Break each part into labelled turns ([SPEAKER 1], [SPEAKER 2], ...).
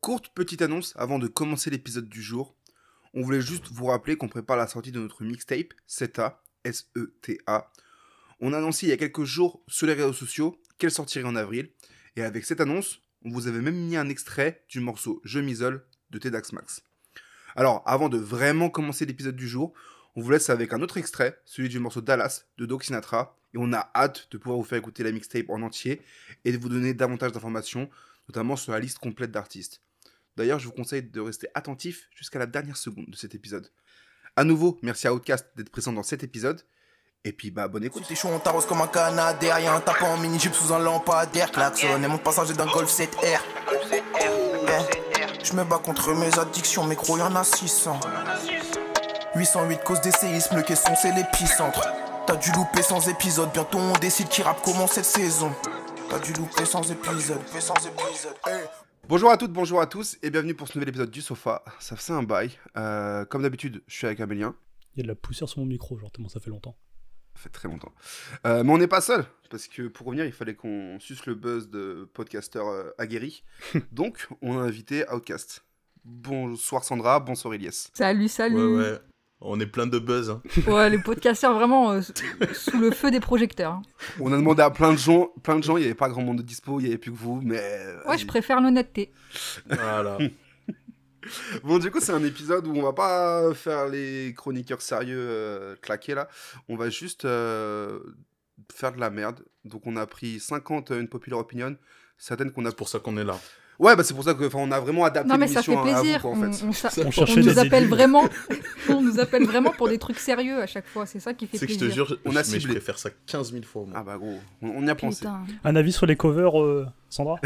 [SPEAKER 1] Courte petite annonce avant de commencer l'épisode du jour. On voulait juste vous rappeler qu'on prépare la sortie de notre mixtape, SETA, S-E-T-A. On a annoncé il y a quelques jours sur les réseaux sociaux qu'elle sortirait en avril. Et avec cette annonce, on vous avait même mis un extrait du morceau Je m'isole de TEDx Max. Alors, avant de vraiment commencer l'épisode du jour, on vous laisse avec un autre extrait, celui du morceau Dallas de Doc Sinatra. Et on a hâte de pouvoir vous faire écouter la mixtape en entier et de vous donner davantage d'informations, notamment sur la liste complète d'artistes. D'ailleurs, je vous conseille de rester attentif jusqu'à la dernière seconde de cet épisode. À nouveau, merci à Outcast d'être présent dans cet épisode. Et puis, bah, bonne écoute.
[SPEAKER 2] T'es chaud, on t'arrose comme un canadair. Y'a un tapin en mini-jeep sous un lampadaire. Klaxon et mon passager d'un Golf 7R. Je me bats contre mes addictions, mais gros, y'en a 600. 808 cause des séismes, le caisson c'est l'épicentre. T'as dû louper sans épisode, bientôt on décide qui rappe comment cette saison. T'as dû louper sans épisode. Eh.
[SPEAKER 1] Bonjour à toutes, bonjour à tous, et bienvenue pour ce nouvel épisode du Sofa. Ça fait un bail. Euh, comme d'habitude, je suis avec Amélien.
[SPEAKER 3] Il y a de la poussière sur mon micro, genre tellement ça fait longtemps.
[SPEAKER 1] Ça fait très longtemps. Euh, mais on n'est pas seul, parce que pour revenir, il fallait qu'on suce le buzz de podcasteur euh, aguerri. Donc, on a invité Outcast. Bonsoir Sandra, bonsoir Elias.
[SPEAKER 4] Salut, salut.
[SPEAKER 5] Ouais, ouais. On est plein de buzz. Hein.
[SPEAKER 4] Ouais, les podcasteurs vraiment euh, s- sous le feu des projecteurs. hein.
[SPEAKER 1] On a demandé à plein de gens, plein de gens, il n'y avait pas grand monde de dispo, il n'y avait plus que vous, mais... euh,
[SPEAKER 4] Ouais, je préfère l'honnêteté.
[SPEAKER 5] Voilà.
[SPEAKER 1] Bon, du coup, c'est un épisode où on va pas faire les chroniqueurs sérieux euh, claqués là. On va juste euh, faire de la merde. Donc, on a pris 50 euh, une popular opinion, certaines qu'on a.
[SPEAKER 5] C'est pour ça qu'on est là.
[SPEAKER 1] Ouais, bah c'est pour ça que, enfin, on a vraiment
[SPEAKER 5] Ah,
[SPEAKER 1] adapté
[SPEAKER 4] Non mais ça fait
[SPEAKER 1] l'émission à- à vous,
[SPEAKER 4] plaisir.
[SPEAKER 1] quoi, en
[SPEAKER 4] on,
[SPEAKER 1] fait.
[SPEAKER 4] on s'a-
[SPEAKER 3] On
[SPEAKER 4] on
[SPEAKER 3] cherchait des
[SPEAKER 4] nous appelle
[SPEAKER 3] élus.
[SPEAKER 4] vraiment, on nous appelle vraiment pour des trucs sérieux à chaque fois. C'est ça qui fait
[SPEAKER 5] Tu sais que je
[SPEAKER 4] plaisir.
[SPEAKER 5] te jure,
[SPEAKER 1] On
[SPEAKER 5] je-
[SPEAKER 1] a
[SPEAKER 5] mais je
[SPEAKER 1] ciblé.
[SPEAKER 5] préfère ça 15 000 fois au moins.
[SPEAKER 1] Ah bah gros, on, on y a pensé.
[SPEAKER 4] Putain.
[SPEAKER 3] Un avis sur les covers, euh, Sandra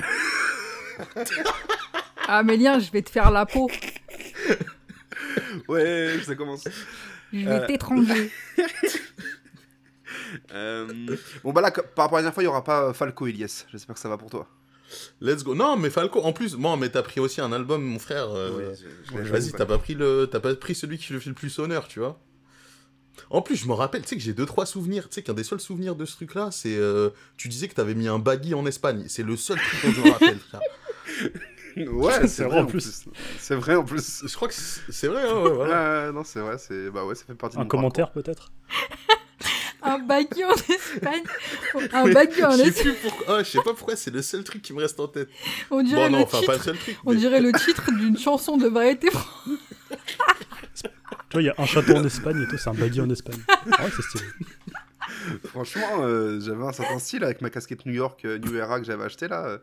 [SPEAKER 4] Amélien, je vais te faire la peau.
[SPEAKER 1] Ouais, ça commence.
[SPEAKER 4] Je vais
[SPEAKER 1] Euh.
[SPEAKER 4] t'étrangler.
[SPEAKER 1] Euh, Bon bah là, co- par rapport à la dernière fois, il y aura pas euh, Falco Elias. J'espère que ça va pour toi.
[SPEAKER 5] Let's go. Non, mais Falco, en plus, moi, mais t'as pris aussi un album, mon frère. euh, Vas-y, t'as pas pris le, t'as pas pris celui qui le fait le plus honneur, tu vois. En plus, je me rappelle, tu sais que j'ai deux trois souvenirs. Tu sais qu'un des seuls souvenirs de ce truc-là, c'est, euh, tu disais que t'avais mis un baggy en Espagne. C'est le seul truc dont je me rappelle. frère.
[SPEAKER 1] Ouais, c'est
[SPEAKER 3] C'est
[SPEAKER 1] vrai
[SPEAKER 3] vrai,
[SPEAKER 1] en
[SPEAKER 3] en
[SPEAKER 1] plus. C'est vrai en plus.
[SPEAKER 5] Je crois que c'est c'est vrai. hein, ouais, voilà.
[SPEAKER 1] Ouais, ouais, non, c'est vrai, c'est bah ouais, ça fait partie de
[SPEAKER 3] Un
[SPEAKER 1] mon
[SPEAKER 3] commentaire peut-être
[SPEAKER 4] Un baggy en Espagne. Un baggy en
[SPEAKER 5] Je sais
[SPEAKER 4] Espagne.
[SPEAKER 5] plus pourquoi. ah, je sais pas pourquoi. C'est le seul truc qui me reste en tête.
[SPEAKER 4] On dirait
[SPEAKER 5] Bon, non,
[SPEAKER 4] le
[SPEAKER 5] enfin pas le
[SPEAKER 4] titre.
[SPEAKER 5] seul truc.
[SPEAKER 4] On
[SPEAKER 5] mais-
[SPEAKER 4] dirait le titre d'une chanson de variété. française.
[SPEAKER 3] Tu vois, il y a un château en Espagne et tout, c'est un baggy en Espagne. Ah ouais, c'est stylé.
[SPEAKER 1] Franchement, euh, j'avais un certain style avec ma casquette New York euh, New Era que j'avais acheté là. euh,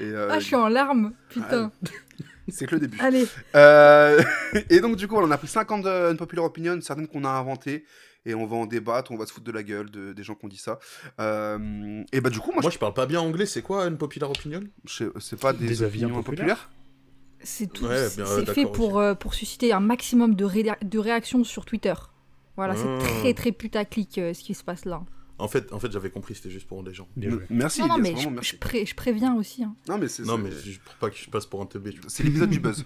[SPEAKER 1] Et, euh,
[SPEAKER 4] Ah, je suis en Ah. larmes. Putain.
[SPEAKER 5] ah,
[SPEAKER 1] C'est que le début.
[SPEAKER 4] Allez.
[SPEAKER 1] Euh, et donc, du coup, voilà, on a pris 50 de Unpopular Opinion, certaines qu'on a inventées. Et on va en débattre, on va se foutre de la gueule de- des gens qui ont dit ça. Euh, et bah, du coup, moi,
[SPEAKER 5] Moi, je parle pas bien anglais, c'est quoi une popular opinion
[SPEAKER 1] je- je- c'est pas des,
[SPEAKER 3] Des avis
[SPEAKER 1] opinions impopulaires.
[SPEAKER 4] C'est tout.
[SPEAKER 5] Ouais,
[SPEAKER 4] c'est
[SPEAKER 5] bien,
[SPEAKER 4] c'est
[SPEAKER 5] d'accord,
[SPEAKER 4] fait
[SPEAKER 5] ok.
[SPEAKER 4] pour, euh, pour susciter un maximum de, réda- de réactions sur Twitter. Voilà,
[SPEAKER 5] Ah.
[SPEAKER 4] c'est très très putaclic euh, ce qui se passe là.
[SPEAKER 5] En fait, en fait j'avais compris, c'était juste pour les gens.
[SPEAKER 3] Bien joué.
[SPEAKER 1] M- Merci,
[SPEAKER 4] non, non,
[SPEAKER 1] Elias,
[SPEAKER 4] mais je,
[SPEAKER 1] vraiment, merci.
[SPEAKER 4] je pré- je préviens aussi. hein.
[SPEAKER 1] Non, mais c'est
[SPEAKER 5] Non,
[SPEAKER 1] c'est-
[SPEAKER 5] mais je- pour pas que je passe pour un teubé. Tu, vois.
[SPEAKER 1] c'est l'épisode du buzz.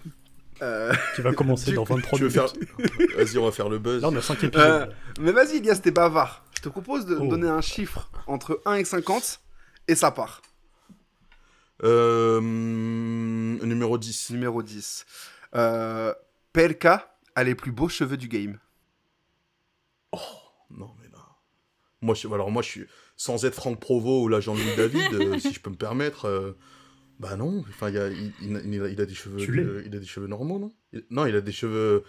[SPEAKER 1] Euh,
[SPEAKER 3] Qui va commencer dans 23
[SPEAKER 5] Tu veux
[SPEAKER 3] minutes.
[SPEAKER 5] faire. Vas-y, on va faire le buzz.
[SPEAKER 3] Là, on a 5 épisodes.
[SPEAKER 1] Euh, mais vas-y, Elias, t'es bavard. Je te propose de me
[SPEAKER 3] Oh.
[SPEAKER 1] donner un chiffre entre 1 et 50, et ça part.
[SPEAKER 5] Euh, hum, numéro 10.
[SPEAKER 1] Numéro 10. Euh, PLK a les plus beaux cheveux du game.
[SPEAKER 5] Oh, non, mais là. Moi, je, alors, moi, je suis. Sans être Franck Provo ou la Jean-Louis David, euh, si je peux me permettre. euh, Bah non, enfin, il, y a- il- il- il a- il a des cheveux.
[SPEAKER 3] Tu l'es.
[SPEAKER 5] euh, il a des cheveux normaux, non Il- Non, il a des cheveux.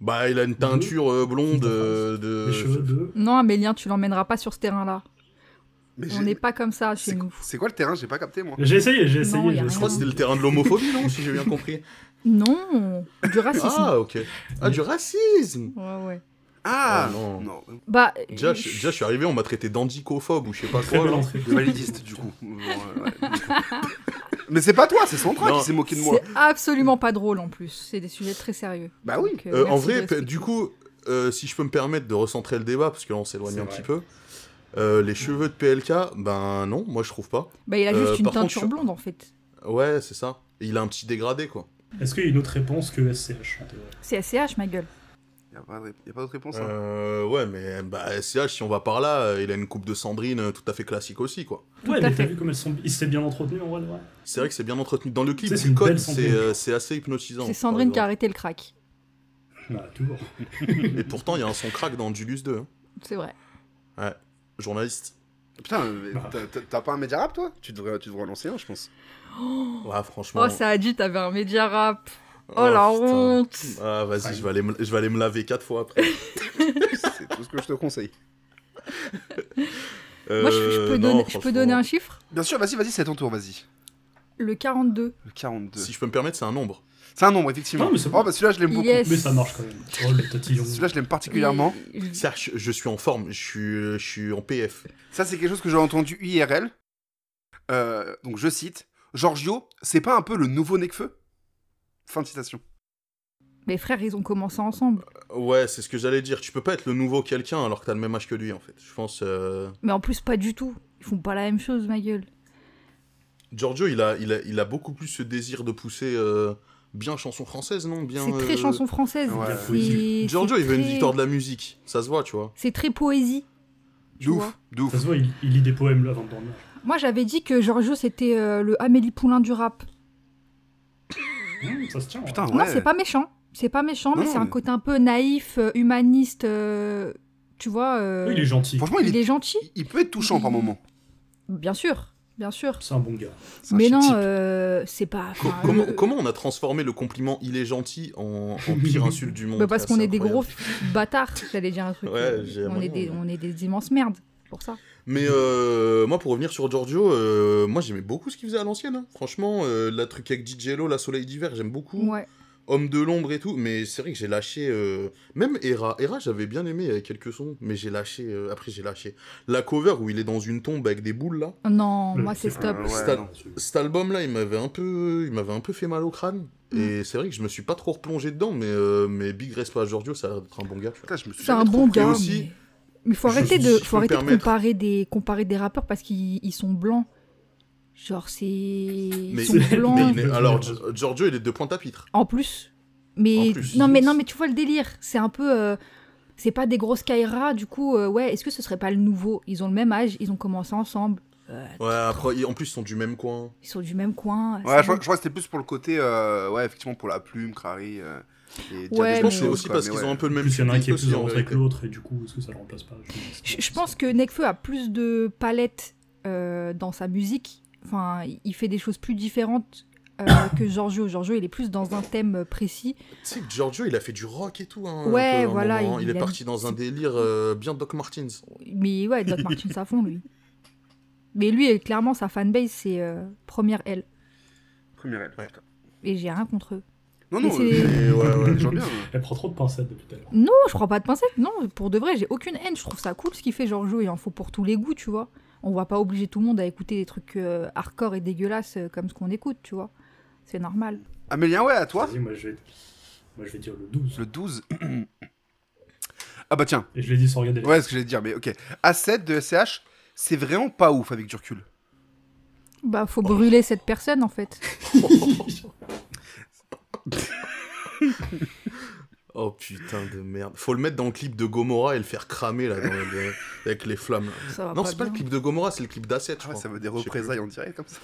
[SPEAKER 5] Bah, il a une teinture euh, blonde euh, de.
[SPEAKER 3] Les cheveux bleus.
[SPEAKER 4] Non, Amélien, tu l'emmèneras pas sur ce terrain-là.
[SPEAKER 1] Mais
[SPEAKER 4] On
[SPEAKER 1] j'ai-
[SPEAKER 4] n'est pas comme ça chez
[SPEAKER 1] c'est...
[SPEAKER 4] nous.
[SPEAKER 1] c'est quoi le terrain J'ai pas capté moi.
[SPEAKER 3] J'ai essayé, j'ai essayé.
[SPEAKER 4] Non, y a
[SPEAKER 3] j'ai
[SPEAKER 5] Je crois que
[SPEAKER 3] essayé.
[SPEAKER 5] c'était le terrain de l'homophobie, non Si j'ai bien compris.
[SPEAKER 4] Non, du racisme.
[SPEAKER 5] Ah, ok. Ah, du racisme
[SPEAKER 4] Ouais, ouais.
[SPEAKER 1] Ah
[SPEAKER 5] Ah, non.
[SPEAKER 1] non.
[SPEAKER 4] Bah,
[SPEAKER 5] Déjà,
[SPEAKER 4] euh,
[SPEAKER 5] je, déjà, je suis arrivé, on m'a traité d'andicophobe ou je sais pas
[SPEAKER 3] Très
[SPEAKER 5] quoi.
[SPEAKER 3] belle
[SPEAKER 5] là.
[SPEAKER 3] entrée.
[SPEAKER 1] De validiste du coup. Bon, euh, ouais. Mais c'est pas toi, c'est Sandra
[SPEAKER 5] Non.
[SPEAKER 1] qui s'est moqué de moi.
[SPEAKER 4] c'est absolument pas drôle en plus. C'est des sujets très sérieux.
[SPEAKER 1] Bah oui.
[SPEAKER 4] Donc, euh,
[SPEAKER 5] Euh, en
[SPEAKER 4] merci de
[SPEAKER 5] vrai,
[SPEAKER 4] respecter.
[SPEAKER 5] du coup, euh, si je peux me permettre de recentrer le débat, parce que là, on s'éloigne
[SPEAKER 3] C'est
[SPEAKER 5] un
[SPEAKER 3] vrai.
[SPEAKER 5] petit peu. euh, les cheveux de PLK, ben non, moi je trouve pas.
[SPEAKER 4] Bah, il a juste
[SPEAKER 5] euh,
[SPEAKER 4] une
[SPEAKER 5] par contre,
[SPEAKER 4] teinture
[SPEAKER 5] je-
[SPEAKER 4] blonde en fait.
[SPEAKER 5] Ouais, c'est ça. Il a un petit dégradé, quoi.
[SPEAKER 3] Est-ce qu'il y a une autre réponse que SCH
[SPEAKER 4] C'est SCH, ma gueule.
[SPEAKER 1] Il n'y a pas de ré- y a pas d'autre réponse. hein.
[SPEAKER 5] Euh, ouais, mais bah, SCH, si on va par là, euh, il a une coupe de Sandrine euh, tout à fait classique aussi, quoi.
[SPEAKER 4] Tout
[SPEAKER 6] Ouais,
[SPEAKER 4] à
[SPEAKER 6] mais t'as
[SPEAKER 4] fait.
[SPEAKER 6] vu comme elles sont... ils s'étaient bien entretenus en vrai, ouais.
[SPEAKER 5] C'est vrai que c'est bien entretenu. Dans le clip,
[SPEAKER 6] Ça, c'est
[SPEAKER 5] du
[SPEAKER 6] une
[SPEAKER 5] code,
[SPEAKER 6] belle
[SPEAKER 5] c'est
[SPEAKER 6] Sandrine.
[SPEAKER 5] euh, c'est assez hypnotisant.
[SPEAKER 4] C'est Sandrine qui a
[SPEAKER 5] par
[SPEAKER 4] arrêté le crack.
[SPEAKER 6] Bah, toujours.
[SPEAKER 5] exemple. Et pourtant, il y a un son crack dans Julius 2, hein.
[SPEAKER 4] C'est vrai.
[SPEAKER 5] journaliste.
[SPEAKER 1] Putain, mais
[SPEAKER 5] Bah.
[SPEAKER 1] t'as- t'as- t'as pas un média rap, toi tu devrais, tu devrais en lancer un, je pense.
[SPEAKER 5] Ouais, franchement.
[SPEAKER 4] Oh, ça a dit, t'avais un média rap. Oh, la
[SPEAKER 5] putain.
[SPEAKER 4] honte.
[SPEAKER 5] Ah, vas-y, je vais aller me- je vais aller me laver quatre fois après.
[SPEAKER 1] C'est tout ce que je te conseille.
[SPEAKER 4] Moi, je, je
[SPEAKER 5] Euh,
[SPEAKER 4] peux, donner, je peux donner un chiffre
[SPEAKER 1] Bien sûr, vas-y, vas-y, c'est à ton tour, vas-y.
[SPEAKER 4] Le 42.
[SPEAKER 1] Le 42.
[SPEAKER 5] Si je peux me permettre, c'est un nombre.
[SPEAKER 1] C'est un nombre, effectivement.
[SPEAKER 6] Non, mais c'est
[SPEAKER 1] oh, bah celui-là, je l'aime beaucoup.
[SPEAKER 4] Yes.
[SPEAKER 6] Mais ça marche quand même. Oh, le tatillon.
[SPEAKER 1] Celui-là, je l'aime particulièrement.
[SPEAKER 4] Il- il-
[SPEAKER 5] Serge, je suis en forme, je suis, je suis en PF.
[SPEAKER 1] Ça, c'est quelque chose que j'ai entendu IRL. Euh, donc, je cite Giorgio, c'est pas un peu le nouveau Necfeu Fin de citation.
[SPEAKER 4] Mes frères, ils ont commencé ensemble.
[SPEAKER 5] Ouais, c'est ce que j'allais dire. Tu peux pas être le nouveau quelqu'un alors que t'as le même âge que lui, en fait. Je pense. euh,
[SPEAKER 4] Mais en plus, pas du tout. Ils font pas la même chose, ma gueule.
[SPEAKER 5] Giorgio, il a, il, a, il a beaucoup plus ce désir de pousser euh, bien chanson française, non Bien.
[SPEAKER 4] C'est très
[SPEAKER 5] euh,
[SPEAKER 4] chanson française.
[SPEAKER 1] ouais.
[SPEAKER 4] C'est-
[SPEAKER 5] Giorgio,
[SPEAKER 4] c'est
[SPEAKER 5] il veut une
[SPEAKER 4] très-
[SPEAKER 5] victoire de la musique. Ça se voit, tu vois.
[SPEAKER 4] C'est très poésie.
[SPEAKER 1] De
[SPEAKER 4] vois.
[SPEAKER 1] ouf, de ouf.
[SPEAKER 6] Ça se voit, il, il lit des poèmes là avant de dormir.
[SPEAKER 4] Moi, j'avais dit que Giorgio, c'était euh, le Amélie Poulain du rap.
[SPEAKER 6] Mmh, ça se tient.
[SPEAKER 1] Putain,
[SPEAKER 6] ouais.
[SPEAKER 1] Ah ouais.
[SPEAKER 4] Non, c'est pas méchant. C'est pas méchant, mais
[SPEAKER 1] Non,
[SPEAKER 4] c'est un
[SPEAKER 1] mais-
[SPEAKER 4] côté un peu naïf, euh, humaniste. euh, tu vois. euh,
[SPEAKER 6] Ouais, Il est gentil.
[SPEAKER 1] Franchement, il,
[SPEAKER 4] il
[SPEAKER 1] est...
[SPEAKER 4] est gentil.
[SPEAKER 1] il peut être touchant par moment.
[SPEAKER 4] Bien sûr, bien sûr.
[SPEAKER 6] C'est un bon gars.
[SPEAKER 1] C'est un
[SPEAKER 4] Mais
[SPEAKER 1] shit
[SPEAKER 4] non,
[SPEAKER 1] type.
[SPEAKER 4] euh, c'est pas.
[SPEAKER 5] Co-
[SPEAKER 4] enfin,
[SPEAKER 5] comment,
[SPEAKER 4] le-
[SPEAKER 5] comment on a transformé le compliment il est gentil en, en pire insulte du monde
[SPEAKER 4] Bah, parce
[SPEAKER 5] Ah,
[SPEAKER 4] qu'on
[SPEAKER 5] c'est
[SPEAKER 4] est des
[SPEAKER 5] incroyable.
[SPEAKER 4] gros f- bâtards, j'allais dire un truc.
[SPEAKER 5] Ouais,
[SPEAKER 4] euh,
[SPEAKER 5] j'ai
[SPEAKER 4] on, est
[SPEAKER 5] l'impression,
[SPEAKER 4] des,
[SPEAKER 5] ouais.
[SPEAKER 4] on est des immenses merdes, pour ça.
[SPEAKER 5] Mais euh, moi, pour revenir sur Giorgio, euh, moi j'aimais beaucoup ce qu'il faisait à l'ancienne. hein. Franchement, euh, la truc avec DJ Lo, la Soleil d'hiver, j'aime beaucoup.
[SPEAKER 4] Ouais.
[SPEAKER 5] Homme de l'ombre et tout. Mais c'est vrai que j'ai lâché. euh, Même Hera. Hera, j'avais bien aimé avec quelques sons, mais j'ai lâché. euh, Après, j'ai lâché. La cover où il est dans une tombe avec des boules là.
[SPEAKER 4] Non,
[SPEAKER 6] Le-
[SPEAKER 4] moi c'est
[SPEAKER 6] c'est-
[SPEAKER 4] stop.
[SPEAKER 1] Euh, ouais,
[SPEAKER 5] Stan-
[SPEAKER 1] non.
[SPEAKER 5] Cet album-là, il m'avait un peu, il m'avait un peu fait mal au crâne. Et c'est vrai que je me suis pas trop replongé dedans, mais, euh, mais Big Respa Giorgio, ça a l'air d'être un bon gars. tu vois.
[SPEAKER 1] Putain, je me suis
[SPEAKER 4] C'est un
[SPEAKER 1] jamais
[SPEAKER 4] bon
[SPEAKER 1] trompé.
[SPEAKER 4] gars.
[SPEAKER 5] aussi,
[SPEAKER 4] mais... mais faut
[SPEAKER 5] je-
[SPEAKER 4] arrêter de,
[SPEAKER 5] si je
[SPEAKER 4] faut
[SPEAKER 5] peux me
[SPEAKER 4] arrêter de
[SPEAKER 5] permettre-
[SPEAKER 4] comparer des, comparer des rappeurs parce qu'ils ils sont blancs. Genre c'est, ils
[SPEAKER 5] Mais-
[SPEAKER 4] sont
[SPEAKER 6] mais-
[SPEAKER 5] Mais
[SPEAKER 4] blancs.
[SPEAKER 5] il est- alors, Gi- Giorgio, il est de pointe à pitre.
[SPEAKER 4] En plus, mais
[SPEAKER 5] En plus.
[SPEAKER 4] non, mais non, mais tu vois le délire. C'est un peu, euh, c'est pas des grosses Kaira. Du coup, euh, ouais, est-ce que ce serait pas le nouveau Ils ont le même âge, ils ont commencé ensemble,
[SPEAKER 5] Ouais, après, ils- en plus, ils sont du même coin.
[SPEAKER 4] ils sont du même coin.
[SPEAKER 1] Ouais,
[SPEAKER 4] c'est
[SPEAKER 1] je crois,
[SPEAKER 4] bon.
[SPEAKER 1] je crois que c'était plus pour le côté, euh, ouais, effectivement, pour la plume, Crary. euh, et
[SPEAKER 4] Ouais,
[SPEAKER 1] Jack
[SPEAKER 5] Je pense que
[SPEAKER 4] Eh, mais-
[SPEAKER 5] c'est aussi
[SPEAKER 1] quoi,
[SPEAKER 5] parce
[SPEAKER 1] mais
[SPEAKER 5] qu'ils
[SPEAKER 1] ouais.
[SPEAKER 5] ont un peu le
[SPEAKER 6] En
[SPEAKER 5] même
[SPEAKER 6] plus, il y en a un
[SPEAKER 5] public
[SPEAKER 6] qui est plus
[SPEAKER 5] aussi, hein, en
[SPEAKER 6] rentré que
[SPEAKER 5] vérité.
[SPEAKER 6] l'autre, et du coup, est-ce que ça le remplace pas
[SPEAKER 4] Je, je pense que Nekfeu a plus de palette euh, dans sa musique. Enfin, il fait des choses plus différentes euh, que Giorgio. Giorgio, il est plus dans un thème précis.
[SPEAKER 5] euh, Tu sais que Giorgio, il a fait du rock et tout. Hein, un
[SPEAKER 4] Ouais,
[SPEAKER 5] peu, à un
[SPEAKER 4] voilà,
[SPEAKER 5] moment.
[SPEAKER 4] il-
[SPEAKER 5] Il,
[SPEAKER 4] il
[SPEAKER 5] est
[SPEAKER 4] a-
[SPEAKER 5] parti dans un délire euh, bien Doc Martins.
[SPEAKER 4] Mais ouais, Doc Martin à fond, lui. Mais lui, euh, clairement, sa fanbase, c'est euh, Première L.
[SPEAKER 1] Première aile.
[SPEAKER 5] Ouais.
[SPEAKER 4] Et j'ai rien contre eux.
[SPEAKER 1] Non,
[SPEAKER 4] Mais
[SPEAKER 1] non,
[SPEAKER 4] c'est-
[SPEAKER 1] euh,
[SPEAKER 5] ouais, ouais.
[SPEAKER 1] les gens bien. euh.
[SPEAKER 6] Elle prend trop de pincettes depuis tout à l'heure.
[SPEAKER 4] Non, je crois pas de pincettes. Non, pour de vrai, j'ai aucune haine. Je trouve ça cool ce qu'il fait, Giorgio. Il en faut pour tous les goûts, tu vois. On va pas obliger tout le monde à écouter des trucs euh, hardcore et dégueulasses euh, comme ce qu'on écoute, tu vois. C'est normal.
[SPEAKER 1] Amélien, ouais, à toi.
[SPEAKER 6] Vas-y, moi je vais. Moi je vais dire le 12.
[SPEAKER 1] Le 12. ah bah tiens,
[SPEAKER 6] Et je l'ai dit sans regarder. les-
[SPEAKER 1] ouais, ce que j'allais dire, mais ok. A7 de SCH, c'est vraiment pas ouf avec du recul.
[SPEAKER 4] Bah, faut brûler cette personne, en fait.
[SPEAKER 5] Oh putain de merde. Faut le mettre dans le clip de Gomorrah et le faire cramer là, dans le- avec les flammes. là.
[SPEAKER 4] Ça va
[SPEAKER 5] Non,
[SPEAKER 4] Ah, pas
[SPEAKER 5] c'est pas le
[SPEAKER 4] bien.
[SPEAKER 5] clip de Gomorrah, c'est le clip d'Asset, je
[SPEAKER 1] Ah ouais,
[SPEAKER 5] crois.
[SPEAKER 1] ça veut des
[SPEAKER 5] Je sais plus.
[SPEAKER 1] représailles en direct comme ça.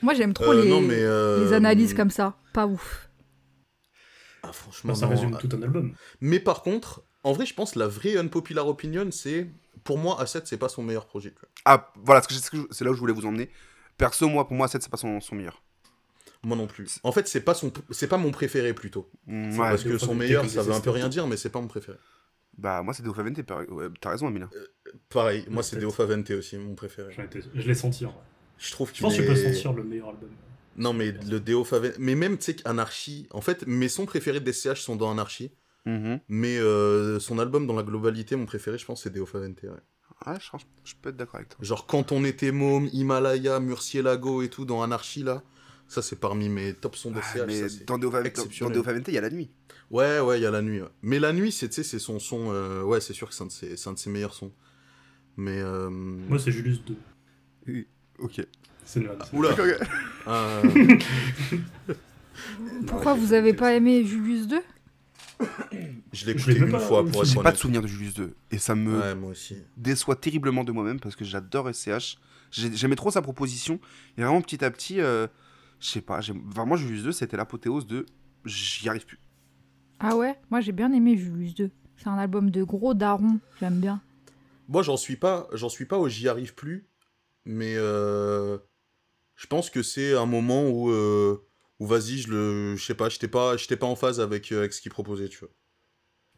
[SPEAKER 4] Moi, j'aime trop
[SPEAKER 5] Euh,
[SPEAKER 4] les,
[SPEAKER 5] non, mais, euh,
[SPEAKER 4] les analyses comme ça. Pas ouf.
[SPEAKER 5] Ah, franchement,
[SPEAKER 6] Bah, ça
[SPEAKER 5] non.
[SPEAKER 6] résume tout un album.
[SPEAKER 5] Mais par contre, en vrai, je pense la vraie unpopular opinion, c'est pour moi, Asset, c'est pas son meilleur projet. tu vois.
[SPEAKER 1] Ah, voilà, ce que j'ai- ce que je- c'est là où je voulais vous emmener. Perso, moi, pour moi, A7, c'est pas son, son meilleur.
[SPEAKER 5] Moi non plus. En fait, c'est pas son, c'est pas mon préféré plutôt.
[SPEAKER 1] Mm,
[SPEAKER 5] C'est
[SPEAKER 1] Ouais,
[SPEAKER 5] parce
[SPEAKER 6] deux
[SPEAKER 5] que
[SPEAKER 6] fois
[SPEAKER 5] son
[SPEAKER 6] que t'es
[SPEAKER 5] meilleur,
[SPEAKER 6] comme
[SPEAKER 5] ça veut un peu
[SPEAKER 6] détesté.
[SPEAKER 5] rien dire, mais c'est pas mon préféré.
[SPEAKER 1] bah, moi, c'est Deo Favente, par- ouais, t'as raison, Amélien.
[SPEAKER 5] Pareil, moi c'est
[SPEAKER 6] Peut-être.
[SPEAKER 5] Deo Favente aussi, mon préféré.
[SPEAKER 6] J'en étais- Je l'ai senti. en vrai.
[SPEAKER 5] Je trouve
[SPEAKER 6] Je
[SPEAKER 5] qu'il
[SPEAKER 6] pense que je peux
[SPEAKER 5] est-
[SPEAKER 6] sentir le meilleur album.
[SPEAKER 5] Non mais le Deo Favente, mais même tu sais qu'Anarchy, en fait, mes sons préférés de DCH sont dans Anarchy,
[SPEAKER 1] Mhm.
[SPEAKER 5] mais euh, son album dans la globalité, mon préféré, je pense, c'est Deo Favente. ouais.
[SPEAKER 1] Ouais, je, pense- je peux être d'accord avec toi.
[SPEAKER 5] Genre quand on était môme, Himalaya, Murcielago et tout dans Anarchy là, ça c'est parmi mes top sons de
[SPEAKER 1] Ah,
[SPEAKER 5] DCH.
[SPEAKER 1] mais
[SPEAKER 5] ça, c'est-
[SPEAKER 1] dans Deo Favente- dans
[SPEAKER 5] exceptionnel.
[SPEAKER 1] Deo Favente, il y a la nuit.
[SPEAKER 5] Ouais, ouais, il y a la nuit. ouais. Mais la nuit, c'est tu sais, c'est son son. euh, Ouais, c'est sûr que c'est un, de ses- c'est un de ses meilleurs sons. Mais. euh,
[SPEAKER 6] Moi, c'est Julius 2.
[SPEAKER 1] Ok.
[SPEAKER 6] C'est le c'est-
[SPEAKER 5] Oula
[SPEAKER 1] Ok.
[SPEAKER 5] Ah,
[SPEAKER 4] Pourquoi vous avez pas aimé Julius 2
[SPEAKER 5] Je
[SPEAKER 6] Je
[SPEAKER 5] l'ai écouté
[SPEAKER 6] l'ai même
[SPEAKER 5] une
[SPEAKER 6] pas-
[SPEAKER 5] fois pour
[SPEAKER 6] j'ai
[SPEAKER 5] être
[SPEAKER 1] J'ai pas
[SPEAKER 5] honnête.
[SPEAKER 1] de souvenir de Julius 2 et ça me
[SPEAKER 5] Ouais, moi aussi.
[SPEAKER 1] déçoit terriblement de moi-même parce que j'adore SCH. J'ai- J'aimais trop sa proposition et vraiment petit à petit, euh, je sais pas, j'aime- vraiment Julius 2 c'était l'apothéose de j'y arrive plus.
[SPEAKER 4] Ah ouais Moi j'ai bien aimé Julius 2. C'est un album de gros daron, j'aime bien.
[SPEAKER 5] Moi, j'en suis pas, j'en suis pas où j'y arrive plus, mais euh, je pense que c'est un moment où, euh, où vas-y, je le, je sais pas, j'étais pas, j'étais pas en phase avec, euh, avec ce qu'il proposait, tu vois.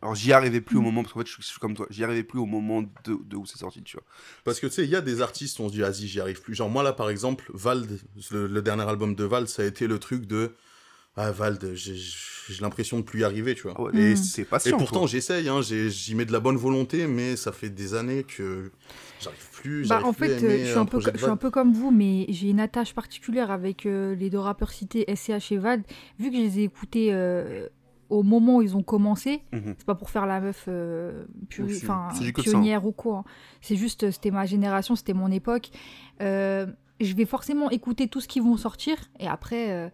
[SPEAKER 1] Alors j'y arrivais plus au
[SPEAKER 4] Mm.
[SPEAKER 1] moment, parce qu'en fait je je suis comme toi, j'y arrivais plus au moment de, de où c'est sorti, tu vois.
[SPEAKER 5] Parce que tu sais, il y a des artistes, on se dit, vas-y, j'y arrive plus. Genre moi là, par exemple, Vald, le, le dernier album de Vald, ça a été le truc de, ah Vald, j'ai j'ai l'impression de plus y arriver, tu vois.
[SPEAKER 1] Ah ouais,
[SPEAKER 4] Et
[SPEAKER 1] mais
[SPEAKER 4] c-
[SPEAKER 1] c'est patient.
[SPEAKER 5] Mm. Et pourtant,
[SPEAKER 1] quoi.
[SPEAKER 5] j'essaye, hein, j'ai- j'y mets de la bonne volonté, mais ça fait des années que j'arrive plus.
[SPEAKER 4] Bah,
[SPEAKER 5] j'arrive
[SPEAKER 4] en
[SPEAKER 5] plus
[SPEAKER 4] fait,
[SPEAKER 5] à
[SPEAKER 4] euh,
[SPEAKER 5] aimer
[SPEAKER 4] je suis, un peu,
[SPEAKER 5] projet
[SPEAKER 4] co-
[SPEAKER 5] de
[SPEAKER 4] je suis un
[SPEAKER 5] Vald.
[SPEAKER 4] peu comme vous, mais j'ai une attache particulière avec euh, les deux rappeurs cités, SCH et Vald. Vu que je les ai écoutés euh, au moment où ils ont commencé,
[SPEAKER 1] Mhm.
[SPEAKER 4] c'est pas pour faire la meuf euh, puri-
[SPEAKER 1] Oui, c'est-
[SPEAKER 4] enfin,
[SPEAKER 1] c'est du code ça, hein.
[SPEAKER 4] pionnière ou quoi. hein. C'est juste, euh, c'était ma génération, c'était mon époque. Euh, je vais forcément écouter tout ce qui vont sortir, et après, euh,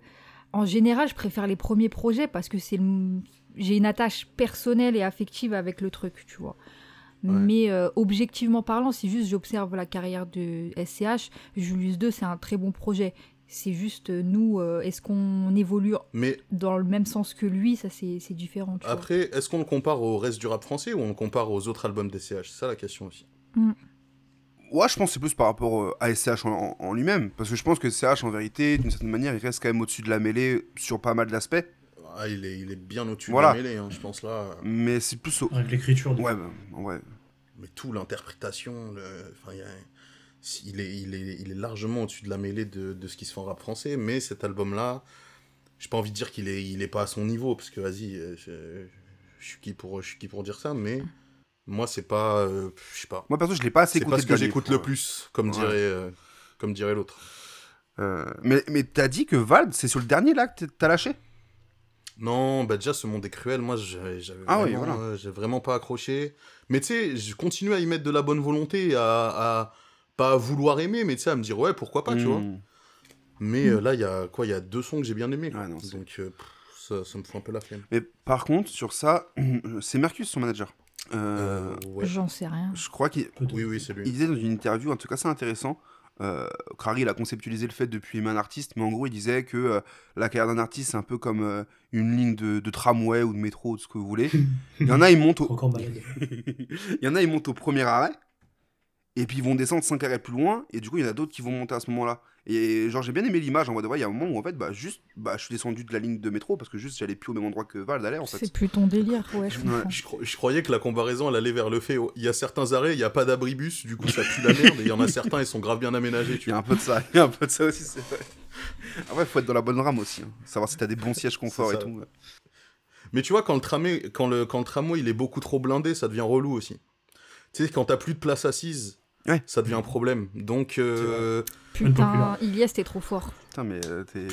[SPEAKER 4] en général, je préfère les premiers projets parce que c'est le- j'ai une attache personnelle et affective avec le truc, tu vois. Mais euh, objectivement parlant, c'est juste j'observe la carrière de SCH. Julius 2, c'est un très bon projet. C'est juste euh, nous, euh, est-ce qu'on évolue
[SPEAKER 5] Mais
[SPEAKER 4] dans le même sens que lui Ça, c'est c'est différent. Tu vois.
[SPEAKER 5] après, est-ce qu'on le compare au reste du rap français ou on le compare aux autres albums d'SCH C'est ça la question aussi.
[SPEAKER 1] Ouais, je pense que c'est plus par rapport euh, à SCH en, en- en lui-même. Parce que je pense que SCH, en vérité, d'une certaine manière, il reste quand même au-dessus de la mêlée sur pas mal d'aspects.
[SPEAKER 5] Ah, il, est, il est bien au-dessus
[SPEAKER 1] Voilà.
[SPEAKER 5] de la mêlée, hein, je pense là.
[SPEAKER 1] Mais c'est plus au.
[SPEAKER 6] Avec l'écriture. du-
[SPEAKER 1] Ouais, bah, ouais.
[SPEAKER 5] Mais tout, l'interprétation, le- enfin, il y a- il, est, il, est, il est largement au-dessus de la mêlée de, de ce qui se fait en rap français, mais cet album-là, j'ai pas envie de dire qu'il est, il est pas à son niveau, parce que vas-y, euh, je, je suis qui pour, je suis qui pour dire ça, mais moi, c'est pas. euh, je sais pas.
[SPEAKER 1] Moi, perso, je l'ai pas assez
[SPEAKER 5] C'est
[SPEAKER 1] écouté.
[SPEAKER 5] pas ce
[SPEAKER 1] le
[SPEAKER 5] que
[SPEAKER 1] dernier,
[SPEAKER 5] j'écoute
[SPEAKER 1] pour,
[SPEAKER 5] le
[SPEAKER 1] euh,
[SPEAKER 5] plus, comme
[SPEAKER 1] Ouais.
[SPEAKER 5] dirait, euh, comme dirait l'autre.
[SPEAKER 1] Euh, mais mais t'as dit que Vald, c'est sur le dernier là que t'es- t'as lâché
[SPEAKER 5] Non, bah déjà, ce monde est cruel. Moi, j'avais j'avais
[SPEAKER 1] Ah oui,
[SPEAKER 5] vraiment,
[SPEAKER 1] voilà.
[SPEAKER 5] euh, j'ai vraiment pas accroché. Mais tu sais, je continue à y mettre de la bonne volonté, à, à pas à vouloir aimer, mais tu sais, à me dire, ouais, pourquoi pas, tu vois.
[SPEAKER 1] Mm.
[SPEAKER 5] Mais euh, là, il y a quoi Il y a deux sons que j'ai bien aimés.
[SPEAKER 1] Ouais, Hmm. Ah non, c'est-
[SPEAKER 5] Donc, euh, pff, ça, ça me fout un peu la flemme.
[SPEAKER 1] Mais par contre, sur ça, c'est Mercus son manager. Euh,
[SPEAKER 5] Euh, ouais.
[SPEAKER 4] J'en sais rien.
[SPEAKER 1] Je crois qu'il
[SPEAKER 6] Peut-être.
[SPEAKER 5] Oui, oui, c'est
[SPEAKER 1] il
[SPEAKER 5] lui.
[SPEAKER 1] disait dans une interview un truc assez intéressant. Euh, Crary, il a conceptualisé le fait depuis aimer un artiste, mais en gros, il disait que euh, la carrière d'un artiste, c'est un peu comme euh, une ligne de, de tramway ou de métro ou de ce que vous voulez. Il y en a, ils montent au,
[SPEAKER 6] Encore malade.
[SPEAKER 1] il y en a, ils montent au premier arrêt, et puis ils vont descendre 5 arrêts plus loin, et du coup, il y en a d'autres qui vont monter à ce moment-là. Et genre, j'ai bien aimé l'image, en vrai, de vrai, il y a un moment où, en fait, bah, juste, bah, je suis descendu de la ligne de métro, parce que juste, j'allais plus au même endroit que Val d'aller, en
[SPEAKER 4] C'est
[SPEAKER 1] fait.
[SPEAKER 4] plus ton délire, ouais, je
[SPEAKER 1] Ouais,
[SPEAKER 4] comprends.
[SPEAKER 5] Je, cro- je croyais que la comparaison, elle allait vers le fait. oh, Il y a certains arrêts, il n'y a pas d'abribus, du coup, ça pue la merde. Et il y en a certains, ils sont grave bien aménagés,
[SPEAKER 1] Il
[SPEAKER 5] tu
[SPEAKER 1] y a
[SPEAKER 5] vois.
[SPEAKER 1] un peu de ça, il y a un peu de ça aussi, c'est vrai. Après, faut être dans la bonne rame aussi, hein. savoir si t'as des bons sièges confort
[SPEAKER 5] C'est
[SPEAKER 1] et
[SPEAKER 5] ça.
[SPEAKER 1] tout.
[SPEAKER 5] Mais tu vois, quand le, tramway, quand, le, quand le tramway, il est beaucoup trop blindé, ça devient relou aussi. Tu sais, quand t'as plus de place assise,
[SPEAKER 1] Ouais.
[SPEAKER 5] ça devient un problème. Donc, euh,
[SPEAKER 4] Putain, Ilias, t'es trop fort.
[SPEAKER 1] Putain, mais euh, t'es-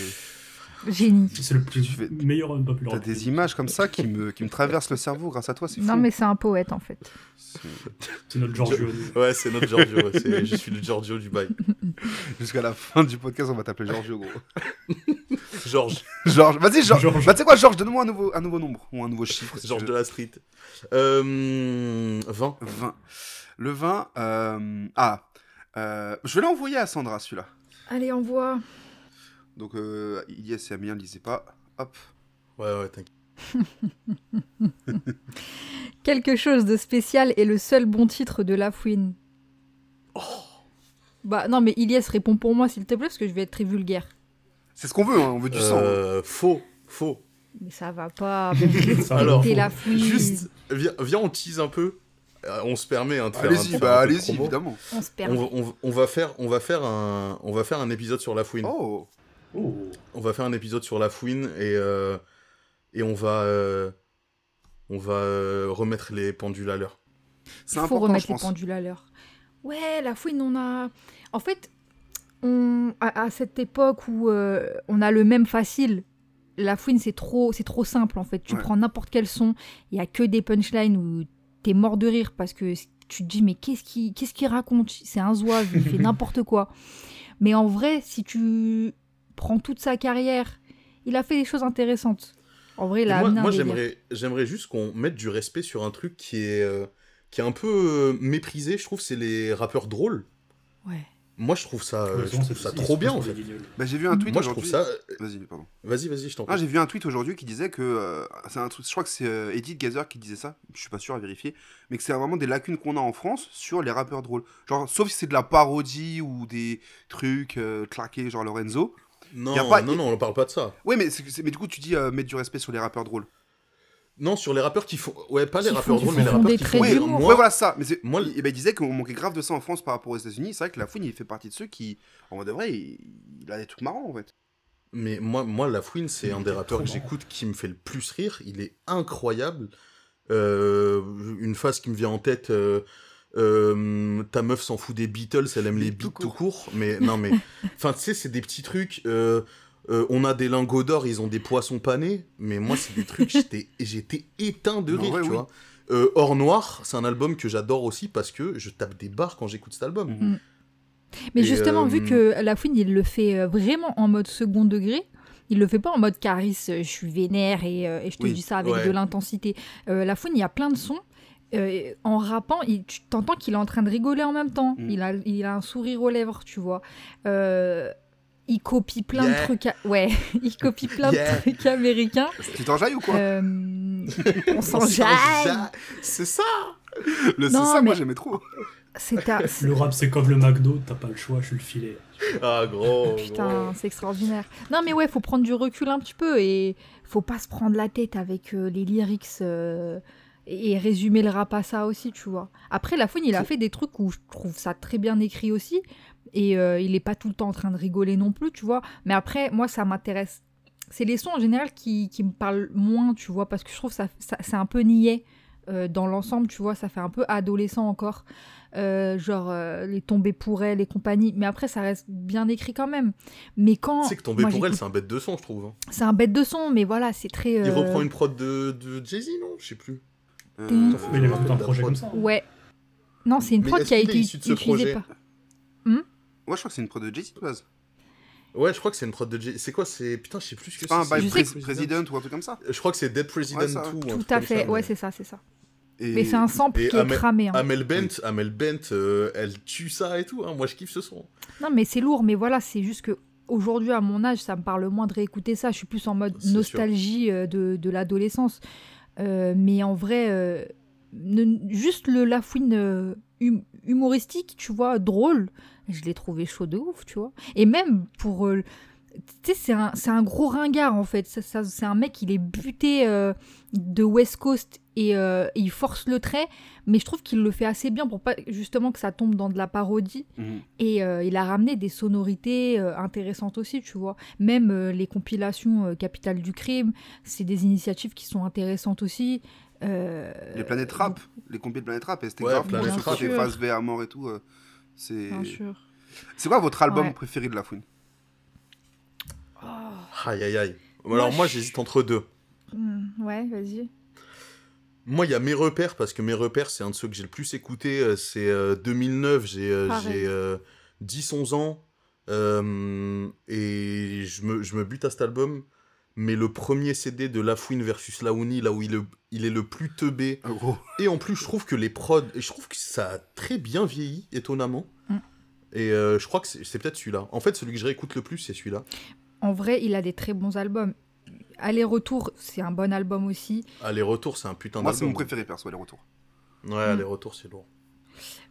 [SPEAKER 4] Génie.
[SPEAKER 6] C'est le plus
[SPEAKER 1] Tu fais-
[SPEAKER 6] meilleur homme
[SPEAKER 1] t'as
[SPEAKER 6] populaire.
[SPEAKER 1] des images comme ça qui me, qui me traversent le cerveau grâce à toi, c'est fou.
[SPEAKER 4] Non, mais c'est un poète en fait.
[SPEAKER 1] C'est-
[SPEAKER 6] C'est notre Giorgio.
[SPEAKER 5] ouais, c'est notre Giorgio. ouais, c'est- je suis le Giorgio du bail.
[SPEAKER 1] Jusqu'à la fin du podcast, on va t'appeler Giorgio, gros.
[SPEAKER 5] Georges.
[SPEAKER 1] Georges, vas-y, Georges.
[SPEAKER 6] Georges.
[SPEAKER 1] Bah, tu sais quoi, Georges, donne-moi un nouveau, un nouveau nombre ou un nouveau chiffre. si tu
[SPEAKER 5] Georges
[SPEAKER 1] veux.
[SPEAKER 5] de la street. Euh, 20.
[SPEAKER 1] Vin. Le vin, euh, ah, euh, je vais l'envoyer à Sandra celui-là.
[SPEAKER 4] Allez, envoie.
[SPEAKER 1] Donc euh, Ilias et Amiens, lisez pas. Hop.
[SPEAKER 5] Ouais, ouais, t'inquiète.
[SPEAKER 4] Quelque chose de spécial est le seul bon titre de La Fouine. Bah non, mais Ilias, réponds pour moi s'il te plaît, parce que je vais être très vulgaire.
[SPEAKER 1] C'est ce qu'on veut, hein, on veut du sang. hein.
[SPEAKER 5] Euh, faux, faux.
[SPEAKER 4] Mais ça va pas.
[SPEAKER 5] Alors,
[SPEAKER 4] T'es la fouine.
[SPEAKER 5] Juste, viens, viens, on tease un peu. Euh, on se permet hein, de faire un- de
[SPEAKER 1] Allez-y,
[SPEAKER 5] faire
[SPEAKER 1] bah
[SPEAKER 5] un peu de
[SPEAKER 1] allez-y,
[SPEAKER 5] promo.
[SPEAKER 1] évidemment.
[SPEAKER 4] On se perd.
[SPEAKER 5] On, va- on va- on va faire, on va faire un, on va faire un épisode sur la fouine.
[SPEAKER 1] Oh,
[SPEAKER 6] Oh,
[SPEAKER 5] On va faire un épisode sur la fouine et euh, et on va, euh, on va euh, remettre les pendules à l'heure.
[SPEAKER 1] c'est
[SPEAKER 4] Il faut
[SPEAKER 1] important,
[SPEAKER 4] remettre
[SPEAKER 1] je
[SPEAKER 4] les
[SPEAKER 1] pense.
[SPEAKER 4] pendules à l'heure. Ouais, La Fouine, on a. En fait, on... à, à cette époque où euh, on a le même facile. La fouine, c'est trop, c'est trop simple en fait. Tu
[SPEAKER 1] Ouais.
[SPEAKER 4] prends n'importe quel son, il y a que des punchlines où t'es mort de rire parce que tu te dis mais qu'est-ce qu'il qu'est-ce qu'il raconte C'est un zouave, il fait n'importe quoi. Mais en vrai, si tu prends toute sa carrière, il a fait des choses intéressantes. En vrai, il
[SPEAKER 5] Et
[SPEAKER 4] a
[SPEAKER 5] moi,
[SPEAKER 4] amené un
[SPEAKER 5] moi,
[SPEAKER 4] délire.
[SPEAKER 5] j'aimerais, j'aimerais juste qu'on mette du respect sur un truc qui est, euh, qui est un peu euh, méprisé, je trouve, c'est les rappeurs drôles.
[SPEAKER 4] Ouais.
[SPEAKER 5] Moi, je trouve ça,
[SPEAKER 6] Ouais,
[SPEAKER 5] euh, je
[SPEAKER 6] souvent,
[SPEAKER 5] trouve
[SPEAKER 6] c'est-
[SPEAKER 5] ça
[SPEAKER 6] ils
[SPEAKER 5] trop
[SPEAKER 6] se
[SPEAKER 5] bien,
[SPEAKER 6] font
[SPEAKER 5] en
[SPEAKER 6] des
[SPEAKER 5] fait.
[SPEAKER 6] guignols.
[SPEAKER 1] Bah, j'ai vu un tweet
[SPEAKER 5] Moi, je trouve
[SPEAKER 1] aujourd'hui.
[SPEAKER 5] ça... euh,
[SPEAKER 1] Vas-y, pardon.
[SPEAKER 5] Vas-y, vas-y, je t'en
[SPEAKER 1] Ah,
[SPEAKER 5] prie.
[SPEAKER 1] j'ai vu un tweet aujourd'hui qui disait que. euh, c'est un truc, je crois que c'est euh, Edith Gazer qui disait ça, je suis pas sûr à vérifier, mais que c'est vraiment des lacunes qu'on a en France sur les rappeurs drôles. Genre, sauf si c'est de la parodie ou des trucs euh, claqués, genre Lorenzo. y a
[SPEAKER 5] non,
[SPEAKER 1] pas-
[SPEAKER 5] non, non, on parle pas de ça.
[SPEAKER 1] Ouais, mais, c'est- c'est- mais du coup, tu dis euh, mettre du respect sur les rappeurs drôles.
[SPEAKER 5] Non, sur les rappeurs qui font... Ouais, pas les
[SPEAKER 4] Qui
[SPEAKER 5] rappeurs
[SPEAKER 4] font-
[SPEAKER 5] drôles,
[SPEAKER 4] qui
[SPEAKER 5] mais les
[SPEAKER 4] font
[SPEAKER 5] rappeurs
[SPEAKER 4] des
[SPEAKER 5] qui
[SPEAKER 4] traits
[SPEAKER 5] font...
[SPEAKER 1] Oui,
[SPEAKER 4] du
[SPEAKER 5] des-
[SPEAKER 4] d'humour.
[SPEAKER 5] Moi,
[SPEAKER 1] ouais, voilà ça. Mais c'est-
[SPEAKER 5] Moi,
[SPEAKER 1] il, eh ben, il disait qu'on manquait grave de ça en France par rapport aux États-Unis. C'est vrai que la fouine, il fait partie de ceux qui, en vrai, il, il a des trucs marrants en fait.
[SPEAKER 5] Mais moi, moi La Fouine, c'est
[SPEAKER 6] Il
[SPEAKER 5] un
[SPEAKER 6] était
[SPEAKER 5] des rappeurs
[SPEAKER 6] trop
[SPEAKER 5] que
[SPEAKER 6] marrant.
[SPEAKER 5] j'écoute qui me fait le plus rire. Il est incroyable. Euh, une phrase qui me vient en tête. euh, euh, ta meuf s'en fout des Beatles, elle aime les beats
[SPEAKER 1] Tout
[SPEAKER 5] tout court. Mais non, mais. Enfin, tu sais, c'est des petits trucs. euh, euh, on a des lingots d'or, ils ont des poissons panés. Mais moi, c'est des trucs, j'étais, j'étais éteint de
[SPEAKER 1] En
[SPEAKER 5] rire,
[SPEAKER 1] vrai,
[SPEAKER 5] tu
[SPEAKER 1] oui.
[SPEAKER 5] vois. Euh, Or Noir, c'est un album que j'adore aussi parce que je tape des barres quand j'écoute cet album.
[SPEAKER 6] Mhm.
[SPEAKER 4] Mais
[SPEAKER 5] Et,
[SPEAKER 4] justement,
[SPEAKER 5] euh,
[SPEAKER 4] vu que Lafouine, il le fait euh, vraiment en mode second degré, il le fait pas en mode Caris, euh, je suis vénère et, euh, et je te
[SPEAKER 1] Oui,
[SPEAKER 4] dis ça avec
[SPEAKER 5] ouais.
[SPEAKER 4] de l'intensité. Euh, Lafouine, il y a plein de sons. euh, en rappant, il, tu t'entends qu'il est en train de rigoler en même temps.
[SPEAKER 1] Mm.
[SPEAKER 4] Il, a, il a un sourire aux lèvres, tu vois. Euh, il copie plein
[SPEAKER 5] Yeah.
[SPEAKER 4] de trucs. à- Ouais, il copie plein
[SPEAKER 5] Yeah.
[SPEAKER 4] de trucs américains.
[SPEAKER 1] Tu t'en jailles ou quoi
[SPEAKER 4] Euh, on
[SPEAKER 5] On
[SPEAKER 4] s'en
[SPEAKER 5] s'en
[SPEAKER 4] jaille.
[SPEAKER 5] jaille. C'est ça
[SPEAKER 1] Le c'est
[SPEAKER 4] non,
[SPEAKER 1] ça, moi
[SPEAKER 4] mais-
[SPEAKER 1] j'aimais trop.
[SPEAKER 4] C'est un- c'est-
[SPEAKER 6] Le rap, c'est comme le McDo, t'as pas le choix, je suis le filet.
[SPEAKER 5] Ah, gros. gros.
[SPEAKER 4] Putain, c'est extraordinaire. Non, mais ouais, faut prendre du recul un petit peu et faut pas se prendre la tête avec euh, les lyrics euh, et, et résumer le rap à ça aussi, tu vois. Après, la faune, il a fait des trucs où je trouve ça très bien écrit aussi et euh, il est pas tout le temps en train de rigoler non plus, tu vois. Mais après, moi, ça m'intéresse. C'est les sons en général qui, qui me parlent moins, tu vois, parce que je trouve ça, ça c'est un peu niais. euh, dans l'ensemble, tu vois, ça fait un peu adolescent encore euh, genre euh, les tombées pour elle et compagnie. Mais après, ça reste bien écrit quand même. Mais quand.
[SPEAKER 5] Tu sais que tomber
[SPEAKER 4] Oh, moi,
[SPEAKER 5] pour elle,
[SPEAKER 4] j'écoute-
[SPEAKER 5] c'est un bête de son, je trouve. hein.
[SPEAKER 4] c'est un bête de son, mais voilà, c'est très.
[SPEAKER 5] Il
[SPEAKER 4] euh,
[SPEAKER 5] reprend une prod de, de Jay-Z, non Je sais plus.
[SPEAKER 1] Euh,
[SPEAKER 6] Mais il avait tout un projet comme ça. hein.
[SPEAKER 4] Ouais. Non, c'est une
[SPEAKER 5] Mais
[SPEAKER 4] prod
[SPEAKER 5] est-ce
[SPEAKER 4] qui a
[SPEAKER 5] qu'il est
[SPEAKER 4] été
[SPEAKER 5] issu de ce
[SPEAKER 4] utilisée
[SPEAKER 5] projet
[SPEAKER 4] par.
[SPEAKER 1] Moi je crois que c'est une prod de Jay-Z de base.
[SPEAKER 5] Ouais, je crois que c'est une prod de Jay. C'est quoi C'est putain, je sais plus ce que
[SPEAKER 1] C'est pas un
[SPEAKER 5] c'est.
[SPEAKER 1] by
[SPEAKER 4] Je
[SPEAKER 5] c'est-
[SPEAKER 4] sais
[SPEAKER 1] Pres- President ou un truc comme ça.
[SPEAKER 5] Je crois que c'est Dead President
[SPEAKER 1] Ouais, ça,
[SPEAKER 5] 2. ou un
[SPEAKER 4] Tout
[SPEAKER 5] truc
[SPEAKER 4] à
[SPEAKER 5] comme
[SPEAKER 4] fait.
[SPEAKER 5] ça,
[SPEAKER 4] ouais,
[SPEAKER 5] mais-
[SPEAKER 4] c'est ça, c'est ça.
[SPEAKER 1] Et...
[SPEAKER 4] Mais c'est un sample
[SPEAKER 5] et
[SPEAKER 4] qui est
[SPEAKER 5] Amel-
[SPEAKER 4] cramé. hein.
[SPEAKER 5] Amel Bent, Amel Bent, euh, elle tue ça et tout. hein. Moi, je kiffe ce son.
[SPEAKER 4] Non, mais c'est lourd, mais voilà, c'est juste que. Aujourd'hui, à mon âge, ça me parle moins de réécouter ça. Je suis plus en mode
[SPEAKER 5] C'est sûr.
[SPEAKER 4] nostalgie euh, de, de l'adolescence. Euh, mais en vrai, euh, ne- juste le Lafouine euh, hum- humoristique, tu vois, drôle, je l'ai trouvé chaud de ouf, tu vois. Et même pour. euh, tu sais, c'est un, c'est un gros ringard en fait. Ça- ça- c'est un mec, il est buté euh, de West Coast et euh, il force le trait, mais je trouve qu'il le fait assez bien pour pas justement que ça tombe dans de la parodie.
[SPEAKER 5] Mmh.
[SPEAKER 1] Mhm.
[SPEAKER 4] Et euh, il a ramené des sonorités euh, intéressantes aussi, tu vois. Même euh, les compilations euh, Capitale du crime, c'est des initiatives qui sont intéressantes aussi. Euh,
[SPEAKER 1] Les planètes rap, les compil de planètes rap, et c'était
[SPEAKER 5] Ouais,
[SPEAKER 1] grave
[SPEAKER 5] Planète
[SPEAKER 1] pour
[SPEAKER 5] Rap.
[SPEAKER 1] côté
[SPEAKER 4] Bien
[SPEAKER 1] face V à mort et tout. euh, C'est
[SPEAKER 4] Bien sûr.
[SPEAKER 1] c'est quoi votre album
[SPEAKER 4] Ouais.
[SPEAKER 1] préféré de la fouine
[SPEAKER 4] Oh.
[SPEAKER 5] Aïe, aïe, aïe. Alors, moi,
[SPEAKER 4] je-
[SPEAKER 5] j'hésite entre deux.
[SPEAKER 4] Hmm, ouais, vas-y.
[SPEAKER 5] Moi, il y a mes repères, parce que mes repères, c'est un de ceux que j'ai le plus écouté. euh, C'est euh, 2009, j'ai euh,
[SPEAKER 4] Pareil.
[SPEAKER 5] j'ai, euh, 10-11 ans, euh, et je me, je me bute à cet album. Mais le premier CD de La Fouine versus Laouni, là où il, est- il est le plus teubé,
[SPEAKER 1] En gros,
[SPEAKER 5] et en plus, je trouve que les prods, je trouve que ça a très bien vieilli, étonnamment.
[SPEAKER 4] Mm.
[SPEAKER 5] Et euh, je crois que c'est c'est peut-être celui-là. En fait, celui que je réécoute le plus, c'est celui-là.
[SPEAKER 4] En vrai, il a des très bons albums. Aller-retour, c'est un bon album aussi.
[SPEAKER 5] Aller-retour, c'est un putain
[SPEAKER 1] moi c'est mon
[SPEAKER 5] d'album.
[SPEAKER 1] préféré perso, les retours.
[SPEAKER 5] Ouais, Aller-retour, c'est lourd.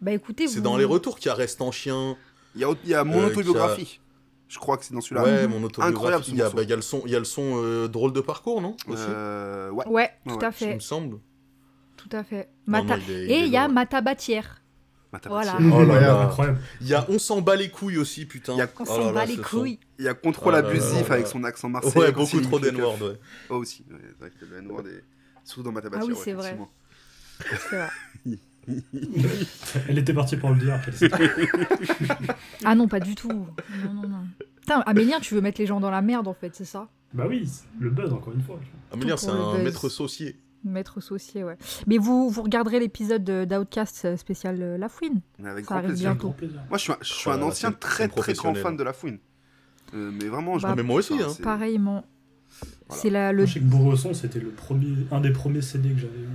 [SPEAKER 4] Bah écoutez, Mm.
[SPEAKER 5] C'est
[SPEAKER 4] vous-
[SPEAKER 5] dans Aller-retour qu'il y a Reste en chien.
[SPEAKER 1] Il y a, il y a mon
[SPEAKER 5] Euh,
[SPEAKER 1] autobiographie. Je crois que c'est dans celui-là.
[SPEAKER 5] Ouais, mon autobiographie.
[SPEAKER 1] Incroyable, ce
[SPEAKER 5] Il y a,
[SPEAKER 1] morceau.
[SPEAKER 5] bah, il y a le son, il y a le son euh, drôle de parcours, non Aussi,
[SPEAKER 1] Euh, ouais.
[SPEAKER 4] Ouais, tout
[SPEAKER 1] Ouais,
[SPEAKER 4] à
[SPEAKER 5] il
[SPEAKER 4] fait,
[SPEAKER 5] me semble.
[SPEAKER 4] tout à fait.
[SPEAKER 5] Non,
[SPEAKER 4] Mata-
[SPEAKER 5] non, il est- il
[SPEAKER 4] Et
[SPEAKER 5] est
[SPEAKER 4] il y a
[SPEAKER 5] drôle.
[SPEAKER 4] Mata Batière.
[SPEAKER 1] Bah, t'as
[SPEAKER 4] Voilà.
[SPEAKER 1] pas de-
[SPEAKER 5] Oh là
[SPEAKER 6] Ouais,
[SPEAKER 5] là.
[SPEAKER 6] Incroyable.
[SPEAKER 5] Il y a On s'en bat les couilles aussi, putain.
[SPEAKER 1] Il y a-
[SPEAKER 4] On
[SPEAKER 5] Oh
[SPEAKER 4] s'en
[SPEAKER 5] là
[SPEAKER 4] bat
[SPEAKER 5] là,
[SPEAKER 4] les
[SPEAKER 5] ce son.
[SPEAKER 4] couilles.
[SPEAKER 1] Il y a contrôle
[SPEAKER 5] Oh là là
[SPEAKER 1] abusif
[SPEAKER 5] là là.
[SPEAKER 1] avec son accent marseillais.
[SPEAKER 5] Ouais,
[SPEAKER 1] quand
[SPEAKER 5] beaucoup
[SPEAKER 1] il
[SPEAKER 5] trop
[SPEAKER 1] nique Ah, le
[SPEAKER 5] d'N-word, ouais.
[SPEAKER 1] keuf. Oh, aussi, ouais, c'est vrai que le N-word est surtout dans ma
[SPEAKER 4] Ah oui,
[SPEAKER 1] tabatière, ouais,
[SPEAKER 4] c'est vrai.
[SPEAKER 1] effectivement.
[SPEAKER 4] C'est vrai.
[SPEAKER 6] Elle était partie pour le dire. qu'elle s'est-
[SPEAKER 4] Ah non, pas du tout. Non, non, non. Putain, Amélien, tu veux mettre les gens dans la merde en fait, c'est ça
[SPEAKER 6] bah oui, c'est le buzz, encore une fois. tu vois.
[SPEAKER 5] Amélien, c'est
[SPEAKER 4] pour le
[SPEAKER 5] un
[SPEAKER 4] buzz.
[SPEAKER 5] maître saucier.
[SPEAKER 4] Maître saucier, ouais. Mais vous, vous regarderez l'épisode de- d'Outcast euh, spécial euh, La Fouine.
[SPEAKER 1] Mais avec
[SPEAKER 4] Ça
[SPEAKER 1] grand
[SPEAKER 4] arrive
[SPEAKER 1] plaisir.
[SPEAKER 6] C'est un
[SPEAKER 4] Bientôt.
[SPEAKER 6] grand plaisir.
[SPEAKER 1] Moi, je suis un, je suis un
[SPEAKER 5] Voilà,
[SPEAKER 1] ancien
[SPEAKER 5] c'est-
[SPEAKER 1] très
[SPEAKER 5] c'est
[SPEAKER 1] très grand
[SPEAKER 5] professionnel.
[SPEAKER 1] fan de La Fouine. Euh, mais vraiment, je
[SPEAKER 4] Bah,
[SPEAKER 5] Mais moi aussi, hein.
[SPEAKER 1] c'est-
[SPEAKER 4] Pareillement. C'est la le
[SPEAKER 6] Je sais que Bourgeson, c'était le premier, un des premiers CD que j'avais eu.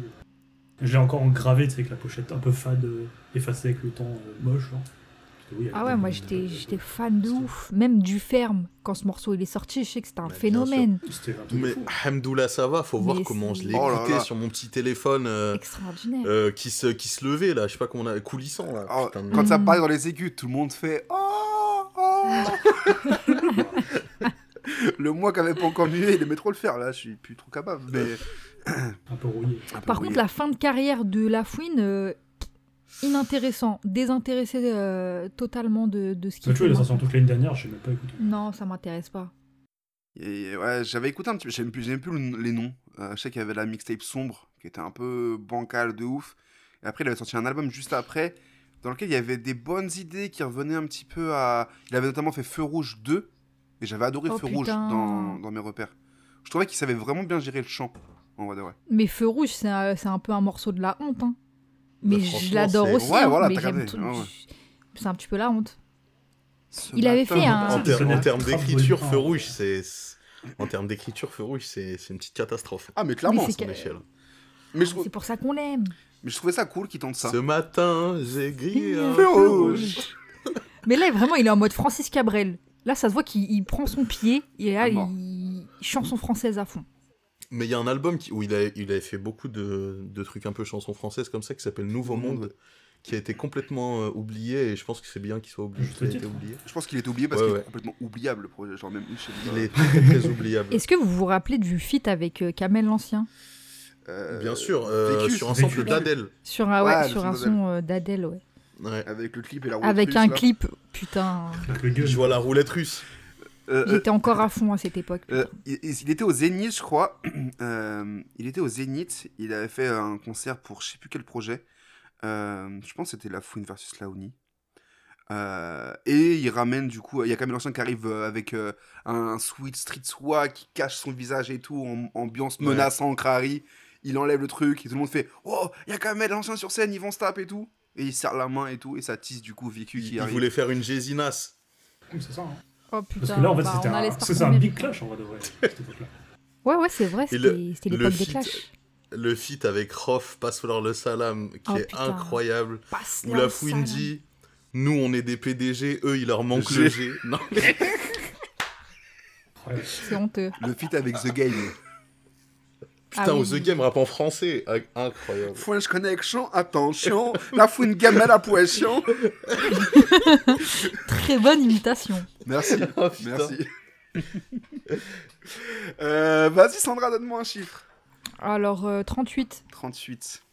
[SPEAKER 6] J'ai encore gravé, tu sais, avec la pochette un peu fade, euh, effacée avec le temps euh, moche. hein. Parce que oui, euh, à
[SPEAKER 4] Ah ouais,
[SPEAKER 6] l'époque,
[SPEAKER 4] moi
[SPEAKER 6] on-
[SPEAKER 4] j'étais j'étais fan de ouf, même du ferme quand ce morceau il est sorti, je sais que c'était un
[SPEAKER 5] Bah, bien
[SPEAKER 4] phénomène
[SPEAKER 6] C'était un truc
[SPEAKER 5] Mais
[SPEAKER 6] fou.
[SPEAKER 5] Hamdoullah, ça va, faut voir
[SPEAKER 4] Mais
[SPEAKER 5] comment je
[SPEAKER 4] c'est-
[SPEAKER 5] l'ai
[SPEAKER 1] Oh là
[SPEAKER 5] écouté
[SPEAKER 1] là.
[SPEAKER 5] sur mon petit téléphone euh,
[SPEAKER 4] extraordinaire.
[SPEAKER 5] euh, qui, se, qui se levait là, je sais pas comment on a. coulissant là.
[SPEAKER 1] Ah,
[SPEAKER 5] putain de-
[SPEAKER 1] quand ça
[SPEAKER 4] Mm.
[SPEAKER 1] parle dans les aigus, tout le monde fait Oh, oh. Le moi qui avait pas encore mué, il aimait trop le faire là, je suis plus trop capable. Mais...
[SPEAKER 6] Un peu rouillé. Bah,
[SPEAKER 4] ah, Par contre, la fin de carrière de Lafouine, euh, inintéressant, désintéressé euh, totalement de, de ce
[SPEAKER 6] Bah,
[SPEAKER 4] qu'il
[SPEAKER 6] tu vois,
[SPEAKER 4] fait.
[SPEAKER 6] il est
[SPEAKER 4] moi.
[SPEAKER 6] sorti en toute l'année dernière, je sais même pas écouté.
[SPEAKER 4] Non, ça m'intéresse pas.
[SPEAKER 1] Et, ouais, j'avais écouté un petit peu, j'aime plus, j'aime plus le- les noms. Euh, je sais qu'il y avait la mixtape sombre, qui était un peu bancale de ouf. Et après, il avait sorti un album juste après, dans lequel il y avait des bonnes idées qui revenaient un petit peu à. Il avait notamment fait Feu Rouge 2, et j'avais adoré
[SPEAKER 4] Oh,
[SPEAKER 1] Feu Rouge
[SPEAKER 4] putain.
[SPEAKER 1] dans, dans mes repères. Je trouvais qu'il savait vraiment bien gérer le chant, en vrai de vrai.
[SPEAKER 4] Mais Feu Rouge, c'est un, c'est un peu un morceau de la honte. hein. Mais
[SPEAKER 5] Bah,
[SPEAKER 4] je
[SPEAKER 5] franchement,
[SPEAKER 4] l'adore
[SPEAKER 5] c'est-
[SPEAKER 4] aussi.
[SPEAKER 1] Ouais,
[SPEAKER 4] hein,
[SPEAKER 1] voilà,
[SPEAKER 4] mais
[SPEAKER 1] t'as
[SPEAKER 4] j'aime
[SPEAKER 1] capté,
[SPEAKER 4] tout-
[SPEAKER 1] ouais, ouais.
[SPEAKER 4] C'est un petit peu la honte. Il avait fait un-
[SPEAKER 5] En,
[SPEAKER 6] Ah,
[SPEAKER 5] ter-
[SPEAKER 6] ça
[SPEAKER 5] en
[SPEAKER 6] doit
[SPEAKER 5] termes
[SPEAKER 6] être grave
[SPEAKER 5] d'écriture,
[SPEAKER 6] bruitant.
[SPEAKER 5] feu rouge, c'est. c'est- En termes d'écriture, feu rouge, c'est c'est une petite catastrophe.
[SPEAKER 1] Ah, mais clairement!
[SPEAKER 4] Mais
[SPEAKER 5] à
[SPEAKER 4] c'est
[SPEAKER 5] son
[SPEAKER 4] que-
[SPEAKER 5] échelle.
[SPEAKER 1] Mais je, trou-
[SPEAKER 4] C'est pour ça qu'on l'aime.
[SPEAKER 1] mais je trouvais ça cool qu'il tente ça.
[SPEAKER 5] Ce matin, j'ai grillé un
[SPEAKER 4] Feu
[SPEAKER 5] feu
[SPEAKER 1] rouge.
[SPEAKER 5] rouge.
[SPEAKER 4] Mais là, vraiment, il est en mode Francis Cabrel. Là, ça se voit qu'il il prend son pied et là,
[SPEAKER 1] À mort.
[SPEAKER 4] il... chanson française à fond.
[SPEAKER 5] Mais il y a un album qui- où il, a, il avait fait beaucoup de, de trucs un peu chansons françaises comme ça qui s'appelle Nouveau
[SPEAKER 1] Mhm.
[SPEAKER 5] Monde, qui a été complètement euh, oublié et je pense que c'est bien qu'il soit oublié.
[SPEAKER 6] Juste
[SPEAKER 5] qu'il ait été
[SPEAKER 6] titre.
[SPEAKER 5] oublié.
[SPEAKER 1] Je pense qu'il est oublié parce
[SPEAKER 5] Ouais,
[SPEAKER 1] qu'il est
[SPEAKER 5] ouais.
[SPEAKER 1] complètement oubliable le projet. Genre, même je sais pas.
[SPEAKER 5] Il est très, très oubliable.
[SPEAKER 4] Est-ce que vous vous rappelez du feat avec euh, Kamel l'Ancien
[SPEAKER 1] Euh,
[SPEAKER 5] Bien sûr, euh,
[SPEAKER 1] Vécu,
[SPEAKER 5] sur un
[SPEAKER 6] Vécu.
[SPEAKER 5] sample d'Adèle.
[SPEAKER 4] Sur un, ouais,
[SPEAKER 1] Ouais, Ah, le
[SPEAKER 4] sur
[SPEAKER 1] son
[SPEAKER 4] un
[SPEAKER 1] d'Adèle.
[SPEAKER 4] son euh, d'Adèle, ouais.
[SPEAKER 5] Ouais.
[SPEAKER 1] Avec le clip et la roue de
[SPEAKER 4] Avec
[SPEAKER 1] Prius,
[SPEAKER 4] un
[SPEAKER 1] là.
[SPEAKER 4] clip, putain.
[SPEAKER 6] Avec le gueule.
[SPEAKER 5] Je vois la roulette russe.
[SPEAKER 1] Euh, euh,
[SPEAKER 4] J'étais encore à fond à cette époque.
[SPEAKER 1] Euh,
[SPEAKER 4] putain.
[SPEAKER 1] il, il était au Zénith, je crois. Euh, il était au Zénith. Il avait fait un concert pour je sais plus quel projet. Euh, je pense que c'était La Fouine versus La Oni. Euh, et il ramène du coup, il y a quand même l'ancien qui arrive euh, avec euh, un sweet street swag qui cache son visage et tout, en- ambiance
[SPEAKER 5] Ouais.
[SPEAKER 1] menaçante, crari. Il enlève le truc et tout le monde fait Oh, il y a quand même l'ancien sur scène, ils vont se taper et tout. Et il serre la main et tout, et ça tisse du coup Vécu
[SPEAKER 5] Il,
[SPEAKER 1] qui
[SPEAKER 5] il
[SPEAKER 1] arrive.
[SPEAKER 5] voulait faire une Gésinas.
[SPEAKER 6] Oui, C'est ça. hein.
[SPEAKER 4] Oh
[SPEAKER 6] Parce
[SPEAKER 4] putain,
[SPEAKER 6] que là, en fait,
[SPEAKER 4] bah,
[SPEAKER 6] c'était
[SPEAKER 4] on allait
[SPEAKER 6] un,
[SPEAKER 4] se
[SPEAKER 6] parce
[SPEAKER 4] faire
[SPEAKER 6] que c'est un
[SPEAKER 4] tomber.
[SPEAKER 6] big clash en vrai de vrai. cette époque-là.
[SPEAKER 4] Ouais, ouais, c'est vrai,
[SPEAKER 5] Et le-
[SPEAKER 4] c'était c'était
[SPEAKER 5] le
[SPEAKER 4] l'époque des
[SPEAKER 5] feat-
[SPEAKER 1] euh,
[SPEAKER 4] clashs.
[SPEAKER 5] Le feat avec Rof, Passeur le Salam, qui
[SPEAKER 4] Oh,
[SPEAKER 5] est
[SPEAKER 4] putain.
[SPEAKER 5] incroyable.
[SPEAKER 4] Passe
[SPEAKER 5] Où
[SPEAKER 4] là,
[SPEAKER 5] la
[SPEAKER 4] au
[SPEAKER 5] fouine
[SPEAKER 4] salon.
[SPEAKER 5] dit Nous, on est des PDG, eux, il leur manque le G. Non,
[SPEAKER 4] Ah
[SPEAKER 5] mais-
[SPEAKER 6] Ouais.
[SPEAKER 4] C'est honteux.
[SPEAKER 1] Le feat avec The Game.
[SPEAKER 5] Putain,
[SPEAKER 4] Ah oui.
[SPEAKER 5] au The Game rap en français. Ah, Incroyable.
[SPEAKER 1] Fouine connexion, attention, La Fouine gamme à la poisson.
[SPEAKER 4] Très bonne imitation.
[SPEAKER 1] Merci.
[SPEAKER 5] Ah, putain.
[SPEAKER 1] Merci. Euh, Vas-y, Sandra, donne-moi un chiffre.
[SPEAKER 4] Alors, euh, 38.
[SPEAKER 1] 38.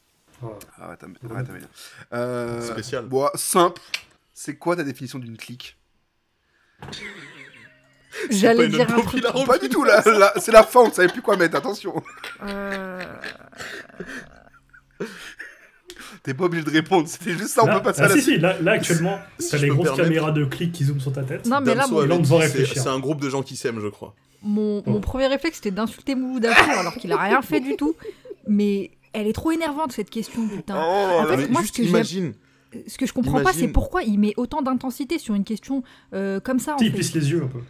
[SPEAKER 6] Ah,
[SPEAKER 1] Ah ouais, t'as ouais, t'as bien. Euh,
[SPEAKER 5] Spécial.
[SPEAKER 1] bon, simple. C'est quoi ta définition d'une clique
[SPEAKER 4] J'allais
[SPEAKER 5] une
[SPEAKER 4] dire un
[SPEAKER 5] autre
[SPEAKER 4] truc.
[SPEAKER 5] populaire. Oh,
[SPEAKER 1] Pas du tout, là. là, c'est la fin, on savait plus quoi mettre, attention.
[SPEAKER 4] Euh,
[SPEAKER 1] T'es pas obligé de répondre, c'était juste ça, on
[SPEAKER 6] là,
[SPEAKER 1] peut passer
[SPEAKER 6] ah,
[SPEAKER 1] à la
[SPEAKER 6] si, si, là, là, actuellement,
[SPEAKER 5] Si
[SPEAKER 6] t'as
[SPEAKER 5] je
[SPEAKER 6] les
[SPEAKER 5] peux me
[SPEAKER 6] grosses
[SPEAKER 5] permettre.
[SPEAKER 6] caméras de clics qui zooment sur ta tête.
[SPEAKER 4] Non, mais là,
[SPEAKER 5] Damso
[SPEAKER 4] mon,
[SPEAKER 5] avait
[SPEAKER 6] Là, on
[SPEAKER 5] dit,
[SPEAKER 6] devrait
[SPEAKER 5] c'est-
[SPEAKER 6] réfléchir.
[SPEAKER 5] C'est un groupe de gens qui s'aiment, je crois.
[SPEAKER 4] mon- mon premier réflexe, c'était d'insulter Mouloud Achour alors qu'il a rien fait du tout. Mais elle est trop énervante, cette question, putain.
[SPEAKER 1] Oh,
[SPEAKER 4] En fait,
[SPEAKER 5] Mais
[SPEAKER 4] moi, ce
[SPEAKER 5] juste
[SPEAKER 4] que j'aime-
[SPEAKER 5] imagine.
[SPEAKER 4] ce que je comprends pas,
[SPEAKER 5] Imagine-
[SPEAKER 4] c'est pourquoi il met autant d'intensité sur une question euh, comme ça. en
[SPEAKER 6] Si, ils
[SPEAKER 4] fait.
[SPEAKER 6] plissent les yeux un peu.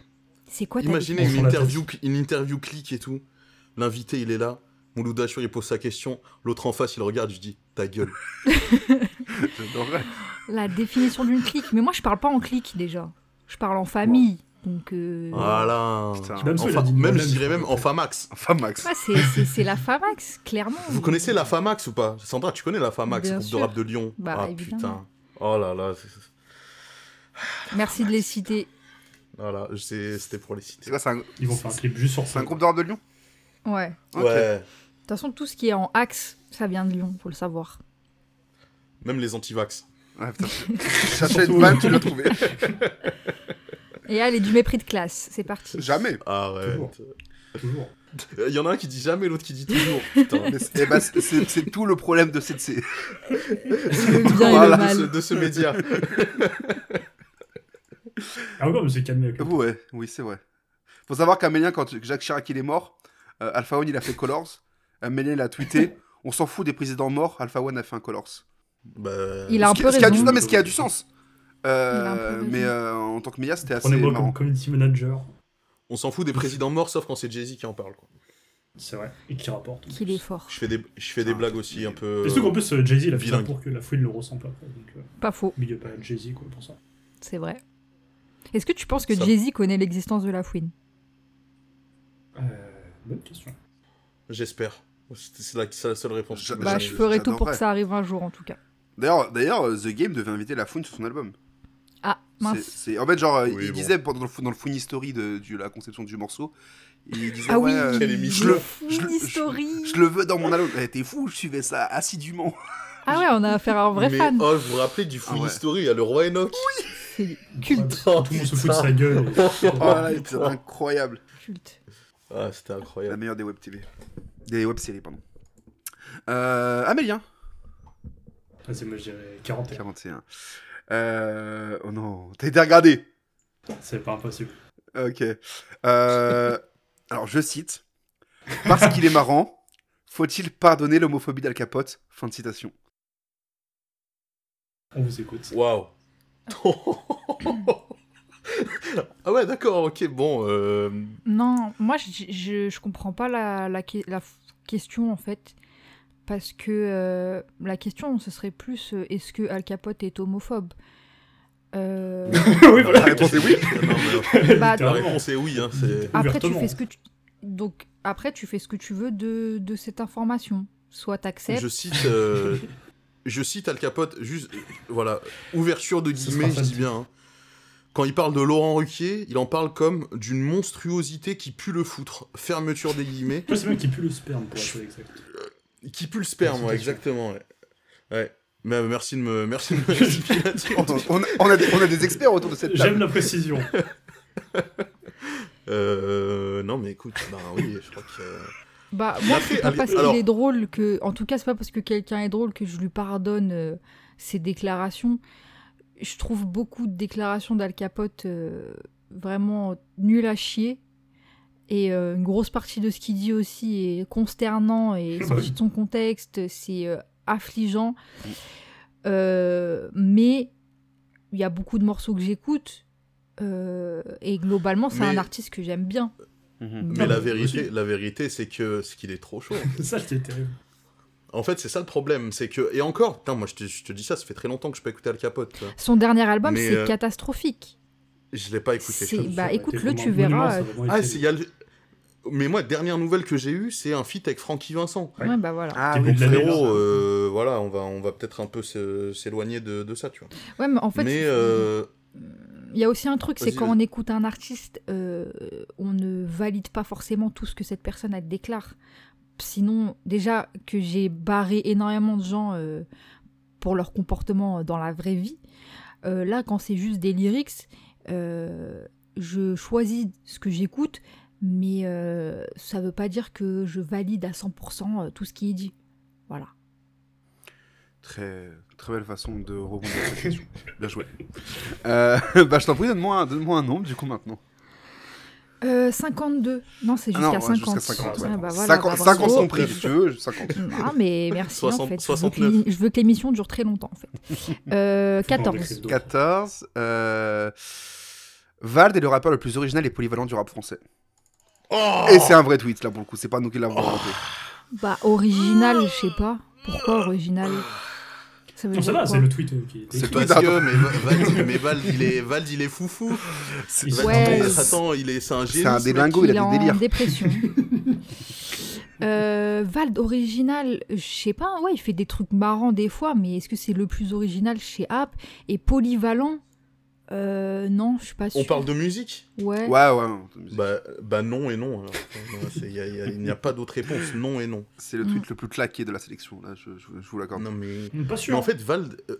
[SPEAKER 4] C'est quoi ta
[SPEAKER 5] Imaginez
[SPEAKER 6] On s'en
[SPEAKER 5] une
[SPEAKER 6] la
[SPEAKER 5] interview, une interview clique et tout. L'invité, il est là. Mouloud Achour, il pose sa question. L'autre en face, il regarde, je dis Ta gueule.
[SPEAKER 1] j'adorerais.
[SPEAKER 4] La définition d'une clique. Mais moi, je parle pas en clique déjà. Je parle en famille. Donc. euh,
[SPEAKER 5] Voilà.
[SPEAKER 1] Putain.
[SPEAKER 6] Damso,
[SPEAKER 5] En
[SPEAKER 6] il a
[SPEAKER 5] fa-
[SPEAKER 6] dit
[SPEAKER 5] même,
[SPEAKER 6] Madame,
[SPEAKER 5] je dirais
[SPEAKER 6] je
[SPEAKER 5] même
[SPEAKER 6] crois.
[SPEAKER 5] en Famax.
[SPEAKER 1] Enfin, Max.
[SPEAKER 4] ouais, c'est- c'est c'est la Famax, clairement.
[SPEAKER 5] Vous connaissez la Famax ou pas Sandra, tu connais la Famax,
[SPEAKER 4] Bien
[SPEAKER 5] groupe
[SPEAKER 4] sûr.
[SPEAKER 5] de rap de Lyon
[SPEAKER 4] Bah,
[SPEAKER 5] Ah
[SPEAKER 4] évidemment.
[SPEAKER 5] putain. Oh là là. c'est- c'est-
[SPEAKER 4] Merci de les citer.
[SPEAKER 5] Voilà, je sais, c'était pour les citer.
[SPEAKER 1] C'est quoi, c'est un,
[SPEAKER 6] Ils vont faire un clip juste sur
[SPEAKER 1] c'est
[SPEAKER 6] ça.
[SPEAKER 1] un groupe d'or de Lyon
[SPEAKER 4] Ouais. De
[SPEAKER 1] Ok.
[SPEAKER 5] Ouais.
[SPEAKER 4] toute façon, tout ce qui est en axe, ça vient de Lyon, faut le savoir.
[SPEAKER 5] Même les anti-vax.
[SPEAKER 1] Ouais, putain. je cherchais une balle, tu l'as trouvée.
[SPEAKER 4] Et allez, du mépris de classe, c'est parti.
[SPEAKER 1] Jamais.
[SPEAKER 5] Arrête.
[SPEAKER 6] Toujours. Toujours.
[SPEAKER 5] Il y en a un qui dit jamais, l'autre qui dit toujours. Putain.
[SPEAKER 1] Mais c'est- eh ben, c'est- c'est c'est tout le problème de cette série.
[SPEAKER 4] Le bien et
[SPEAKER 1] Voilà,
[SPEAKER 4] le
[SPEAKER 5] de, ce,
[SPEAKER 4] mal.
[SPEAKER 5] de ce média.
[SPEAKER 6] Ah, encore, mais c'est calmé avec le
[SPEAKER 1] Ouais, oui, c'est vrai. Faut savoir qu'Amélien, quand Jacques Chirac il est mort, euh, Alpha One il a fait Colors. Amélien il a tweeté On s'en fout des présidents morts, Alpha One a fait un Colors.
[SPEAKER 5] Bah,
[SPEAKER 4] Il a un
[SPEAKER 1] ce, qui,
[SPEAKER 4] peu
[SPEAKER 1] ce qui a du,
[SPEAKER 4] raison.
[SPEAKER 1] non, mais ce qui a du sens. Euh,
[SPEAKER 4] Il a un peu raison.
[SPEAKER 1] mais euh, en tant que média, c'était assez
[SPEAKER 6] Prenez-moi
[SPEAKER 1] marrant.
[SPEAKER 6] comme community manager.
[SPEAKER 5] On s'en fout des présidents morts, sauf quand c'est Jay-Z qui en parle. Quoi.
[SPEAKER 6] C'est vrai. Et qui rapporte. en
[SPEAKER 4] qu'il
[SPEAKER 6] plus.
[SPEAKER 4] est fort.
[SPEAKER 5] Je fais des, je fais des
[SPEAKER 1] Putain,
[SPEAKER 5] blagues aussi un peu.
[SPEAKER 6] Et surtout qu'en plus, euh, Jay-Z, il a fait ça
[SPEAKER 5] bilingue.
[SPEAKER 6] pour que la fouille le ressemble pas. quoi, Donc, euh,
[SPEAKER 4] Pas faux,
[SPEAKER 6] big up à Jay-Z, quoi, pour ça.
[SPEAKER 4] c'est vrai. Est-ce que tu penses que
[SPEAKER 5] Ça-
[SPEAKER 4] Jay-Z connaît l'existence de la fouine
[SPEAKER 6] Euh, bonne question.
[SPEAKER 5] euh, J'espère. C'est c'est la, c'est la seule réponse.
[SPEAKER 1] Je-
[SPEAKER 5] que
[SPEAKER 1] Ah, Mais
[SPEAKER 4] Bah,
[SPEAKER 1] j'ai-
[SPEAKER 4] je ferai tout pour
[SPEAKER 1] j'adorerais.
[SPEAKER 4] que ça arrive un jour, en tout cas.
[SPEAKER 1] D'ailleurs, d'ailleurs, euh, The Game devait inviter la Fouine sur son album.
[SPEAKER 4] Ah,
[SPEAKER 1] C'est-
[SPEAKER 4] mince.
[SPEAKER 1] C'est en fait genre euh,
[SPEAKER 5] Oui,
[SPEAKER 1] il
[SPEAKER 5] bon.
[SPEAKER 1] disait pendant le, fou- dans le Fouine History de, du- la conception du morceau, il disait
[SPEAKER 4] Ah oui,
[SPEAKER 1] ouais, euh,
[SPEAKER 5] quelle émission.
[SPEAKER 1] je le je le-
[SPEAKER 4] Fouine Story.
[SPEAKER 1] je le veux dans mon album. Eh, T'es fou, je suivais ça assidûment.
[SPEAKER 4] Ah ouais, on a affaire à un vrai
[SPEAKER 5] mais,
[SPEAKER 4] fan.
[SPEAKER 5] Oh, vous vous rappelez du Food
[SPEAKER 1] Ah ouais.
[SPEAKER 5] History, il y a le roi Enoch.
[SPEAKER 4] C'est culte,
[SPEAKER 5] Oh,
[SPEAKER 6] Tout le monde se
[SPEAKER 5] putain.
[SPEAKER 6] fout de sa gueule.
[SPEAKER 1] Oh là là, épisode
[SPEAKER 5] putain.
[SPEAKER 1] incroyable.
[SPEAKER 4] culte.
[SPEAKER 5] Ah, c'était
[SPEAKER 1] La
[SPEAKER 5] incroyable.
[SPEAKER 1] meilleure des web TV, des web séries pardon. Euh, Amélien,
[SPEAKER 6] Vas-y, moi je dirais 41.
[SPEAKER 1] 41. Euh, oh non, t'as été regardé.
[SPEAKER 6] C'est pas impossible.
[SPEAKER 1] Ok. Euh, alors je cite parce qu'il est marrant. Faut-il pardonner l'homophobie d'Al Capote Fin de citation.
[SPEAKER 6] On vous écoute.
[SPEAKER 5] Waouh. ah ouais, d'accord, ok, bon. euh,
[SPEAKER 4] Non, moi je, je, je comprends pas la, la, que- la f- question en fait. Parce que euh, la question ce serait plus euh, est-ce que Al Capote est homophobe Euh,
[SPEAKER 6] oui, voilà.
[SPEAKER 1] La réponse est oui.
[SPEAKER 5] non, mais, euh,
[SPEAKER 4] bah,
[SPEAKER 5] la
[SPEAKER 6] Littéralement.
[SPEAKER 5] réponse est oui. Hein, c'est-
[SPEAKER 4] Après tu
[SPEAKER 6] ouvertement.
[SPEAKER 4] fais ce que tu donc après tu fais ce que tu veux de, de cette information. Soit t'acceptes.
[SPEAKER 5] Je cite, euh, je cite Al Capote, juste, euh, voilà, ouverture de
[SPEAKER 6] Ce
[SPEAKER 5] guillemets,
[SPEAKER 6] sera
[SPEAKER 5] je dis
[SPEAKER 6] facile.
[SPEAKER 5] bien. hein. Quand il parle de Laurent Ruquier, il en parle comme d'une monstruosité qui pue le foutre. Fermeture des guillemets.
[SPEAKER 6] Toi, c'est même qui pue le sperme, pour être exact.
[SPEAKER 5] Qui pue le sperme, ouais, exactement. Ouais. Ouais. Mais euh, merci de me. Merci de me rectifier là-dessus, en
[SPEAKER 1] On,
[SPEAKER 5] tout cas.
[SPEAKER 1] on- on a des, on a des experts autour de cette
[SPEAKER 6] J'aime
[SPEAKER 1] table.
[SPEAKER 6] la précision.
[SPEAKER 5] Euh, non, mais écoute, bah oui, je crois que. euh,
[SPEAKER 4] Bah moi
[SPEAKER 5] Après,
[SPEAKER 4] c'est pas
[SPEAKER 5] Ali-
[SPEAKER 4] parce qu'il
[SPEAKER 5] alors-
[SPEAKER 4] est drôle que en tout cas c'est pas parce que quelqu'un est drôle que je lui pardonne euh, ses déclarations. Je trouve beaucoup de déclarations d'Al Capote euh, vraiment nulles à chier. Et euh, une grosse partie de ce qu'il dit aussi est consternant et
[SPEAKER 6] Bah
[SPEAKER 4] sorti de son contexte, c'est euh, affligeant.
[SPEAKER 5] Mm.
[SPEAKER 4] Euh, mais il y a beaucoup de morceaux que j'écoute euh, et globalement c'est
[SPEAKER 5] Mais-
[SPEAKER 4] un artiste que j'aime bien.
[SPEAKER 1] Mhm.
[SPEAKER 5] Mais
[SPEAKER 6] Non,
[SPEAKER 5] la
[SPEAKER 6] mais
[SPEAKER 5] vérité,
[SPEAKER 6] aussi.
[SPEAKER 5] la vérité, c'est que c'est qu'il est trop chaud.
[SPEAKER 6] ça, c'était terrible.
[SPEAKER 5] En fait, c'est ça le problème, c'est que et encore, putain, moi je te, je te dis ça, ça fait très longtemps que je peux écouter Al Capote. tu vois.
[SPEAKER 4] Son dernier album
[SPEAKER 5] Mais,
[SPEAKER 4] c'est
[SPEAKER 5] euh,
[SPEAKER 4] catastrophique.
[SPEAKER 5] Je l'ai pas écouté. je
[SPEAKER 4] C'est-
[SPEAKER 5] te le
[SPEAKER 4] bah,
[SPEAKER 5] jure.
[SPEAKER 4] écoute,
[SPEAKER 6] C'était
[SPEAKER 4] le, tu
[SPEAKER 6] vraiment un monument,
[SPEAKER 4] verras,
[SPEAKER 6] ça a
[SPEAKER 4] euh,
[SPEAKER 6] vraiment
[SPEAKER 5] Ah,
[SPEAKER 6] été-
[SPEAKER 5] c'est il y a le- Mais moi, dernière nouvelle que j'ai eue, c'est un feat avec Francky Vincent.
[SPEAKER 6] Ouais.
[SPEAKER 4] Ouais, bah voilà.
[SPEAKER 1] Ah
[SPEAKER 6] Début
[SPEAKER 1] oui,
[SPEAKER 6] de l'année,
[SPEAKER 1] frérot,
[SPEAKER 5] Frérot,
[SPEAKER 1] euh,
[SPEAKER 5] euh, voilà, on va, on va peut-être un peu se- s'éloigner de, de ça, tu vois.
[SPEAKER 4] Ouais, mais en fait,
[SPEAKER 5] mais
[SPEAKER 4] il
[SPEAKER 5] euh,
[SPEAKER 4] y a aussi un truc, c'est
[SPEAKER 5] vas-y,
[SPEAKER 4] quand
[SPEAKER 5] vas-y.
[SPEAKER 4] on écoute un artiste, euh, on ne valide pas forcément tout ce que cette personne elle déclare. Sinon, déjà que j'ai barré énormément de gens euh, pour leur comportement dans la vraie vie, euh, là, quand c'est juste des lyrics, euh, je choisis ce que j'écoute, mais euh, ça veut pas dire que je valide à 100% euh, tout ce qui est dit. Voilà.
[SPEAKER 1] Très, très belle façon de rebondir sur cette question. Bien joué. Euh, bah, je t'en prie, donne-moi un, donne-moi un nombre du coup maintenant.
[SPEAKER 4] Euh, 52. Non, c'est
[SPEAKER 1] Ah
[SPEAKER 4] jusqu'à
[SPEAKER 1] non, ouais,
[SPEAKER 4] 50.
[SPEAKER 1] jusqu'à 50, ouais.
[SPEAKER 4] Ah, bah voilà,
[SPEAKER 1] 50,
[SPEAKER 4] bah,
[SPEAKER 1] 50
[SPEAKER 4] bravo.
[SPEAKER 1] son prix, si tu veux, 50.
[SPEAKER 4] Ah, mais merci. en
[SPEAKER 5] 60,
[SPEAKER 4] fait. Je veux
[SPEAKER 5] 69.
[SPEAKER 4] que l'é- je veux que l'émission dure très longtemps, en fait. Euh,
[SPEAKER 6] Faut prendre des
[SPEAKER 4] 14.
[SPEAKER 6] cryptos.
[SPEAKER 1] 14. Euh... Vald est le rappeur le plus original et polyvalent du rap français.
[SPEAKER 5] oh
[SPEAKER 1] Et c'est un vrai tweet là pour le coup, c'est pas nous qui l'avons inventé.
[SPEAKER 4] Bah, original, je sais pas. Pourquoi original Ça veut
[SPEAKER 6] Non, ça
[SPEAKER 4] dire
[SPEAKER 6] va,
[SPEAKER 4] quoi
[SPEAKER 6] c'est le tweet euh, qui était
[SPEAKER 1] C'est
[SPEAKER 5] c'est
[SPEAKER 1] pas-
[SPEAKER 5] parce que mais, Va- Vald, mais Vald, il est Vald, il est foufou.
[SPEAKER 1] C'est
[SPEAKER 6] Ils
[SPEAKER 5] Vald,
[SPEAKER 4] Ouais,
[SPEAKER 5] il est-
[SPEAKER 4] c'est-
[SPEAKER 5] attends, il est c'est un
[SPEAKER 1] c'est un
[SPEAKER 5] génie.
[SPEAKER 1] délingo, il
[SPEAKER 4] est
[SPEAKER 1] a
[SPEAKER 4] en
[SPEAKER 1] des délires.
[SPEAKER 4] dépression. Euh, Vald original, je sais pas, ouais, il fait des trucs marrants des fois, mais est-ce que c'est le plus original chez App Et polyvalent euh, Non, je suis pas sûre.
[SPEAKER 5] On parle de musique
[SPEAKER 4] Ouais.
[SPEAKER 1] Ouais, ouais,
[SPEAKER 5] bah, bah non et non. alors. Non, c'est- Il y a- il y a- il n'y a, pas d'autre réponse, non et non.
[SPEAKER 1] c'est le
[SPEAKER 4] Mm.
[SPEAKER 1] tweet le plus claqué de la sélection là, je, je- je vous l'accorde.
[SPEAKER 5] Non mais.
[SPEAKER 6] Hmm, Pas
[SPEAKER 5] Mais
[SPEAKER 6] sûr.
[SPEAKER 5] en fait, Vald, euh,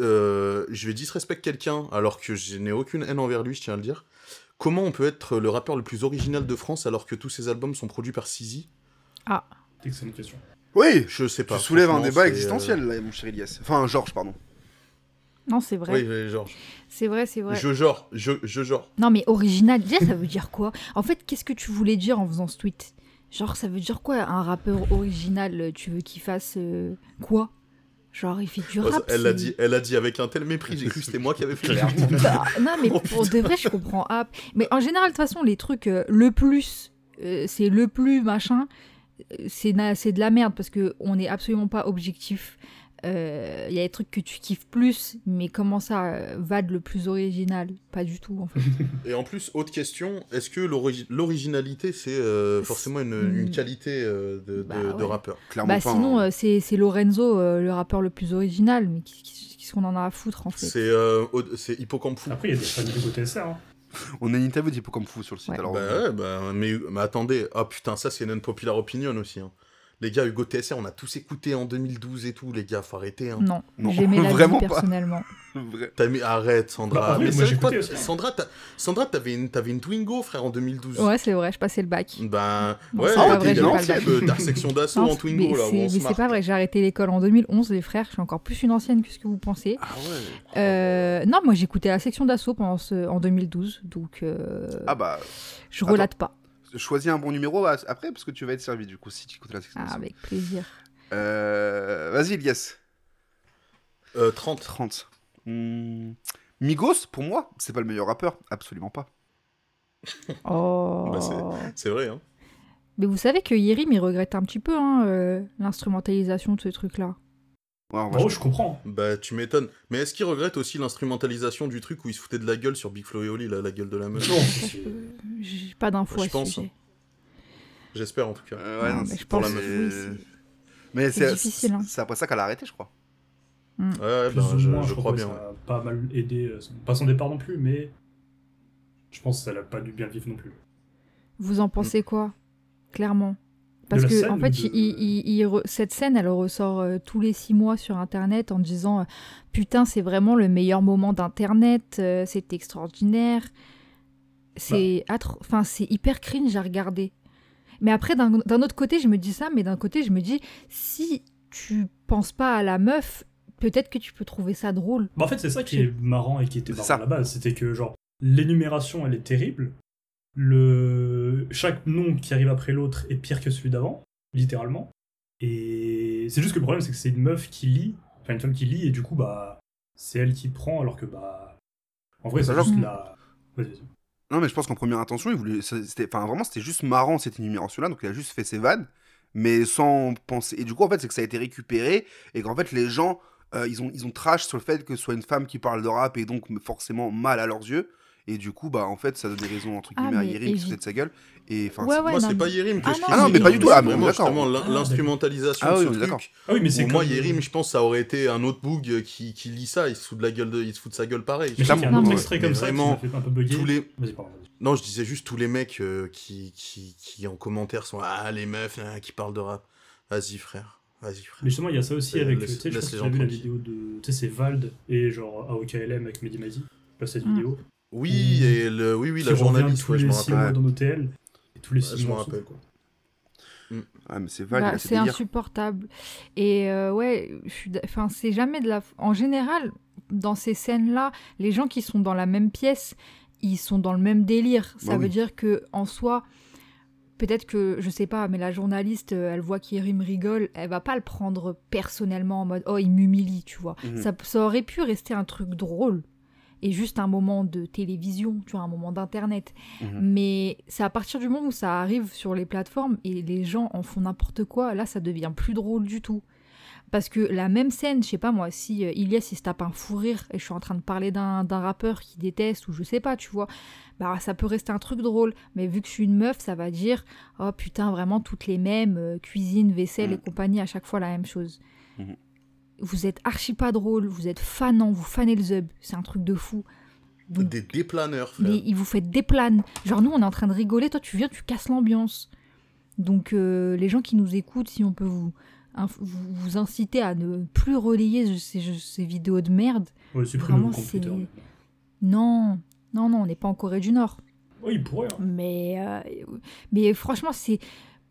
[SPEAKER 5] euh, je vais disrespect quelqu'un alors que je n'ai aucune haine envers lui, je tiens à le dire. Comment on peut être le rappeur le plus original de France alors que tous ses albums sont produits par Sizi
[SPEAKER 6] Excellente question.
[SPEAKER 1] Oui,
[SPEAKER 5] Je sais pas.
[SPEAKER 1] tu soulèves un
[SPEAKER 5] franchement,
[SPEAKER 1] débat
[SPEAKER 5] c'est,
[SPEAKER 1] existentiel là, mon cher Elias. Enfin, Georges, pardon.
[SPEAKER 4] Non, c'est
[SPEAKER 5] euh,
[SPEAKER 4] vrai.
[SPEAKER 5] Oui, mais genre,
[SPEAKER 4] C'est vrai, c'est vrai.
[SPEAKER 5] je genre, je, je genre.
[SPEAKER 4] Non, mais original, déjà, ça veut dire quoi En fait, qu'est-ce que tu voulais dire en faisant ce tweet Genre, ça veut dire quoi Un rappeur original, euh, tu veux qu'il fasse euh, quoi Genre, il fait du
[SPEAKER 5] Oh, ça-
[SPEAKER 4] rap.
[SPEAKER 5] elle l'a
[SPEAKER 4] c'est-
[SPEAKER 5] dit, elle a dit avec un tel mépris, j'ai cru que c'était moi qui avais fait
[SPEAKER 1] Clairement.
[SPEAKER 5] le
[SPEAKER 4] Bah, non, mais
[SPEAKER 5] Oh,
[SPEAKER 4] pour de vrai, je comprends. Ah, mais en général, de toute façon, les trucs euh, le plus euh, c'est le plus machin, euh, c'est na- c'est de la merde parce que on n'est absolument pas objectif. Euh, Il y a des trucs que tu kiffes plus, mais comment ça, euh, Vade le plus original Pas du tout en fait.
[SPEAKER 5] Et en plus, autre question, est-ce que l'ori- l'originalité, c'est euh, forcément une, une
[SPEAKER 4] Mm.
[SPEAKER 5] qualité euh, de, de-
[SPEAKER 4] Bah
[SPEAKER 5] de
[SPEAKER 4] ouais.
[SPEAKER 5] rappeur
[SPEAKER 1] Clairement
[SPEAKER 4] Bah
[SPEAKER 1] pas.
[SPEAKER 4] sinon,
[SPEAKER 1] hein.
[SPEAKER 4] euh, c'est c'est Lorenzo, euh, le rappeur le plus original, mais qu'est- qu'est- qu'est-ce qu'on en a à foutre en fait
[SPEAKER 5] C'est euh, au- c'est Hippocampe Fou.
[SPEAKER 6] Après, il y a des fans du côté SR. Hein.
[SPEAKER 1] On a une interview d'Hippo comme fou sur le site.
[SPEAKER 4] Ouais.
[SPEAKER 1] Alors, euh,
[SPEAKER 5] Bah ouais, bah, mais, mais attendez, ah putain, ça c'est une unpopular opinion aussi. hein. Les gars, Hugo TSR, on a tous écouté en 2012 et tout, les gars, faut arrêter. Hein.
[SPEAKER 4] Non,
[SPEAKER 1] Non,
[SPEAKER 4] j'aimais la vie
[SPEAKER 1] vraiment pas.
[SPEAKER 4] personnellement.
[SPEAKER 1] vrai.
[SPEAKER 5] T'as mis... Arrête,
[SPEAKER 6] Bah,
[SPEAKER 5] Sandra.
[SPEAKER 6] oui,
[SPEAKER 5] mais
[SPEAKER 6] moi,
[SPEAKER 5] c'est
[SPEAKER 6] j'ai
[SPEAKER 5] quoi
[SPEAKER 6] écouté aussi.
[SPEAKER 5] Sandra, t'as- Sandra, t'avais une... t'avais une Twingo, frère, en 2012.
[SPEAKER 4] Ouais, c'est vrai, je passais le bac.
[SPEAKER 5] Ben,
[SPEAKER 4] Non,
[SPEAKER 5] ouais,
[SPEAKER 4] c'est pas
[SPEAKER 5] ouais,
[SPEAKER 4] vrai,
[SPEAKER 5] t'es
[SPEAKER 4] j'ai pas
[SPEAKER 5] dans
[SPEAKER 4] le
[SPEAKER 5] cette,
[SPEAKER 4] bac.
[SPEAKER 5] euh, ta section d'assaut
[SPEAKER 4] Non,
[SPEAKER 5] en Twingo,
[SPEAKER 4] mais
[SPEAKER 5] là, où
[SPEAKER 4] c'est-
[SPEAKER 5] on
[SPEAKER 4] mais
[SPEAKER 5] se
[SPEAKER 4] c'est
[SPEAKER 5] marque.
[SPEAKER 4] pas vrai, j'ai arrêté l'école en 2011, les frères, je suis encore plus une ancienne que ce que vous pensez.
[SPEAKER 1] Ah ouais.
[SPEAKER 4] Euh, non, moi j'écoutais la section d'assaut pendant ce- en 2012, donc euh,
[SPEAKER 1] Ah bah,
[SPEAKER 4] je
[SPEAKER 1] attends.
[SPEAKER 4] relate pas.
[SPEAKER 1] choisis un bon numéro bah, après, parce que tu vas être servi du coup si tu écoutes la section.
[SPEAKER 4] Ah, avec plaisir.
[SPEAKER 1] Euh, Vas-y, Elias.
[SPEAKER 5] Euh, 30.
[SPEAKER 1] 30. Hmm. Migos, pour moi, c'est pas le meilleur rappeur. Absolument pas.
[SPEAKER 4] Oh.
[SPEAKER 5] Bah, C'est vrai, hein.
[SPEAKER 4] Mais vous savez que Yerim il regrette un petit peu hein, euh, l'instrumentalisation de ce truc-là.
[SPEAKER 1] Ouais, en vrai,
[SPEAKER 6] Bon, je comprends.
[SPEAKER 5] Bah, tu m'étonnes. Mais est-ce qu'il regrette aussi l'instrumentalisation du truc où il se foutait de la gueule sur Big Flo et Oli, là, la gueule de la meuf
[SPEAKER 6] Non.
[SPEAKER 4] J'ai pas d'infos
[SPEAKER 5] Je
[SPEAKER 4] à ce
[SPEAKER 5] pense. hein.
[SPEAKER 4] sujet.
[SPEAKER 5] J'espère, en tout cas.
[SPEAKER 1] Euh, ouais,
[SPEAKER 4] Non,
[SPEAKER 1] non,
[SPEAKER 4] mais
[SPEAKER 1] c'est
[SPEAKER 4] je
[SPEAKER 1] pour
[SPEAKER 4] pense
[SPEAKER 1] la
[SPEAKER 4] que
[SPEAKER 1] meuf.
[SPEAKER 4] oui,
[SPEAKER 1] Mais
[SPEAKER 4] c'est
[SPEAKER 1] c'est
[SPEAKER 4] difficile, hein.
[SPEAKER 1] C'est après ça qu'elle a arrêté, je crois.
[SPEAKER 5] Ouais, ouais,
[SPEAKER 6] Plus
[SPEAKER 5] bah,
[SPEAKER 6] ou
[SPEAKER 5] je,
[SPEAKER 6] moins,
[SPEAKER 5] je
[SPEAKER 6] je, crois
[SPEAKER 5] crois
[SPEAKER 6] que
[SPEAKER 5] bien.
[SPEAKER 6] ça
[SPEAKER 5] ouais.
[SPEAKER 6] a pas mal aidé. euh, son- Pas son départ non plus, mais je pense que ça l'a pas dû bien le vivre non plus.
[SPEAKER 4] Vous en
[SPEAKER 1] Mm.
[SPEAKER 4] pensez quoi Clairement. Parce
[SPEAKER 6] la
[SPEAKER 4] que,
[SPEAKER 6] scène
[SPEAKER 4] en
[SPEAKER 6] ou
[SPEAKER 4] fait,
[SPEAKER 6] de-
[SPEAKER 4] il- il- il re- cette scène, elle ressort euh, tous les six mois sur Internet en disant euh, Putain, c'est vraiment le meilleur moment d'Internet, euh, c'est extraordinaire. C'est
[SPEAKER 1] Bah.
[SPEAKER 4] atro- enfin, c'est hyper cringe à regarder. Mais après, d'un d'un autre côté, je me dis ça, mais d'un côté, je me dis Si tu penses pas à la meuf, peut-être que tu peux trouver ça drôle.
[SPEAKER 6] Bah, en fait, c'est ça qui est marrant et qui était
[SPEAKER 1] C'est
[SPEAKER 6] marrant
[SPEAKER 1] ça.
[SPEAKER 6] à la base. C'était que, genre, l'énumération, elle est terrible. Le... Chaque nom qui arrive après l'autre est pire que celui d'avant, littéralement. Et c'est juste que le problème, c'est que c'est une meuf qui lit, enfin une femme qui lit, et du coup, bah, c'est elle qui prend, alors que, bah, en vrai, c'est
[SPEAKER 1] Bah, Alors-
[SPEAKER 6] juste la. Vas-y, vas-y.
[SPEAKER 1] Non, mais je pense qu'en première intention, il voulait. ça- c'était- Enfin, vraiment, c'était juste marrant cette énumération-là. Donc, il a juste fait ses vannes, mais sans penser. Et du coup, en fait, c'est que ça a été récupéré et qu'en fait, les gens, euh, ils, ont, ils ont trash sur le fait que ce soit une femme qui parle de rap et donc forcément mal à leurs yeux. Et du coup, bah, en fait, ça donne des raisons entre
[SPEAKER 4] Ah,
[SPEAKER 1] guillemets à
[SPEAKER 4] mais
[SPEAKER 1] Yerim qui
[SPEAKER 4] évi-
[SPEAKER 1] se fout de sa gueule. Et enfin,
[SPEAKER 4] Ouais,
[SPEAKER 1] c'est-
[SPEAKER 4] ouais,
[SPEAKER 5] Moi,
[SPEAKER 4] non,
[SPEAKER 5] c'est pas
[SPEAKER 4] mais-
[SPEAKER 5] Yerim que
[SPEAKER 4] Ah non,
[SPEAKER 5] je critique,
[SPEAKER 4] ah non, mais
[SPEAKER 1] pas du tout, ah,
[SPEAKER 5] c'est
[SPEAKER 1] mais on est
[SPEAKER 5] vraiment
[SPEAKER 1] d'accord.
[SPEAKER 5] justement l'in-
[SPEAKER 6] Ah, d'accord.
[SPEAKER 5] l'instrumentalisation
[SPEAKER 1] Ah oui,
[SPEAKER 5] de
[SPEAKER 1] on est
[SPEAKER 5] ce
[SPEAKER 1] d'accord.
[SPEAKER 5] truc.
[SPEAKER 6] Ah oui, mais c'est
[SPEAKER 5] Pour moi,
[SPEAKER 6] comme-
[SPEAKER 5] Yerim, je pense, ça aurait été un autre boug qui, qui lit ça, il se fout de la gueule de, il se fout de sa gueule pareil.
[SPEAKER 6] Mais je sais qu'il y a un
[SPEAKER 4] Non,
[SPEAKER 6] autre
[SPEAKER 4] mais-
[SPEAKER 6] extrait comme
[SPEAKER 5] Mais
[SPEAKER 6] ça
[SPEAKER 5] vraiment,
[SPEAKER 6] qui m'a fait un peu bugger.
[SPEAKER 5] Tous les,
[SPEAKER 6] Vas-y, pardon, vas-y.
[SPEAKER 5] non, je disais juste tous les mecs euh, qui, qui, qui en commentaire sont ah les meufs hein, qui parlent de rap. Vas-y frère, vas-y frère.
[SPEAKER 6] Mais justement, il y a ça aussi
[SPEAKER 5] Euh,
[SPEAKER 6] avec.
[SPEAKER 5] laisse-
[SPEAKER 6] Tu sais, je
[SPEAKER 5] laisse
[SPEAKER 6] pense
[SPEAKER 5] les
[SPEAKER 6] que t'as vu
[SPEAKER 5] gens
[SPEAKER 6] la
[SPEAKER 5] tranquilles.
[SPEAKER 6] vidéo de. Tu sais, c'est Vald et genre AOKLM avec Mehdi Maizi. Pas cette
[SPEAKER 4] Mm.
[SPEAKER 6] vidéo.
[SPEAKER 5] Oui
[SPEAKER 6] Mmh.
[SPEAKER 5] et le, oui oui la
[SPEAKER 6] qui revient
[SPEAKER 5] journaliste,
[SPEAKER 6] tous
[SPEAKER 5] ouais, je
[SPEAKER 6] les
[SPEAKER 5] m'en
[SPEAKER 6] six
[SPEAKER 5] rappelle.
[SPEAKER 6] mois dans nos TL. Et tous les
[SPEAKER 5] Ouais,
[SPEAKER 6] six
[SPEAKER 5] je m'en
[SPEAKER 6] mois en dessous,
[SPEAKER 5] rappelle.
[SPEAKER 6] quoi.
[SPEAKER 1] Ah, mais c'est
[SPEAKER 4] Bah,
[SPEAKER 1] vague, là,
[SPEAKER 4] c'est
[SPEAKER 1] c'est délire.
[SPEAKER 4] insupportable. Et euh, ouais, je suis d'a- enfin, c'est jamais de la. En général, dans ces scènes-là, les gens qui sont dans la même pièce, ils sont dans le même délire. Ça
[SPEAKER 1] Bah
[SPEAKER 4] veut
[SPEAKER 1] oui.
[SPEAKER 4] dire que en soi, peut-être que je sais pas, mais la journaliste, euh, elle voit qu'Irim rigole, elle va pas le prendre personnellement en mode oh il m'humilie, tu vois.
[SPEAKER 1] Mhm.
[SPEAKER 4] Ça, ça aurait pu rester un truc drôle et juste un moment de télévision, tu vois, un moment d'internet.
[SPEAKER 1] Mhm.
[SPEAKER 4] Mais c'est à partir du moment où ça arrive sur les plateformes et les gens en font n'importe quoi, là ça devient plus drôle du tout. Parce que la même scène, je sais pas moi, si euh, Ilias il se tape un fou rire et je suis en train de parler d'un d'un rappeur qui déteste ou je sais pas, tu vois, bah ça peut rester un truc drôle. Mais vu que je suis une meuf, ça va dire oh putain, vraiment toutes les mêmes, euh, cuisine, vaisselle et
[SPEAKER 1] Mhm.
[SPEAKER 4] compagnie, à chaque fois la même chose.
[SPEAKER 1] Mhm.
[SPEAKER 4] Vous êtes archi pas drôle, vous êtes fanant, vous fanez le zub, c'est un truc de fou. Donc,
[SPEAKER 5] Des déplaneurs frère.
[SPEAKER 4] mais il vous fait des planes. Genre, nous, on est en train de rigoler, toi, tu viens, tu casses l'ambiance. Donc, euh, les gens qui nous écoutent, si on peut vous, inf- vous, vous inciter à ne plus relayer ces, ces vidéos de merde,
[SPEAKER 6] Ouais, supprimer
[SPEAKER 4] Vraiment,
[SPEAKER 6] mon compte Twitter.
[SPEAKER 4] c'est- non, non, non, on n'est pas en Corée du Nord.
[SPEAKER 6] Ouais, il pourrait. hein.
[SPEAKER 4] Mais, euh, mais franchement, c'est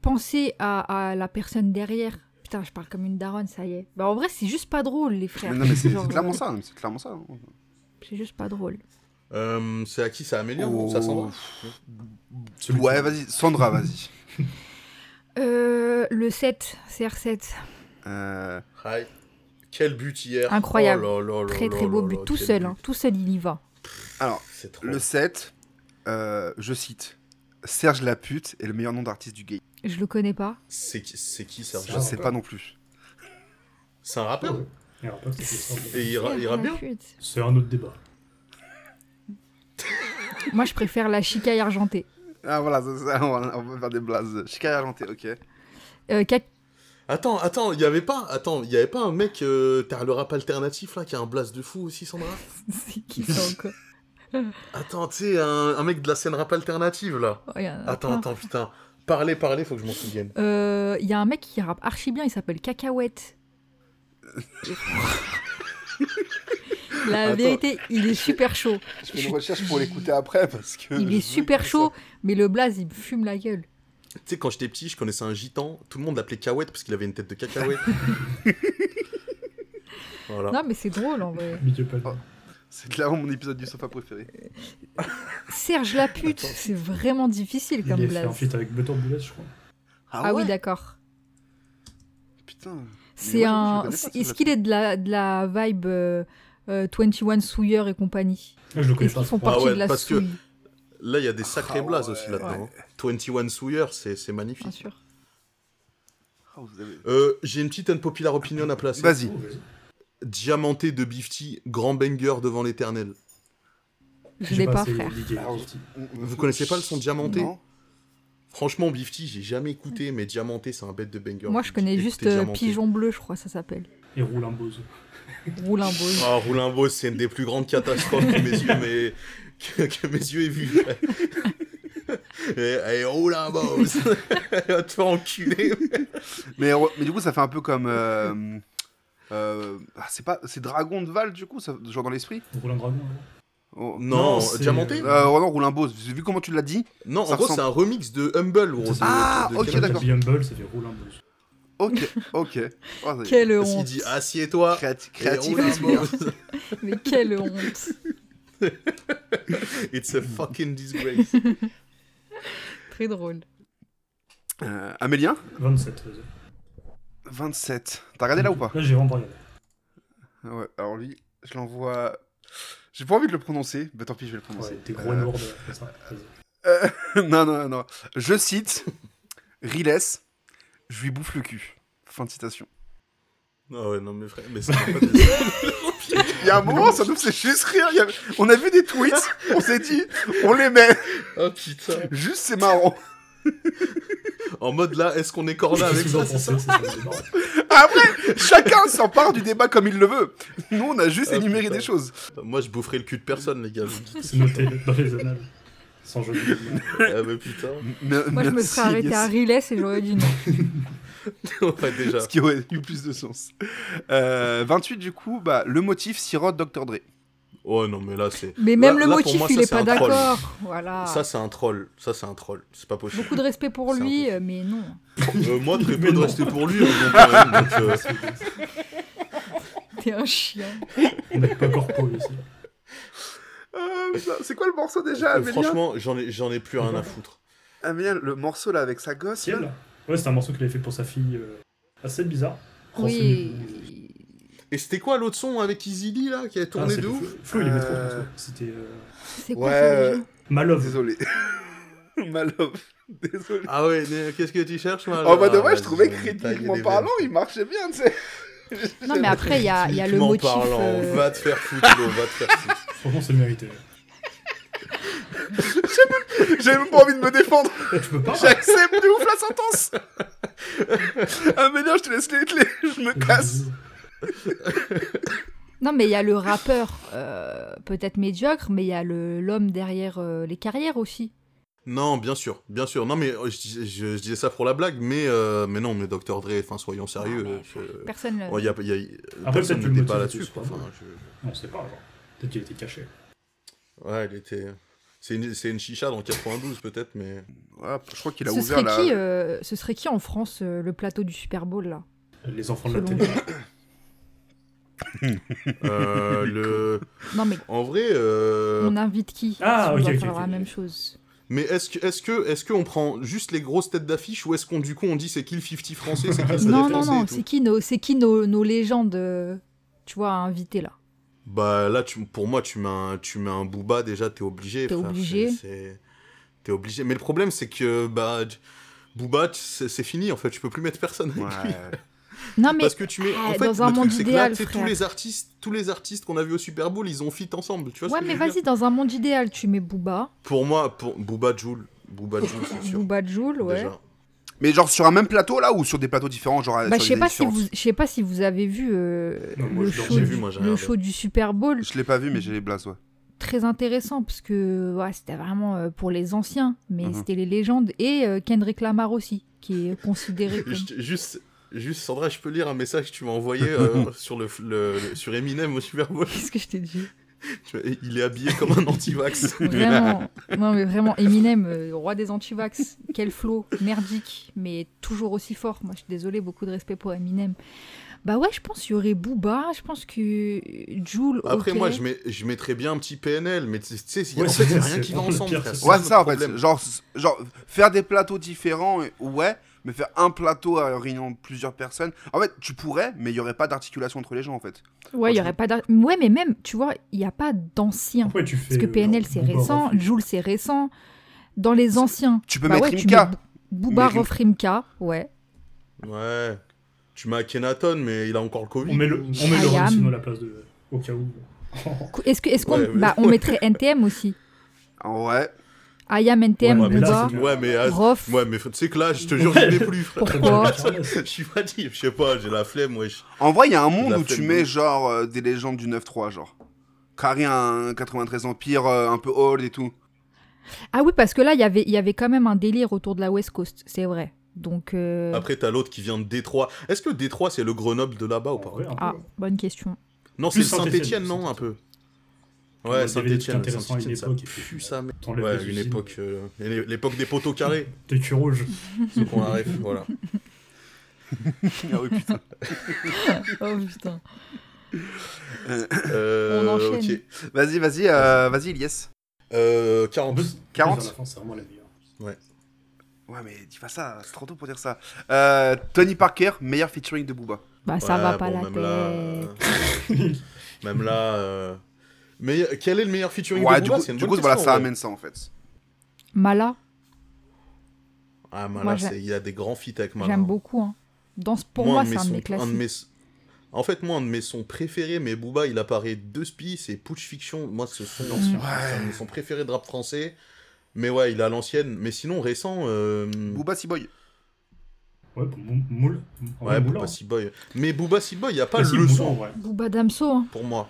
[SPEAKER 4] penser à, à la personne derrière. Putain, je parle comme une daronne, ça y est. Bah, en vrai, c'est juste pas drôle, les frères.
[SPEAKER 1] Mais non, mais c'est
[SPEAKER 4] Genre,
[SPEAKER 1] c'est clairement
[SPEAKER 4] euh,
[SPEAKER 1] ça. hein, C'est clairement ça. hein.
[SPEAKER 4] C'est juste pas drôle.
[SPEAKER 5] Euh, c'est à qui ça améliore
[SPEAKER 1] Oh.
[SPEAKER 5] ça Sandra
[SPEAKER 6] Celui
[SPEAKER 1] Ouais,
[SPEAKER 6] qui-
[SPEAKER 1] vas-y, Sandra, vas-y.
[SPEAKER 4] Euh, le 7, CR7.
[SPEAKER 1] Euh,
[SPEAKER 5] Hi. Quel but hier
[SPEAKER 4] Incroyable.
[SPEAKER 5] Oh là là là
[SPEAKER 4] Très
[SPEAKER 5] là
[SPEAKER 4] très
[SPEAKER 5] là
[SPEAKER 4] beau
[SPEAKER 5] là,
[SPEAKER 4] but, tout
[SPEAKER 5] quel
[SPEAKER 4] seul,
[SPEAKER 5] but.
[SPEAKER 4] hein, tout seul il y va.
[SPEAKER 1] Alors,
[SPEAKER 5] C'est trop.
[SPEAKER 1] le 7, euh, je cite Serge Lapute est le meilleur nom d'artiste du gay.
[SPEAKER 4] Je le connais pas.
[SPEAKER 5] C'est qui, c'est qui Serge
[SPEAKER 1] Je
[SPEAKER 6] Ah,
[SPEAKER 1] sais
[SPEAKER 5] Gainsbourg
[SPEAKER 1] pas non plus.
[SPEAKER 5] C'est un
[SPEAKER 4] Ah
[SPEAKER 5] rappeur
[SPEAKER 6] Et alors, pas que c'était ça.
[SPEAKER 5] Ah Et il, ra- il rappe bien
[SPEAKER 4] Putain.
[SPEAKER 6] C'est un autre débat.
[SPEAKER 4] Moi, je préfère la chicaille argentée.
[SPEAKER 1] Ah voilà, c'est ça, on va- on va faire des blazes. Chica Argenté, ok.
[SPEAKER 4] Euh, Cat-
[SPEAKER 5] Attends, attends, il y avait pas, attends, il y avait pas un mec, euh, t'as le rap alternatif là, qui a un blast de fou aussi, Sandra
[SPEAKER 4] C'est qui ça encore
[SPEAKER 5] Attends, tu sais, un, un mec de la scène rap alternative là.
[SPEAKER 4] Oh, il y en a
[SPEAKER 5] Attends,
[SPEAKER 4] plein.
[SPEAKER 5] attends, putain. Parlez, parlez, faut que je m'en souvienne.
[SPEAKER 4] Euh, Il y a un mec qui rappe archi bien, il s'appelle Cacahuète. La
[SPEAKER 1] Attends.
[SPEAKER 4] vérité, il est super chaud.
[SPEAKER 1] Je fais une recherche pour l'écouter après parce que.
[SPEAKER 4] Il est super chaud, mais le blaze, il me fume la gueule.
[SPEAKER 5] Tu sais, quand j'étais petit, je connaissais un gitan, tout le monde l'appelait Cahouette parce qu'il avait une tête de cacahuète. voilà.
[SPEAKER 4] Non, mais c'est drôle en vrai.
[SPEAKER 6] Milieu
[SPEAKER 5] Ah.
[SPEAKER 6] pas
[SPEAKER 1] Oh. C'est clairement mon épisode du sofa préféré.
[SPEAKER 4] Serge la pute, c'est vraiment difficile
[SPEAKER 6] Il
[SPEAKER 4] comme
[SPEAKER 6] est fait un
[SPEAKER 4] blaze.
[SPEAKER 6] feat avec Butter Bullet, je crois.
[SPEAKER 4] Ah oui, d'accord.
[SPEAKER 1] Putain. moi, je-
[SPEAKER 4] C'est
[SPEAKER 1] je
[SPEAKER 4] un.
[SPEAKER 1] connais pas
[SPEAKER 4] c'est-
[SPEAKER 1] ce
[SPEAKER 4] Est-ce
[SPEAKER 1] blaze.
[SPEAKER 4] qu'il est de la, de la vibe euh, euh, 21 Souyer et compagnie
[SPEAKER 6] Ah, Je le connais
[SPEAKER 4] Est-ce
[SPEAKER 6] pas.
[SPEAKER 4] qu'ils font
[SPEAKER 5] Ah
[SPEAKER 4] partie
[SPEAKER 5] ouais,
[SPEAKER 4] de la
[SPEAKER 5] parce que-
[SPEAKER 4] souille
[SPEAKER 5] Là, il y a des sacrés
[SPEAKER 1] Ah
[SPEAKER 5] blazes
[SPEAKER 1] ouais.
[SPEAKER 5] aussi là-dedans. hein. 21 Sawyer, c'est c'est
[SPEAKER 4] Bien
[SPEAKER 5] magnifique.
[SPEAKER 4] sûr.
[SPEAKER 1] Ah, vous avez-
[SPEAKER 5] Euh, J'ai une petite unpopular opinion à placer.
[SPEAKER 1] Vas-y.
[SPEAKER 6] Oh, vas-y.
[SPEAKER 5] Diamanté de Bifty, grand banger devant l'éternel.
[SPEAKER 4] Je
[SPEAKER 6] J'ai
[SPEAKER 4] l'ai pas,
[SPEAKER 6] assez
[SPEAKER 4] frère.
[SPEAKER 6] ligué,
[SPEAKER 1] Ah,
[SPEAKER 6] Fifty.
[SPEAKER 5] Vous connaissez pas le son Diamanté
[SPEAKER 1] Non.
[SPEAKER 5] Franchement, Bifty, j'ai jamais écouté, mais Diamanté, c'est un bête de banger.
[SPEAKER 4] Moi, je connais
[SPEAKER 5] Écoutez
[SPEAKER 4] juste euh,
[SPEAKER 5] Diamanté.
[SPEAKER 4] Pigeon Bleu, je crois, ça s'appelle.
[SPEAKER 6] Et Roulambose.
[SPEAKER 4] Roulimbose.
[SPEAKER 5] Ah, Roulimbo, c'est une des plus grandes catastrophes que mes yeux, mais... que, que mes yeux aient vues. et, et Roulimbo, elle va te faire enculer.
[SPEAKER 1] Mais, re- mais du coup, ça fait un peu comme. euh, euh, ah, c'est pas, c'est Dragon de Val du coup, ça, genre dans l'esprit.
[SPEAKER 6] Roulant Dragon.
[SPEAKER 1] Oh.
[SPEAKER 5] Non,
[SPEAKER 6] Non, c'est-
[SPEAKER 5] Diamanté
[SPEAKER 1] Euh, non, Roulimbose. Vu comment tu l'as dit.
[SPEAKER 5] Non, en
[SPEAKER 1] ça
[SPEAKER 5] gros,
[SPEAKER 1] ressemble.
[SPEAKER 5] c'est un remix de Humble, gros. de-
[SPEAKER 1] Ah,
[SPEAKER 5] de- de
[SPEAKER 1] ok,
[SPEAKER 5] Kenny.
[SPEAKER 1] d'accord.
[SPEAKER 6] Quand il dit Humble, ça fait Roulambose.
[SPEAKER 1] Ok, ok. Oh, ça y est.
[SPEAKER 4] Quelle
[SPEAKER 5] Parce qu'il
[SPEAKER 4] honte.
[SPEAKER 5] dit assieds-toi.
[SPEAKER 1] Créati-
[SPEAKER 5] et
[SPEAKER 1] créatif.
[SPEAKER 5] Roulimbo.
[SPEAKER 4] Mais quelle honte.
[SPEAKER 5] It's a fucking disgrace.
[SPEAKER 4] Très drôle.
[SPEAKER 1] Euh, Amélien
[SPEAKER 6] 27, vas-y.
[SPEAKER 1] 27. T'as regardé là ou pas
[SPEAKER 6] Là, euh, j'ai vraiment pas regardé.
[SPEAKER 1] Ah Ouais, alors lui, je l'envoie. J'ai pas envie de le prononcer, bah tant pis, je
[SPEAKER 5] Ah,
[SPEAKER 1] vais le prononcer.
[SPEAKER 6] Ouais, des gros
[SPEAKER 1] Euh,
[SPEAKER 6] lourds de- comme ça. Vas-y.
[SPEAKER 1] euh, non, non, non. Je cite Riles, je lui bouffe le cul. Fin de citation.
[SPEAKER 5] Ah ouais, non, mais frère, mais c'est pas possible.
[SPEAKER 1] Il y a un moment, ça nous fait juste rire. il y a- On a vu des tweets, on s'est dit, on les met.
[SPEAKER 5] Oh putain.
[SPEAKER 1] Juste, c'est marrant.
[SPEAKER 5] En mode là, est-ce qu'on est corda
[SPEAKER 6] Qu'est-ce
[SPEAKER 5] avec
[SPEAKER 6] que vous en
[SPEAKER 5] ça, c'est ça
[SPEAKER 6] pensez, c'est ça, c'est marrant.
[SPEAKER 1] Après, chacun s'empare du débat comme il le veut. Nous, on a juste
[SPEAKER 5] Ah,
[SPEAKER 1] énuméré
[SPEAKER 5] putain.
[SPEAKER 1] des choses.
[SPEAKER 5] Moi, je boufferais le cul de personne, les gars. je vous dis.
[SPEAKER 6] C'est noté dans les annales. Sans jeu de mots.
[SPEAKER 5] ah bah putain.
[SPEAKER 1] Me-
[SPEAKER 4] Moi, je me
[SPEAKER 1] merci,
[SPEAKER 4] serais arrêté à
[SPEAKER 1] Elias.
[SPEAKER 4] Riles et j'aurais dit non.
[SPEAKER 5] ouais, déjà.
[SPEAKER 1] Ce qui aurait eu plus de sens. Euh, 28, du coup, bah, le motif sirote Dr. Dre.
[SPEAKER 5] Oh non, mais là, c'est.
[SPEAKER 4] Mais même
[SPEAKER 5] Là-
[SPEAKER 4] le
[SPEAKER 5] là, pour
[SPEAKER 4] motif,
[SPEAKER 5] moi,
[SPEAKER 4] il
[SPEAKER 5] ça,
[SPEAKER 4] est
[SPEAKER 5] c'est
[SPEAKER 4] pas
[SPEAKER 5] un troll.
[SPEAKER 4] d'accord. Voilà.
[SPEAKER 5] Ça, c'est un troll. Ça, c'est un troll. C'est pas possible.
[SPEAKER 4] Beaucoup de respect pour
[SPEAKER 5] C'est un
[SPEAKER 4] lui,
[SPEAKER 5] peu-
[SPEAKER 4] euh, mais non.
[SPEAKER 5] Euh, moi, très
[SPEAKER 6] Mais
[SPEAKER 5] peu de
[SPEAKER 6] non.
[SPEAKER 5] respect pour lui. euh, non, quand même, donc, euh,
[SPEAKER 4] T'es un chien.
[SPEAKER 6] On n'est pas corpo ici.
[SPEAKER 1] Euh, putain, c'est quoi le morceau déjà,
[SPEAKER 5] euh,
[SPEAKER 1] Amélien
[SPEAKER 5] franchement, j'en ai, j'en ai plus rien à foutre.
[SPEAKER 1] Amélien, le morceau là avec sa gosse là
[SPEAKER 6] Ciel Ouais, c'est un morceau qu'il avait fait pour sa fille. euh, assez bizarre.
[SPEAKER 4] Oui.
[SPEAKER 5] Et c'était quoi l'autre son avec Easy là
[SPEAKER 4] Ah,
[SPEAKER 5] qui a tourné de ouf
[SPEAKER 6] Ah, Flo, il aimait trop.
[SPEAKER 1] Euh,
[SPEAKER 6] ce morceau. C'était euh,
[SPEAKER 4] C'est quoi
[SPEAKER 1] Ouais,
[SPEAKER 4] ça déjà
[SPEAKER 5] euh,
[SPEAKER 6] My Love.
[SPEAKER 1] Désolé. Ma love. Désolé.
[SPEAKER 5] Ah ouais, mais qu'est-ce que tu cherches moi
[SPEAKER 1] En
[SPEAKER 4] Oh,
[SPEAKER 1] bah,
[SPEAKER 5] là Ah,
[SPEAKER 1] dommage, je trouvais que
[SPEAKER 5] Vas-y, on taille
[SPEAKER 1] créditivement
[SPEAKER 5] les
[SPEAKER 1] parlant,
[SPEAKER 5] veines.
[SPEAKER 1] il marchait bien, tu sais.
[SPEAKER 4] Non, mais après, il y a, Ah, il y a le
[SPEAKER 5] Techniquement
[SPEAKER 4] motif.
[SPEAKER 5] parlant,
[SPEAKER 4] euh,
[SPEAKER 5] va te faire foutre, Flo, va te faire foutre.
[SPEAKER 6] Franchement, c'est mérité.
[SPEAKER 1] J'avais même pas envie de me défendre.
[SPEAKER 6] Tu peux pas
[SPEAKER 1] J'accepte de ouf la sentence. Amélien, je te laisse les clés. Je me casse.
[SPEAKER 4] Non, mais il y a le rappeur, euh, peut-être médiocre, mais il y a le- l'homme derrière euh, les carrières aussi.
[SPEAKER 5] Non, bien sûr, bien sûr. Non, mais euh, je, dis- je- je disais ça pour la blague, mais, euh, mais non, mais Dr. Dre, enfin, soyons sérieux. euh,
[SPEAKER 4] mais
[SPEAKER 5] je-
[SPEAKER 4] Personne. ne-
[SPEAKER 5] Ouais, Oh, y a- y a-
[SPEAKER 6] peut-être
[SPEAKER 5] personne
[SPEAKER 6] le
[SPEAKER 5] n'était
[SPEAKER 6] motif
[SPEAKER 5] pas
[SPEAKER 6] était
[SPEAKER 5] là-dessus.
[SPEAKER 6] sur
[SPEAKER 5] quoi.
[SPEAKER 6] la
[SPEAKER 5] Enfin,
[SPEAKER 6] blague.
[SPEAKER 5] je-
[SPEAKER 6] On sait pas, genre. Peut-être qu'il a été caché.
[SPEAKER 5] Ouais, il était. C'est une, c'est une chicha dans 92, peut-être, mais.
[SPEAKER 1] Voilà, je crois qu'il a
[SPEAKER 4] ce,
[SPEAKER 1] ouvert
[SPEAKER 4] serait
[SPEAKER 1] la.
[SPEAKER 4] qui, euh, ce serait qui en France euh, le plateau du Super Bowl là
[SPEAKER 6] Les enfants de la
[SPEAKER 4] Selon
[SPEAKER 6] télé.
[SPEAKER 5] Euh, le...
[SPEAKER 4] Non, mais
[SPEAKER 5] En vrai. euh,
[SPEAKER 4] on invite qui
[SPEAKER 6] Ah,
[SPEAKER 4] si on
[SPEAKER 6] ok,
[SPEAKER 4] doit
[SPEAKER 6] ok,
[SPEAKER 4] faire
[SPEAKER 6] ok,
[SPEAKER 4] la
[SPEAKER 6] ok.
[SPEAKER 4] même chose.
[SPEAKER 5] Mais est-ce que, est-ce que, est-ce qu'on prend juste les grosses têtes d'affiche ou est-ce qu'on du coup on dit c'est qui le 50 français, c'est qui le
[SPEAKER 4] Non,
[SPEAKER 5] Stade
[SPEAKER 4] non,
[SPEAKER 5] français et
[SPEAKER 4] non,
[SPEAKER 5] tout
[SPEAKER 4] c'est qui nos, c'est qui nos, nos légendes, euh, tu vois, à inviter là
[SPEAKER 5] Bah là, tu, pour moi, tu mets un, tu mets un Booba déjà, t'es obligé.
[SPEAKER 4] T'es
[SPEAKER 5] frère,
[SPEAKER 4] obligé.
[SPEAKER 5] c'est- c'est- T'es obligé. Mais le problème, c'est que bah, Booba, c'est c'est fini en fait. Tu peux plus mettre personne avec lui.
[SPEAKER 4] Non, mais
[SPEAKER 5] Parce que tu mets. En
[SPEAKER 4] Ah,
[SPEAKER 5] fait,
[SPEAKER 4] dans
[SPEAKER 5] le
[SPEAKER 4] un
[SPEAKER 5] truc,
[SPEAKER 4] monde
[SPEAKER 5] c'est que là,
[SPEAKER 4] idéal,
[SPEAKER 5] tu sais, tous
[SPEAKER 4] frère.
[SPEAKER 5] les artistes, tous les artistes qu'on a vus au Super Bowl, ils ont fit ensemble. Tu vois ce
[SPEAKER 4] ouais,
[SPEAKER 5] que
[SPEAKER 4] mais
[SPEAKER 5] je veux dire
[SPEAKER 4] vas-y, dans un monde idéal, tu mets Booba,
[SPEAKER 5] Pour moi, pour Booba Joule, Booba Joule, c'est sûr.
[SPEAKER 4] Booba Joule, ouais.
[SPEAKER 5] Déjà. Ah,
[SPEAKER 1] Mais genre sur un même plateau là ou sur des plateaux différents genre
[SPEAKER 4] Bah,
[SPEAKER 1] sur
[SPEAKER 4] je sais
[SPEAKER 1] des
[SPEAKER 4] pas si
[SPEAKER 1] différences
[SPEAKER 4] vous, je sais pas si vous avez vu euh,
[SPEAKER 6] Non, moi,
[SPEAKER 4] le,
[SPEAKER 6] je l'ai
[SPEAKER 4] show
[SPEAKER 6] jamais
[SPEAKER 4] du,
[SPEAKER 5] vu, moi, j'ai
[SPEAKER 4] le
[SPEAKER 5] regardé.
[SPEAKER 4] show du Super Bowl,
[SPEAKER 1] Je l'ai pas vu mais j'ai les blases ouais.
[SPEAKER 4] très intéressant parce que ouais, c'était vraiment euh, pour les anciens, mais
[SPEAKER 1] Mhm.
[SPEAKER 4] c'était les légendes et euh, Kendrick Lamar aussi, qui est considéré comme...
[SPEAKER 5] Je- Juste, juste, Sandra, je peux lire un message que tu m'as envoyé euh, sur le, le- le- sur Eminem au Super Bowl.
[SPEAKER 4] Qu'est-ce que je t'ai dit
[SPEAKER 5] Tu vois, Il est habillé comme un anti-vax.
[SPEAKER 4] Vraiment, non mais vraiment Eminem, euh, roi des antivax, quel flow, merdique, mais toujours aussi fort. Moi, je suis désolée, beaucoup de respect pour Eminem. Bah ouais, je pense qu'il y aurait Booba, je pense que Jules.
[SPEAKER 5] Après,
[SPEAKER 4] ok.
[SPEAKER 5] moi, je, mets, je mettrais bien un petit PNL, mais tu sais, il y a-
[SPEAKER 6] Ouais,
[SPEAKER 5] en fait, il y a
[SPEAKER 6] c'est-
[SPEAKER 5] rien qui
[SPEAKER 6] c'est
[SPEAKER 5] va
[SPEAKER 6] le
[SPEAKER 5] ensemble.
[SPEAKER 6] pire,
[SPEAKER 5] frère.
[SPEAKER 6] c'est
[SPEAKER 5] C'est
[SPEAKER 6] ça.
[SPEAKER 1] Ouais,
[SPEAKER 5] le
[SPEAKER 1] c'est ça en fait.
[SPEAKER 5] problème.
[SPEAKER 1] Genre, c- genre faire des plateaux différents, euh, ouais, mais faire un plateau euh, réunion de plusieurs personnes. En fait, tu pourrais, mais il y aurait pas d'articulation entre les gens en fait.
[SPEAKER 4] Ouais, il y aurait pas. d'ar- Ouais, mais même, tu vois, il n'y a pas d'anciens.
[SPEAKER 6] Pourquoi tu fais.
[SPEAKER 4] Parce que
[SPEAKER 6] euh,
[SPEAKER 4] PNL,
[SPEAKER 6] genre,
[SPEAKER 4] c'est
[SPEAKER 6] Booba
[SPEAKER 4] récent,
[SPEAKER 6] Refuse
[SPEAKER 4] Jules, c'est récent. Dans les anciens,
[SPEAKER 1] Tu peux
[SPEAKER 4] bah
[SPEAKER 1] mettre
[SPEAKER 4] ouais, tu
[SPEAKER 1] Imka.
[SPEAKER 4] mets Bo- Booba,
[SPEAKER 1] Mais Rim-
[SPEAKER 4] Rof Rimka, ouais.
[SPEAKER 5] Ouais. Tu mets Kenaton, mais il a encore le Covid.
[SPEAKER 6] On met le, on met le
[SPEAKER 4] Ayam.
[SPEAKER 6] Ronaldinho à la place de. Au cas où.
[SPEAKER 4] Qu- Est-ce que, est-ce qu'on,
[SPEAKER 5] Ouais, mais-
[SPEAKER 4] bah, on mettrait NTM aussi.
[SPEAKER 1] Ouais.
[SPEAKER 4] Ayam, NTM,
[SPEAKER 5] Ouais, mais là,
[SPEAKER 4] Booba,
[SPEAKER 6] c'est du-
[SPEAKER 5] Ouais, mais, ah,
[SPEAKER 4] Rof.
[SPEAKER 5] ouais, mais tu sais que là, je te jure, je l'ai plus, frère.
[SPEAKER 4] Pourquoi
[SPEAKER 5] Je suis pas dit, je sais pas, j'ai la flemme, wesh.
[SPEAKER 1] En vrai, il y a un monde
[SPEAKER 5] La
[SPEAKER 1] où tu
[SPEAKER 5] flemme.
[SPEAKER 1] mets genre euh, des légendes du 9-3, genre. Carré un 93 Empire, euh, un peu old et tout.
[SPEAKER 4] Ah oui, parce que là, il y avait- il y avait quand même un délire autour de la West Coast, c'est vrai. Donc, euh,
[SPEAKER 5] Après, t'as l'autre qui vient de Détroit. Est-ce que Détroit, c'est le Grenoble de là-bas ou Oh, pas hein.
[SPEAKER 6] Ouais, un peu.
[SPEAKER 4] ah, bonne question.
[SPEAKER 5] Non,
[SPEAKER 6] Plus
[SPEAKER 5] c'est Saint-Étienne,
[SPEAKER 6] Saint-Étienne,
[SPEAKER 5] non, un peu.
[SPEAKER 6] Ouais, il y
[SPEAKER 5] Ouais,
[SPEAKER 6] avait des
[SPEAKER 5] Saint-Étienne.
[SPEAKER 6] trucs intéressants à une
[SPEAKER 5] Saint-Étienne,
[SPEAKER 6] époque.
[SPEAKER 5] ça pue sa mère.
[SPEAKER 6] T'enlèves
[SPEAKER 5] Ouais,
[SPEAKER 6] les
[SPEAKER 5] une
[SPEAKER 6] usines.
[SPEAKER 5] époque. euh, l'é- L'époque des poteaux carrés.
[SPEAKER 6] Des culs rouges.
[SPEAKER 5] C'est pour la ref, voilà.
[SPEAKER 1] Ah oui, putain.
[SPEAKER 4] Oh putain.
[SPEAKER 5] Euh,
[SPEAKER 4] On enchaîne.
[SPEAKER 5] ok.
[SPEAKER 1] Vas-y, vas-y, euh, vas-y, Ilyes.
[SPEAKER 5] Euh,
[SPEAKER 6] En
[SPEAKER 5] 42.
[SPEAKER 6] plus,
[SPEAKER 1] 40.
[SPEAKER 6] à la fin, c'est vraiment la hein. meilleure.
[SPEAKER 1] Ouais, mais dis pas ça, c'est trop tôt pour dire ça. Euh, Tony Parker, meilleur featuring de Booba.
[SPEAKER 4] Bah, ça
[SPEAKER 5] Ouais,
[SPEAKER 4] va pas
[SPEAKER 5] bon,
[SPEAKER 4] la
[SPEAKER 5] même
[SPEAKER 4] tête.
[SPEAKER 5] Là, euh, même là. euh, Mais quel est le meilleur featuring
[SPEAKER 1] Ouais,
[SPEAKER 5] de
[SPEAKER 1] du
[SPEAKER 5] Booba
[SPEAKER 1] coup,
[SPEAKER 5] C'est une
[SPEAKER 1] du
[SPEAKER 5] bonne
[SPEAKER 1] coup, voilà,
[SPEAKER 5] question,
[SPEAKER 1] ça
[SPEAKER 5] ouais.
[SPEAKER 1] amène ça en fait.
[SPEAKER 4] Mala,
[SPEAKER 5] Ah, Mala,
[SPEAKER 4] Moi,
[SPEAKER 5] c'est-
[SPEAKER 4] j'ai-
[SPEAKER 5] il y a des grands feats avec Mala.
[SPEAKER 4] j'aime beaucoup. hein. Danse pour
[SPEAKER 5] Moi,
[SPEAKER 4] moi,
[SPEAKER 5] un de
[SPEAKER 4] c'est
[SPEAKER 5] mes
[SPEAKER 4] un de mes
[SPEAKER 5] sons- un
[SPEAKER 4] classiques.
[SPEAKER 5] de mes- En fait, moi, un de mes sons préférés, mais Booba, il apparaît deux spies, c'est Pooch Fiction. Moi, ce son
[SPEAKER 4] Mm.
[SPEAKER 5] ancien, c'est un de mes sons préférés de rap français. Mais ouais, il est à l'ancienne. Mais sinon, récent. euh,
[SPEAKER 1] Booba C-Boy.
[SPEAKER 6] Ouais, pour mou- moule. En vrai,
[SPEAKER 5] Ouais,
[SPEAKER 6] moulin.
[SPEAKER 5] Booba Sea Boy. Mais Booba Sea Boy, il n'y a pas
[SPEAKER 6] Bah, si,
[SPEAKER 5] le
[SPEAKER 6] moulin,
[SPEAKER 5] son
[SPEAKER 6] ouais.
[SPEAKER 4] Booba Damso, hein.
[SPEAKER 5] pour moi.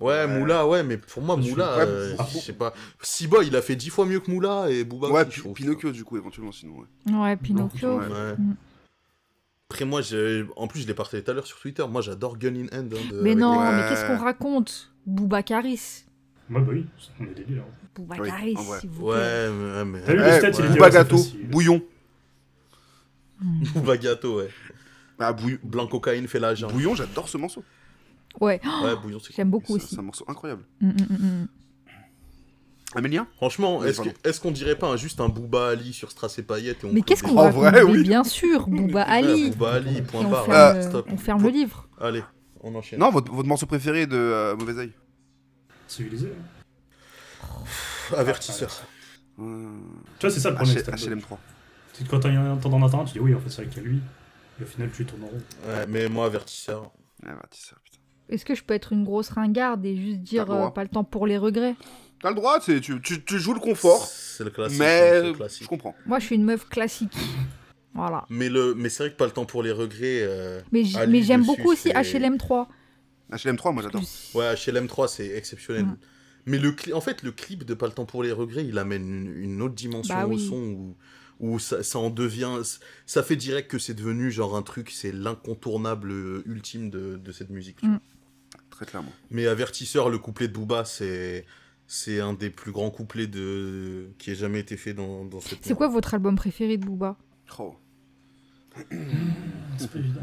[SPEAKER 5] Ouais, Moula, ouais, mais pour moi,
[SPEAKER 6] Je suis-
[SPEAKER 5] Moula,
[SPEAKER 1] Ouais,
[SPEAKER 5] euh,
[SPEAKER 1] par
[SPEAKER 5] je
[SPEAKER 1] contre-
[SPEAKER 5] sais pas. Sea Boy, il a fait dix fois mieux que Moula et Booba.
[SPEAKER 1] Ouais,
[SPEAKER 5] qui, je
[SPEAKER 1] Pi-
[SPEAKER 5] trouve,
[SPEAKER 1] Pinocchio, du coup, éventuellement, sinon. ouais.
[SPEAKER 4] Ouais,
[SPEAKER 5] tu vois.
[SPEAKER 4] Pinocchio.
[SPEAKER 5] Ouais.
[SPEAKER 4] Mm.
[SPEAKER 5] Après, moi, j'ai- en plus, je l'ai partagé tout à l'heure sur Twitter. Moi, j'adore Gun in Hand. hein, de-
[SPEAKER 4] Mais
[SPEAKER 5] avec
[SPEAKER 4] non,
[SPEAKER 1] Ouais.
[SPEAKER 4] mais qu'est-ce qu'on raconte Booba Caris.
[SPEAKER 6] Ouais, bah oui, on est débile. Hein.
[SPEAKER 4] Booba
[SPEAKER 1] Oui,
[SPEAKER 4] Caris,
[SPEAKER 1] en vrai.
[SPEAKER 4] bah, s'il
[SPEAKER 5] les-
[SPEAKER 4] vous plaît.
[SPEAKER 5] Ouais, mais. mais-
[SPEAKER 6] T'as vu
[SPEAKER 1] Eh,
[SPEAKER 6] le stat, il
[SPEAKER 5] ouais.
[SPEAKER 6] est
[SPEAKER 1] Booba
[SPEAKER 6] ouais, c'est
[SPEAKER 1] Gâteau,
[SPEAKER 6] facile.
[SPEAKER 1] bouillon.
[SPEAKER 5] Booba Gâteau, ouais.
[SPEAKER 1] Ah, bouillon.
[SPEAKER 5] Blanc cocaïne fait la jungle.
[SPEAKER 1] Bouillon, j'adore ce morceau.
[SPEAKER 4] Ouais,
[SPEAKER 5] Ouais, bouillon, c'est
[SPEAKER 4] j'aime beaucoup
[SPEAKER 1] C'est
[SPEAKER 4] aussi.
[SPEAKER 1] c'est un morceau incroyable.
[SPEAKER 4] Mm, mm, mm, mm.
[SPEAKER 1] Amélien
[SPEAKER 5] Franchement,
[SPEAKER 1] Oui,
[SPEAKER 5] est-ce que-
[SPEAKER 1] pardon.
[SPEAKER 5] est-ce qu'on dirait pas un- juste un Booba Ali sur Strass et Paillettes et on
[SPEAKER 4] Mais
[SPEAKER 5] clôt
[SPEAKER 4] qu'est-ce
[SPEAKER 5] le
[SPEAKER 4] qu'on
[SPEAKER 1] En
[SPEAKER 4] raconte
[SPEAKER 1] vrai,
[SPEAKER 4] Mais
[SPEAKER 1] oui.
[SPEAKER 4] bien sûr, Booba
[SPEAKER 5] débat. Ouais,
[SPEAKER 4] Ali.
[SPEAKER 5] Booba Ali,
[SPEAKER 4] Et
[SPEAKER 5] point
[SPEAKER 4] on
[SPEAKER 5] barre.
[SPEAKER 4] ferme,
[SPEAKER 5] Ah,
[SPEAKER 4] euh,
[SPEAKER 5] stop.
[SPEAKER 4] on ferme le livre.
[SPEAKER 5] Allez, on enchaîne.
[SPEAKER 1] Non, votre, votre morceau préféré de euh, Mauvais Oeil
[SPEAKER 6] Civilisé. hein.
[SPEAKER 5] Pff, Avertisseur.
[SPEAKER 1] Hum,
[SPEAKER 6] Tu vois, c'est ça le problème.
[SPEAKER 1] H-
[SPEAKER 6] c'est que t'as-
[SPEAKER 1] HLM3.
[SPEAKER 6] c'est que Quand t'as un temps d'en atteindre, tu dis oui, en fait, c'est avec lui. Et au final, tu tournes en rond.
[SPEAKER 5] Ouais, mais moi, avertisseur.
[SPEAKER 1] Ah, bah, dis ça, putain.
[SPEAKER 4] Est-ce que je peux être une grosse ringarde et juste dire
[SPEAKER 1] le droit.
[SPEAKER 4] euh, pas le temps pour les regrets
[SPEAKER 1] T'as le droit, c'est- tu, tu, tu joues le confort,
[SPEAKER 5] C'est le classique. hein, c'est
[SPEAKER 1] mais
[SPEAKER 5] le
[SPEAKER 1] je
[SPEAKER 5] classique.
[SPEAKER 1] comprends.
[SPEAKER 4] Moi, je suis une meuf classique. Voilà.
[SPEAKER 5] Mais, le... mais c'est vrai que pas le temps pour les regrets. euh,
[SPEAKER 4] Mais j-
[SPEAKER 5] Ali
[SPEAKER 4] mais j'aime
[SPEAKER 5] dessus,
[SPEAKER 4] beaucoup aussi
[SPEAKER 5] c'est-
[SPEAKER 4] HLM3.
[SPEAKER 1] HLM3, moi j'adore.
[SPEAKER 5] Ouais, HLM3, c'est exceptionnel.
[SPEAKER 4] Mm.
[SPEAKER 5] Mais le cli- en fait, le clip de Pas le temps pour les regrets, il amène une, une autre dimension
[SPEAKER 4] Bah
[SPEAKER 5] au
[SPEAKER 4] oui.
[SPEAKER 5] son où, où ça, ça en devient. Ça fait direct que c'est devenu genre un truc, c'est l'incontournable euh, ultime de, de cette musique. tu
[SPEAKER 4] Mm.
[SPEAKER 5] vois.
[SPEAKER 1] Très clairement.
[SPEAKER 5] Mais Avertisseur, le couplet de Booba, c'est. C'est un des plus grands couplets de... qui ait jamais été fait dans, dans cette.
[SPEAKER 4] C'est quoi votre album préféré de Booba
[SPEAKER 1] Oh.
[SPEAKER 6] C'est pas évident.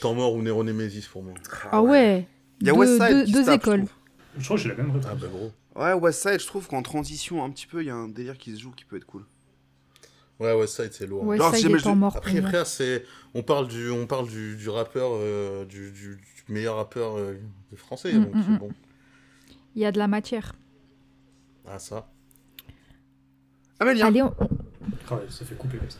[SPEAKER 5] Temps mort ou Nero Nemesis pour moi.
[SPEAKER 4] Ah ouais
[SPEAKER 1] Il y a
[SPEAKER 4] Deux-
[SPEAKER 1] West Side
[SPEAKER 4] deux-
[SPEAKER 1] qui se
[SPEAKER 4] deux
[SPEAKER 1] tape, je
[SPEAKER 4] écoles.
[SPEAKER 1] trouve.
[SPEAKER 6] Je crois que j'ai la même réponse.
[SPEAKER 5] Ah bah gros.
[SPEAKER 1] Ouais, West Side, je trouve qu'en transition un petit peu, il y a un délire qui se joue qui peut être cool.
[SPEAKER 5] Ouais, West Side, c'est lourd. hein.
[SPEAKER 4] Ouais,
[SPEAKER 1] Non,
[SPEAKER 4] ça,
[SPEAKER 1] si
[SPEAKER 4] il
[SPEAKER 1] jamais
[SPEAKER 4] est
[SPEAKER 1] je-
[SPEAKER 4] temps mort. pour
[SPEAKER 5] Après,
[SPEAKER 4] moi.
[SPEAKER 5] frère, c'est on parle du on parle du, du rappeur euh, du, du- du meilleur rappeur euh, de français
[SPEAKER 4] Mm,
[SPEAKER 5] donc
[SPEAKER 4] mm,
[SPEAKER 5] c'est
[SPEAKER 4] mm.
[SPEAKER 5] bon.
[SPEAKER 4] Il y a de la matière.
[SPEAKER 5] Ah ça.
[SPEAKER 1] Amélien
[SPEAKER 4] Allez, on,
[SPEAKER 6] Ah ouais, ça fait couper comme ça.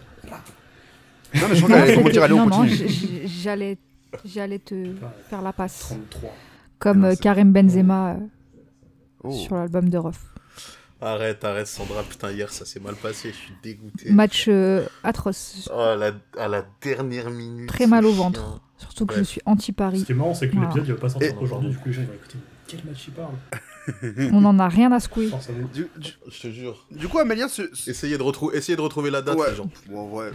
[SPEAKER 1] Non, mais je crois
[SPEAKER 4] Non,
[SPEAKER 1] qu'elle allait
[SPEAKER 4] c'était-
[SPEAKER 1] rebondir, allez, on
[SPEAKER 4] non, non,
[SPEAKER 1] continue.
[SPEAKER 4] j- j- j'allais, j'allais te
[SPEAKER 6] Ouais,
[SPEAKER 4] faire la passe,
[SPEAKER 6] 33.
[SPEAKER 4] comme
[SPEAKER 1] Ah,
[SPEAKER 4] euh,
[SPEAKER 1] c'est-
[SPEAKER 4] Karim Benzema euh,
[SPEAKER 1] Oh.
[SPEAKER 4] sur l'album de Ruff.
[SPEAKER 5] Arrête, arrête, Sandra. Putain, hier, ça s'est mal passé. Je suis dégoûté.
[SPEAKER 4] Match euh, atroce,
[SPEAKER 5] Oh, à, la, à la dernière minute.
[SPEAKER 4] Très mal
[SPEAKER 5] c'est
[SPEAKER 4] au
[SPEAKER 5] chiant.
[SPEAKER 4] ventre. surtout que je
[SPEAKER 5] Bref.
[SPEAKER 4] suis anti-Paris.
[SPEAKER 6] Ce qui est marrant, c'est que
[SPEAKER 4] Voilà.
[SPEAKER 6] l'épisode il va pas sortir
[SPEAKER 5] Et-
[SPEAKER 6] aujourd'hui, du coup les gens ils vont écouter. mais Quel match il parle
[SPEAKER 4] On n'en a rien à secouer.
[SPEAKER 6] Forcément.
[SPEAKER 1] Du, du-
[SPEAKER 5] Je te jure.
[SPEAKER 1] du coup, Amélien se. se-
[SPEAKER 5] Essayez de, retrou- essayez de retrouver la date,
[SPEAKER 1] Ouais.
[SPEAKER 5] les gens.
[SPEAKER 1] Bon, ouais.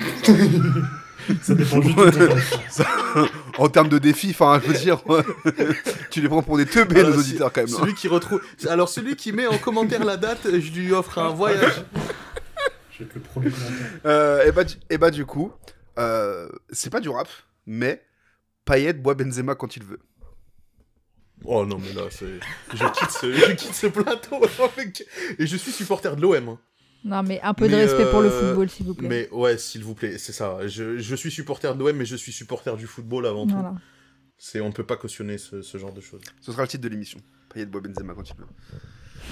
[SPEAKER 6] Ça dépend juste de ton temps.
[SPEAKER 1] en termes de défi, enfin, je veux dire, tu les prends pour des teubés,
[SPEAKER 5] Alors,
[SPEAKER 1] nos
[SPEAKER 5] Ah, si-
[SPEAKER 1] auditeurs, quand même. hein.
[SPEAKER 5] Celui qui retrouve. Alors, celui qui met en commentaire la date, je lui offre un voyage.
[SPEAKER 6] Je vais être le premier commentaire.
[SPEAKER 1] Euh, et, bah, du, eh bah, du coup, euh, c'est pas du rap, mais Payet boit Benzema quand il veut.
[SPEAKER 5] Oh non, mais là, c'est. Je quitte ce, je quitte ce plateau. avec- Et je suis supporter de l'OM. hein.
[SPEAKER 4] Non, mais un peu de
[SPEAKER 5] Mais,
[SPEAKER 4] respect pour le
[SPEAKER 5] euh,
[SPEAKER 4] football, s'il vous plaît.
[SPEAKER 5] Mais ouais, s'il vous plaît, c'est ça. Je, je suis supporter de l'OM, mais je suis supporter du football avant tout.
[SPEAKER 4] Voilà.
[SPEAKER 5] C'est, on ne peut pas cautionner ce, ce genre de choses.
[SPEAKER 1] Ce sera le titre de l'émission. Payet boit Benzema quand il veut.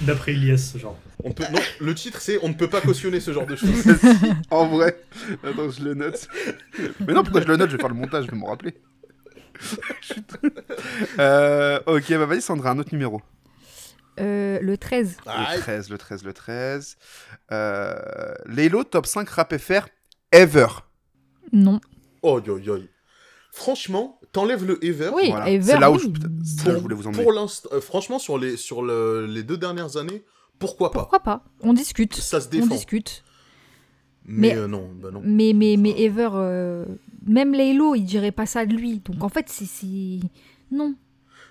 [SPEAKER 6] D'après Ilias, genre.
[SPEAKER 5] On peut... Non, le titre, c'est On ne peut pas cautionner ce genre de choses.
[SPEAKER 1] En vrai, attends, je le note. Mais non, pourquoi je le note Je vais faire le montage, je vais m'en rappeler. Chut. Euh, ok, bah vas-y, Sandra, un autre numéro.
[SPEAKER 4] Euh, le 13,
[SPEAKER 5] Aïe.
[SPEAKER 1] Le 13, le 13, le 13. Euh, Laylo, top 5 rap FR ever.
[SPEAKER 4] non.
[SPEAKER 5] Oh, yo, yo. Franchement, t'enlèves le ever.
[SPEAKER 4] Oui,
[SPEAKER 1] Voilà.
[SPEAKER 4] Ever,
[SPEAKER 1] C'est là où
[SPEAKER 4] oui.
[SPEAKER 1] je, putain, c'est là où je
[SPEAKER 5] Pour,
[SPEAKER 1] voulais vous emmener.
[SPEAKER 5] pour l'instant, euh, franchement, sur les, sur le- les deux dernières années, pourquoi pas
[SPEAKER 4] Pourquoi pas On discute.
[SPEAKER 5] Ça se
[SPEAKER 4] On
[SPEAKER 5] défend.
[SPEAKER 4] discute.
[SPEAKER 5] Mais,
[SPEAKER 4] Mais- Mm.
[SPEAKER 5] euh, non, bah non.
[SPEAKER 4] Mais, mais, mais Ever, euh, même Laylo, il dirait pas ça de lui. Donc en fait, c'est- c'est. Non.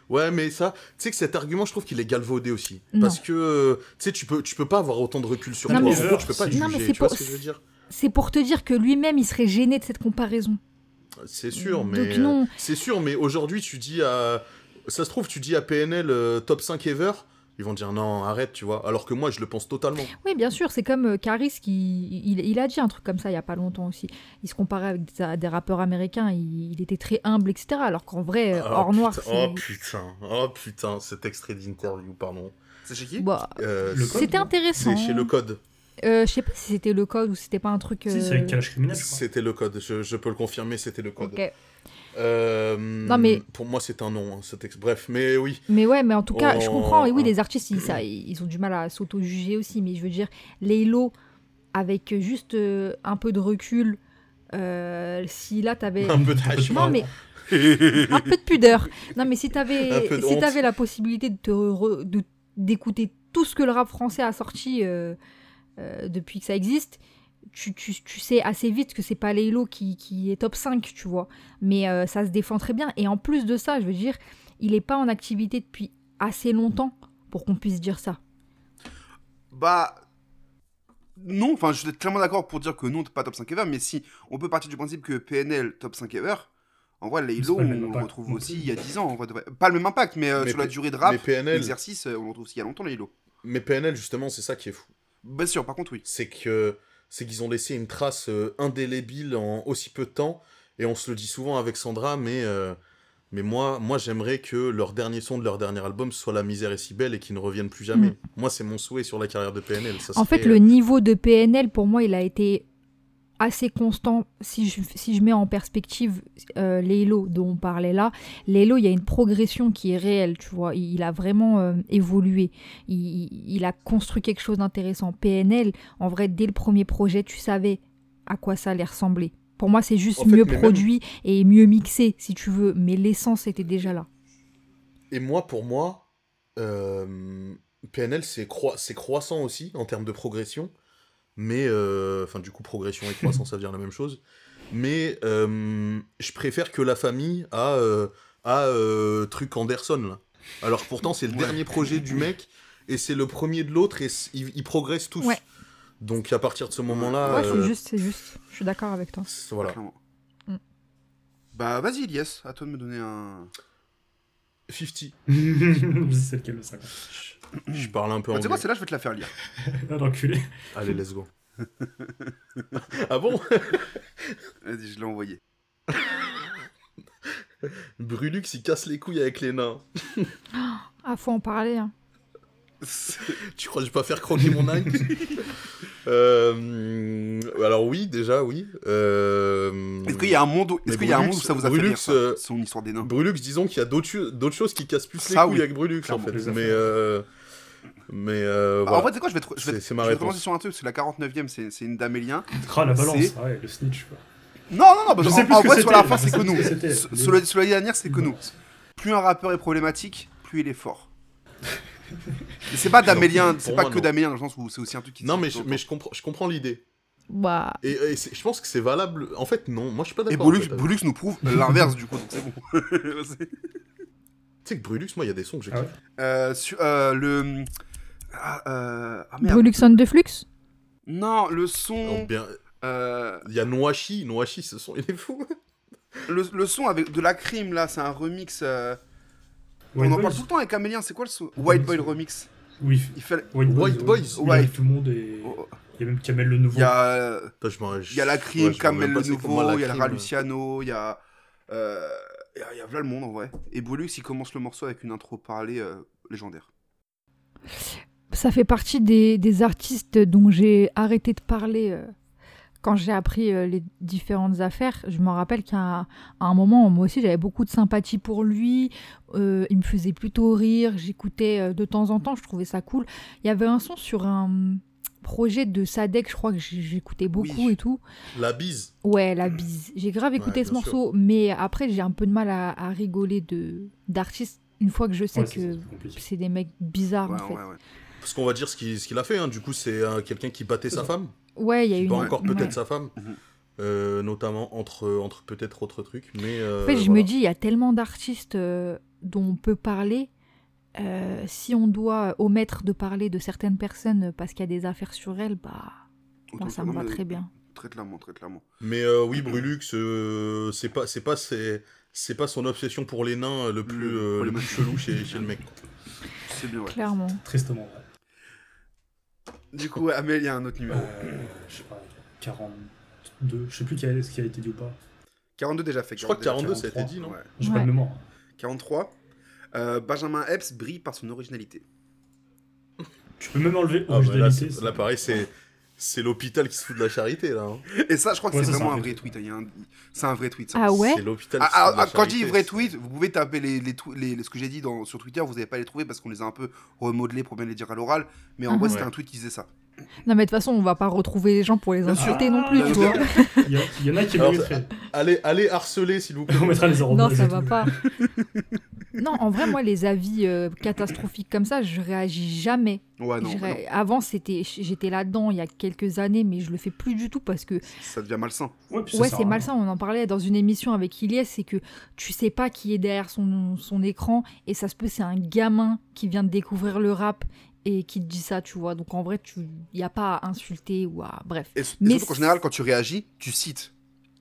[SPEAKER 5] Ouais, mais ça, tu sais que cet argument, je trouve qu'il est galvaudé aussi.
[SPEAKER 4] Non.
[SPEAKER 5] Parce que, euh, tu sais, tu peux, tu peux pas avoir autant de recul sur
[SPEAKER 4] Non,
[SPEAKER 5] toi.
[SPEAKER 4] mais
[SPEAKER 5] En
[SPEAKER 4] c'est-
[SPEAKER 5] gros, tu peux pas juger,
[SPEAKER 4] Non, mais c'est
[SPEAKER 5] tu vois
[SPEAKER 4] pour-
[SPEAKER 5] ce que je veux dire
[SPEAKER 4] C'est pour te dire que lui-même, il serait gêné de cette comparaison.
[SPEAKER 5] C'est sûr,
[SPEAKER 4] Donc
[SPEAKER 5] mais...
[SPEAKER 4] non.
[SPEAKER 5] euh, C'est sûr, mais aujourd'hui, tu dis à... Ça se trouve, tu dis à PNL euh, top 5 ever, ils vont dire non, arrête, tu vois. Alors que moi, je le pense totalement.
[SPEAKER 4] Oui, bien sûr, c'est comme euh, Caris qui il, il a dit un truc comme ça il y a pas longtemps aussi. Il se comparait avec des, des rappeurs américains, il, il était très humble, etc. Alors qu'en vrai, euh,
[SPEAKER 5] Oh,
[SPEAKER 4] hors noir,
[SPEAKER 5] putain,
[SPEAKER 4] c'est.
[SPEAKER 5] Oh putain, oh putain, cet extrait d'interview, pardon.
[SPEAKER 1] C'est chez qui
[SPEAKER 4] Bah,
[SPEAKER 5] Euh,
[SPEAKER 6] Le code,
[SPEAKER 4] c'était
[SPEAKER 6] non
[SPEAKER 4] intéressant.
[SPEAKER 5] c'est chez le code.
[SPEAKER 4] Euh, je sais pas si c'était le code ou c'était pas un truc.
[SPEAKER 6] Si, c'est
[SPEAKER 4] euh,
[SPEAKER 6] avec Kalash Criminel, je crois.
[SPEAKER 5] C'était le code, je, je peux le confirmer, c'était le code.
[SPEAKER 4] Ok.
[SPEAKER 5] Euh,
[SPEAKER 4] mais-
[SPEAKER 5] Pour moi, c'est un nom, hein, cet ex- Bref, mais oui.
[SPEAKER 4] Mais ouais, mais en tout cas, je
[SPEAKER 5] Oh,
[SPEAKER 4] comprends. Et oui,
[SPEAKER 5] hein.
[SPEAKER 4] les artistes, ils, ça, ils ont du mal à s'auto-juger aussi. Mais je veux dire, Laylo, avec juste euh, un peu de recul, euh, si là t'avais.
[SPEAKER 5] Un peu de hash,
[SPEAKER 4] Non,
[SPEAKER 5] hein.
[SPEAKER 4] mais un peu de pudeur. Non, mais si
[SPEAKER 5] Un peu
[SPEAKER 4] t'avais
[SPEAKER 5] de
[SPEAKER 4] si
[SPEAKER 5] honte.
[SPEAKER 4] t'avais la possibilité de te re- de- d'écouter tout ce que le rap français a sorti euh, euh, depuis que ça existe, tu, tu- tu sais assez vite que c'est pas Laylo qui, qui est top 5, tu vois. Mais euh, ça se défend très bien. Et en plus de ça, je veux dire, il est pas en activité depuis assez longtemps pour qu'on puisse dire ça.
[SPEAKER 1] Bah. Non, enfin, je suis clairement d'accord pour dire que non, t'es pas top 5 ever, mais si on peut partir du principe que PNL top 5 ever, en vrai,
[SPEAKER 6] c'est
[SPEAKER 1] Laylo,
[SPEAKER 6] pas le même
[SPEAKER 1] on le
[SPEAKER 6] impact
[SPEAKER 1] retrouve
[SPEAKER 6] non
[SPEAKER 1] aussi
[SPEAKER 6] plus.
[SPEAKER 1] il y a 10 ans. en vrai de vrai. Pas le même impact, mais euh,
[SPEAKER 5] Mais
[SPEAKER 1] sur la
[SPEAKER 5] P-
[SPEAKER 1] durée de rap,
[SPEAKER 5] mais PNL,
[SPEAKER 1] l'exercice, euh, on le retrouve aussi il y a longtemps, Laylo.
[SPEAKER 5] mais PNL, justement, c'est ça qui est fou.
[SPEAKER 1] Bien sûr, par contre, oui.
[SPEAKER 5] C'est que c'est qu'ils ont laissé une trace euh, indélébile en aussi peu de temps. Et on se le dit souvent avec Sandra, mais, euh, mais moi, moi j'aimerais que leur dernier son de leur dernier album soit La misère est si belle et qu'ils ne reviennent plus jamais.
[SPEAKER 4] Mm.
[SPEAKER 5] Moi, c'est mon souhait sur la carrière de PNL. Ça
[SPEAKER 4] En
[SPEAKER 5] serait,
[SPEAKER 4] fait,
[SPEAKER 5] euh,
[SPEAKER 4] le niveau de PNL, pour moi, il a été assez constant. Si je, si je mets en perspective euh, l'Elo dont on parlait là, l'Elo, il y a une progression qui est réelle, tu vois. Il, il a vraiment euh, évolué. Il, il a construit quelque chose d'intéressant. PNL, en vrai, dès le premier projet, tu savais à quoi ça allait ressembler. Pour moi, c'est juste
[SPEAKER 5] En fait,
[SPEAKER 4] mieux
[SPEAKER 5] mais même-
[SPEAKER 4] produit et mieux mixé, si tu veux. Mais l'essence était déjà là.
[SPEAKER 5] Et moi, pour moi, euh, PNL, c'est croi- c'est croissant aussi en termes de progression. Mais, euh, enfin, du coup, progression et croissant, ça veut dire la même chose. Mais euh, je préfère que la famille a, euh, a, euh, truc Anderson, là. Alors pourtant, c'est le
[SPEAKER 1] Ouais.
[SPEAKER 5] dernier projet du mec, et c'est le premier de l'autre, et c- ils, ils progressent tous.
[SPEAKER 4] Ouais.
[SPEAKER 5] Donc à partir de ce moment-là.
[SPEAKER 4] Ouais,
[SPEAKER 5] euh,
[SPEAKER 4] c'est juste, c'est juste. Je suis d'accord avec toi.
[SPEAKER 5] c'est- Voilà.
[SPEAKER 1] clairement.
[SPEAKER 4] Mm.
[SPEAKER 1] Bah, vas-y, Elias, à toi de me donner un.
[SPEAKER 5] 50.
[SPEAKER 6] Je sais lequel le 50.
[SPEAKER 5] Je parle un peu
[SPEAKER 1] Ah,
[SPEAKER 5] en
[SPEAKER 1] tu sais quoi, celle-là, je vais te la faire lire.
[SPEAKER 6] Ah, l'enculé.
[SPEAKER 5] Allez, let's go. ah bon
[SPEAKER 1] Vas-y, je l'ai envoyé.
[SPEAKER 5] Brulux, il casse les couilles avec les nains.
[SPEAKER 4] Ah, faut en parler. hein.
[SPEAKER 5] Tu crois que je vais pas faire croquer mon âne Euh, alors oui, déjà oui. Euh,
[SPEAKER 1] Est-ce qu'il y a un monde où,
[SPEAKER 5] Mais
[SPEAKER 1] est-ce qu'il y a un monde
[SPEAKER 5] Brulux,
[SPEAKER 1] où ça vous a fait
[SPEAKER 5] Brulux,
[SPEAKER 1] rire, ça,
[SPEAKER 5] euh,
[SPEAKER 1] son histoire des nains
[SPEAKER 5] Brulux, disons qu'il y a d'autres cho- d'autres choses qui cassent plus les
[SPEAKER 1] Ça,
[SPEAKER 5] couilles
[SPEAKER 1] oui.
[SPEAKER 5] avec Brulux en
[SPEAKER 6] Clairement,
[SPEAKER 5] fait.
[SPEAKER 6] les affaires.
[SPEAKER 5] Mais euh, mais euh,
[SPEAKER 1] Ah,
[SPEAKER 5] voilà.
[SPEAKER 1] En fait, c'est quoi Je vais te, je vais te-
[SPEAKER 5] C'est- c'est ma
[SPEAKER 1] je vais te
[SPEAKER 5] réponse.
[SPEAKER 1] relancer sur un truc, c'est la 49ème, c'est c'est une d'Amélien.
[SPEAKER 6] Ah, la
[SPEAKER 1] C'est-
[SPEAKER 6] balance, ah ouais, le snitch. Quoi.
[SPEAKER 1] Non, non, non, bah,
[SPEAKER 6] Je
[SPEAKER 1] en,
[SPEAKER 6] sais plus
[SPEAKER 1] en
[SPEAKER 6] ce que
[SPEAKER 1] vrai, sur la
[SPEAKER 6] c'était,
[SPEAKER 1] fin,
[SPEAKER 6] je
[SPEAKER 1] c'est
[SPEAKER 6] sais
[SPEAKER 1] que
[SPEAKER 6] plus ce
[SPEAKER 1] nous.
[SPEAKER 6] que c'était.
[SPEAKER 1] Sur sur le- sur la dernière, c'est que nous. Plus un rappeur est problématique, plus il est fort. Mais c'est pas d'Amélien,
[SPEAKER 5] pour
[SPEAKER 1] c'est pas
[SPEAKER 5] moi,
[SPEAKER 1] que
[SPEAKER 5] non.
[SPEAKER 1] d'Amélien dans le sens où c'est aussi un truc qui.
[SPEAKER 5] Non mais je, mais je comprends je comprends l'idée.
[SPEAKER 4] Bah,
[SPEAKER 5] Et, et c'est- je pense que c'est valable. En fait non, moi je suis pas
[SPEAKER 1] Et
[SPEAKER 5] d'accord. en
[SPEAKER 1] Brulux,
[SPEAKER 5] fait.
[SPEAKER 1] Brulux nous prouve l'inverse du coup, donc c'est bon.
[SPEAKER 5] Tu sais que Brulux, moi il y a des sons que j'ai.
[SPEAKER 6] Ah ouais.
[SPEAKER 1] Euh, sur, euh, le. Ah, euh, ah, merde.
[SPEAKER 4] Bruluxon de Flux
[SPEAKER 1] Non, le
[SPEAKER 5] Oh,
[SPEAKER 1] son.
[SPEAKER 5] bien,
[SPEAKER 1] euh,
[SPEAKER 5] il y a Noachi, Noachi, ce son il est fou.
[SPEAKER 1] le, le son avec de la crime là, c'est un remix. euh, on
[SPEAKER 6] White
[SPEAKER 1] en
[SPEAKER 6] Boys
[SPEAKER 1] parle tout le temps avec Amélien, c'est quoi le son White Boy remix.
[SPEAKER 6] Oui,
[SPEAKER 1] Il fait.
[SPEAKER 6] White,
[SPEAKER 5] White Boys,
[SPEAKER 6] ouais.
[SPEAKER 1] ouais.
[SPEAKER 6] Il y a tout le monde et
[SPEAKER 1] oh,
[SPEAKER 6] il y a même Kamel le nouveau.
[SPEAKER 1] Il y a. euh,
[SPEAKER 5] Putain, je m'en-
[SPEAKER 1] Il y a la
[SPEAKER 5] ouais,
[SPEAKER 1] crime,
[SPEAKER 5] je m'en
[SPEAKER 1] Kamel
[SPEAKER 5] rappelle
[SPEAKER 1] le
[SPEAKER 5] pas, c'est comment
[SPEAKER 1] nouveau, il y a la
[SPEAKER 5] crime.
[SPEAKER 1] Raluciano, il y a. euh, Il y a- il y a voilà le monde en vrai. Et Brulux, il commence le morceau avec une intro parlée euh, légendaire.
[SPEAKER 4] Ça fait partie des, des artistes dont j'ai arrêté de parler euh, quand j'ai appris euh, les différentes affaires. Je me rappelle qu'à un- à un moment, moi aussi, j'avais beaucoup de sympathie pour lui. Euh, il me faisait plutôt rire. J'écoutais euh, de temps en temps. Je trouvais ça cool. Il y avait un son sur un projet de Sadek, je crois que j'ai- j'écoutais beaucoup
[SPEAKER 1] Oui.
[SPEAKER 4] et tout.
[SPEAKER 5] La bise.
[SPEAKER 4] Ouais, la bise. J'ai grave écouté
[SPEAKER 5] Ouais,
[SPEAKER 4] ce
[SPEAKER 5] bien sûr.
[SPEAKER 4] morceau, mais après, j'ai un peu de mal à, à rigoler de d'artistes une fois que je sais
[SPEAKER 6] Ouais, c'est-
[SPEAKER 4] que
[SPEAKER 6] c'est compliqué.
[SPEAKER 4] c'est des mecs bizarres
[SPEAKER 1] Ouais,
[SPEAKER 4] Ah, en fait.
[SPEAKER 1] ouais, ouais.
[SPEAKER 5] Parce qu'on va dire ce qu'il ce qu'il a fait, hein. du coup, c'est euh, quelqu'un qui battait sa femme,
[SPEAKER 4] Ouais, il y a
[SPEAKER 5] qui
[SPEAKER 4] une.
[SPEAKER 5] bat encore peut-être
[SPEAKER 4] ouais.
[SPEAKER 5] sa femme,
[SPEAKER 1] Mhm.
[SPEAKER 5] Euh, notamment entre, entre peut-être autres trucs, mais... euh,
[SPEAKER 4] En fait, je
[SPEAKER 5] voilà.
[SPEAKER 4] me dis, il y a tellement d'artistes euh, dont on peut parler. euh, si on doit omettre de parler de certaines personnes euh, parce qu'il y a des affaires sur elles, bah,
[SPEAKER 1] Autant
[SPEAKER 4] moi,
[SPEAKER 1] que-
[SPEAKER 4] ça me
[SPEAKER 1] non,
[SPEAKER 4] va
[SPEAKER 1] mais
[SPEAKER 4] très bien.
[SPEAKER 1] Très clairement, très clairement.
[SPEAKER 5] Mais euh, oui, Brulux, euh, c'est pas, c'est pas, c'est, c'est pas son obsession pour les nains euh, le plus,
[SPEAKER 1] Le
[SPEAKER 5] euh, le plus
[SPEAKER 1] problématique.
[SPEAKER 5] chelou chez, chez le mec. quoi.
[SPEAKER 1] C'est bien, ouais.
[SPEAKER 4] Clairement.
[SPEAKER 6] Tristement, ouais.
[SPEAKER 1] Du coup, Amel, il y a un autre numéro.
[SPEAKER 6] Euh, je sais pas, 42, je sais plus quel- ce qui a été dit ou pas.
[SPEAKER 1] 42 déjà fait.
[SPEAKER 5] Je crois que 42, ça a été
[SPEAKER 6] 43,
[SPEAKER 5] dit, non
[SPEAKER 1] Ouais.
[SPEAKER 6] J'ai
[SPEAKER 4] Ouais.
[SPEAKER 6] pas de mémoire.
[SPEAKER 1] 43. euh, Benjamin Epps brille par son originalité.
[SPEAKER 6] Tu peux même enlever
[SPEAKER 5] Ah, bah, là,
[SPEAKER 6] originalité.
[SPEAKER 5] c'est- là, pareil, c'est, c'est l'hôpital qui se fout de la charité, là. hein.
[SPEAKER 1] Et ça, je crois que
[SPEAKER 6] Ouais,
[SPEAKER 1] c'est
[SPEAKER 6] ça, c'est
[SPEAKER 1] vraiment
[SPEAKER 6] un
[SPEAKER 1] un
[SPEAKER 6] vrai
[SPEAKER 1] vrai tweet. hein, il y a un- C'est un vrai tweet. ça.
[SPEAKER 4] Ah ouais
[SPEAKER 5] C'est l'hôpital
[SPEAKER 1] Ah,
[SPEAKER 5] qui se
[SPEAKER 1] ah,
[SPEAKER 5] fout de la
[SPEAKER 1] ah, quand je dis
[SPEAKER 5] charité,
[SPEAKER 1] vrai
[SPEAKER 5] c'est-
[SPEAKER 1] tweet, vous pouvez taper les, les, tw- les- les- ce que j'ai dit dans, sur Twitter, vous n'avez pas les trouver parce qu'on les a un peu remodelés pour bien les dire à l'oral. Mais en
[SPEAKER 4] Mhm.
[SPEAKER 1] vrai, c'était
[SPEAKER 5] Ouais.
[SPEAKER 1] un tweet qui disait ça.
[SPEAKER 4] Non, mais de toute façon, on va pas retrouver les gens pour les
[SPEAKER 1] Bien sûr. Ah,
[SPEAKER 4] insulter non plus,
[SPEAKER 1] Bien
[SPEAKER 4] tu
[SPEAKER 1] sûr.
[SPEAKER 4] vois.
[SPEAKER 6] Il y, a- il y en a qui
[SPEAKER 5] Alors,
[SPEAKER 6] mériteraient.
[SPEAKER 5] Allez, allez harceler, s'il vous plaît.
[SPEAKER 6] On mettra les
[SPEAKER 4] Non,
[SPEAKER 6] ordres.
[SPEAKER 4] ça va pas. non, en vrai, moi, les avis euh, catastrophiques comme ça, je réagis jamais.
[SPEAKER 1] Ouais, Ah non,
[SPEAKER 4] Je
[SPEAKER 1] non,
[SPEAKER 4] ré- Avant, c'était, j'étais là-dedans il y a quelques années, mais je le fais plus du tout parce que
[SPEAKER 1] ça devient malsain.
[SPEAKER 6] Ouais, puis ça hein.
[SPEAKER 4] Ouais,
[SPEAKER 6] sert
[SPEAKER 4] c'est
[SPEAKER 6] à
[SPEAKER 1] hein.
[SPEAKER 6] rien.
[SPEAKER 4] malsain. On en parlait dans une émission avec Ilyes, c'est que tu sais pas qui est derrière son, son écran et ça se peut c'est un gamin qui vient de découvrir le rap et qui te dit ça, tu vois. Donc en vrai, tu y a pas à insulter ou à bref.
[SPEAKER 1] Et, s- et
[SPEAKER 4] Mais
[SPEAKER 1] surtout qu'en
[SPEAKER 4] c'est-
[SPEAKER 1] général, quand tu réagis, tu cites.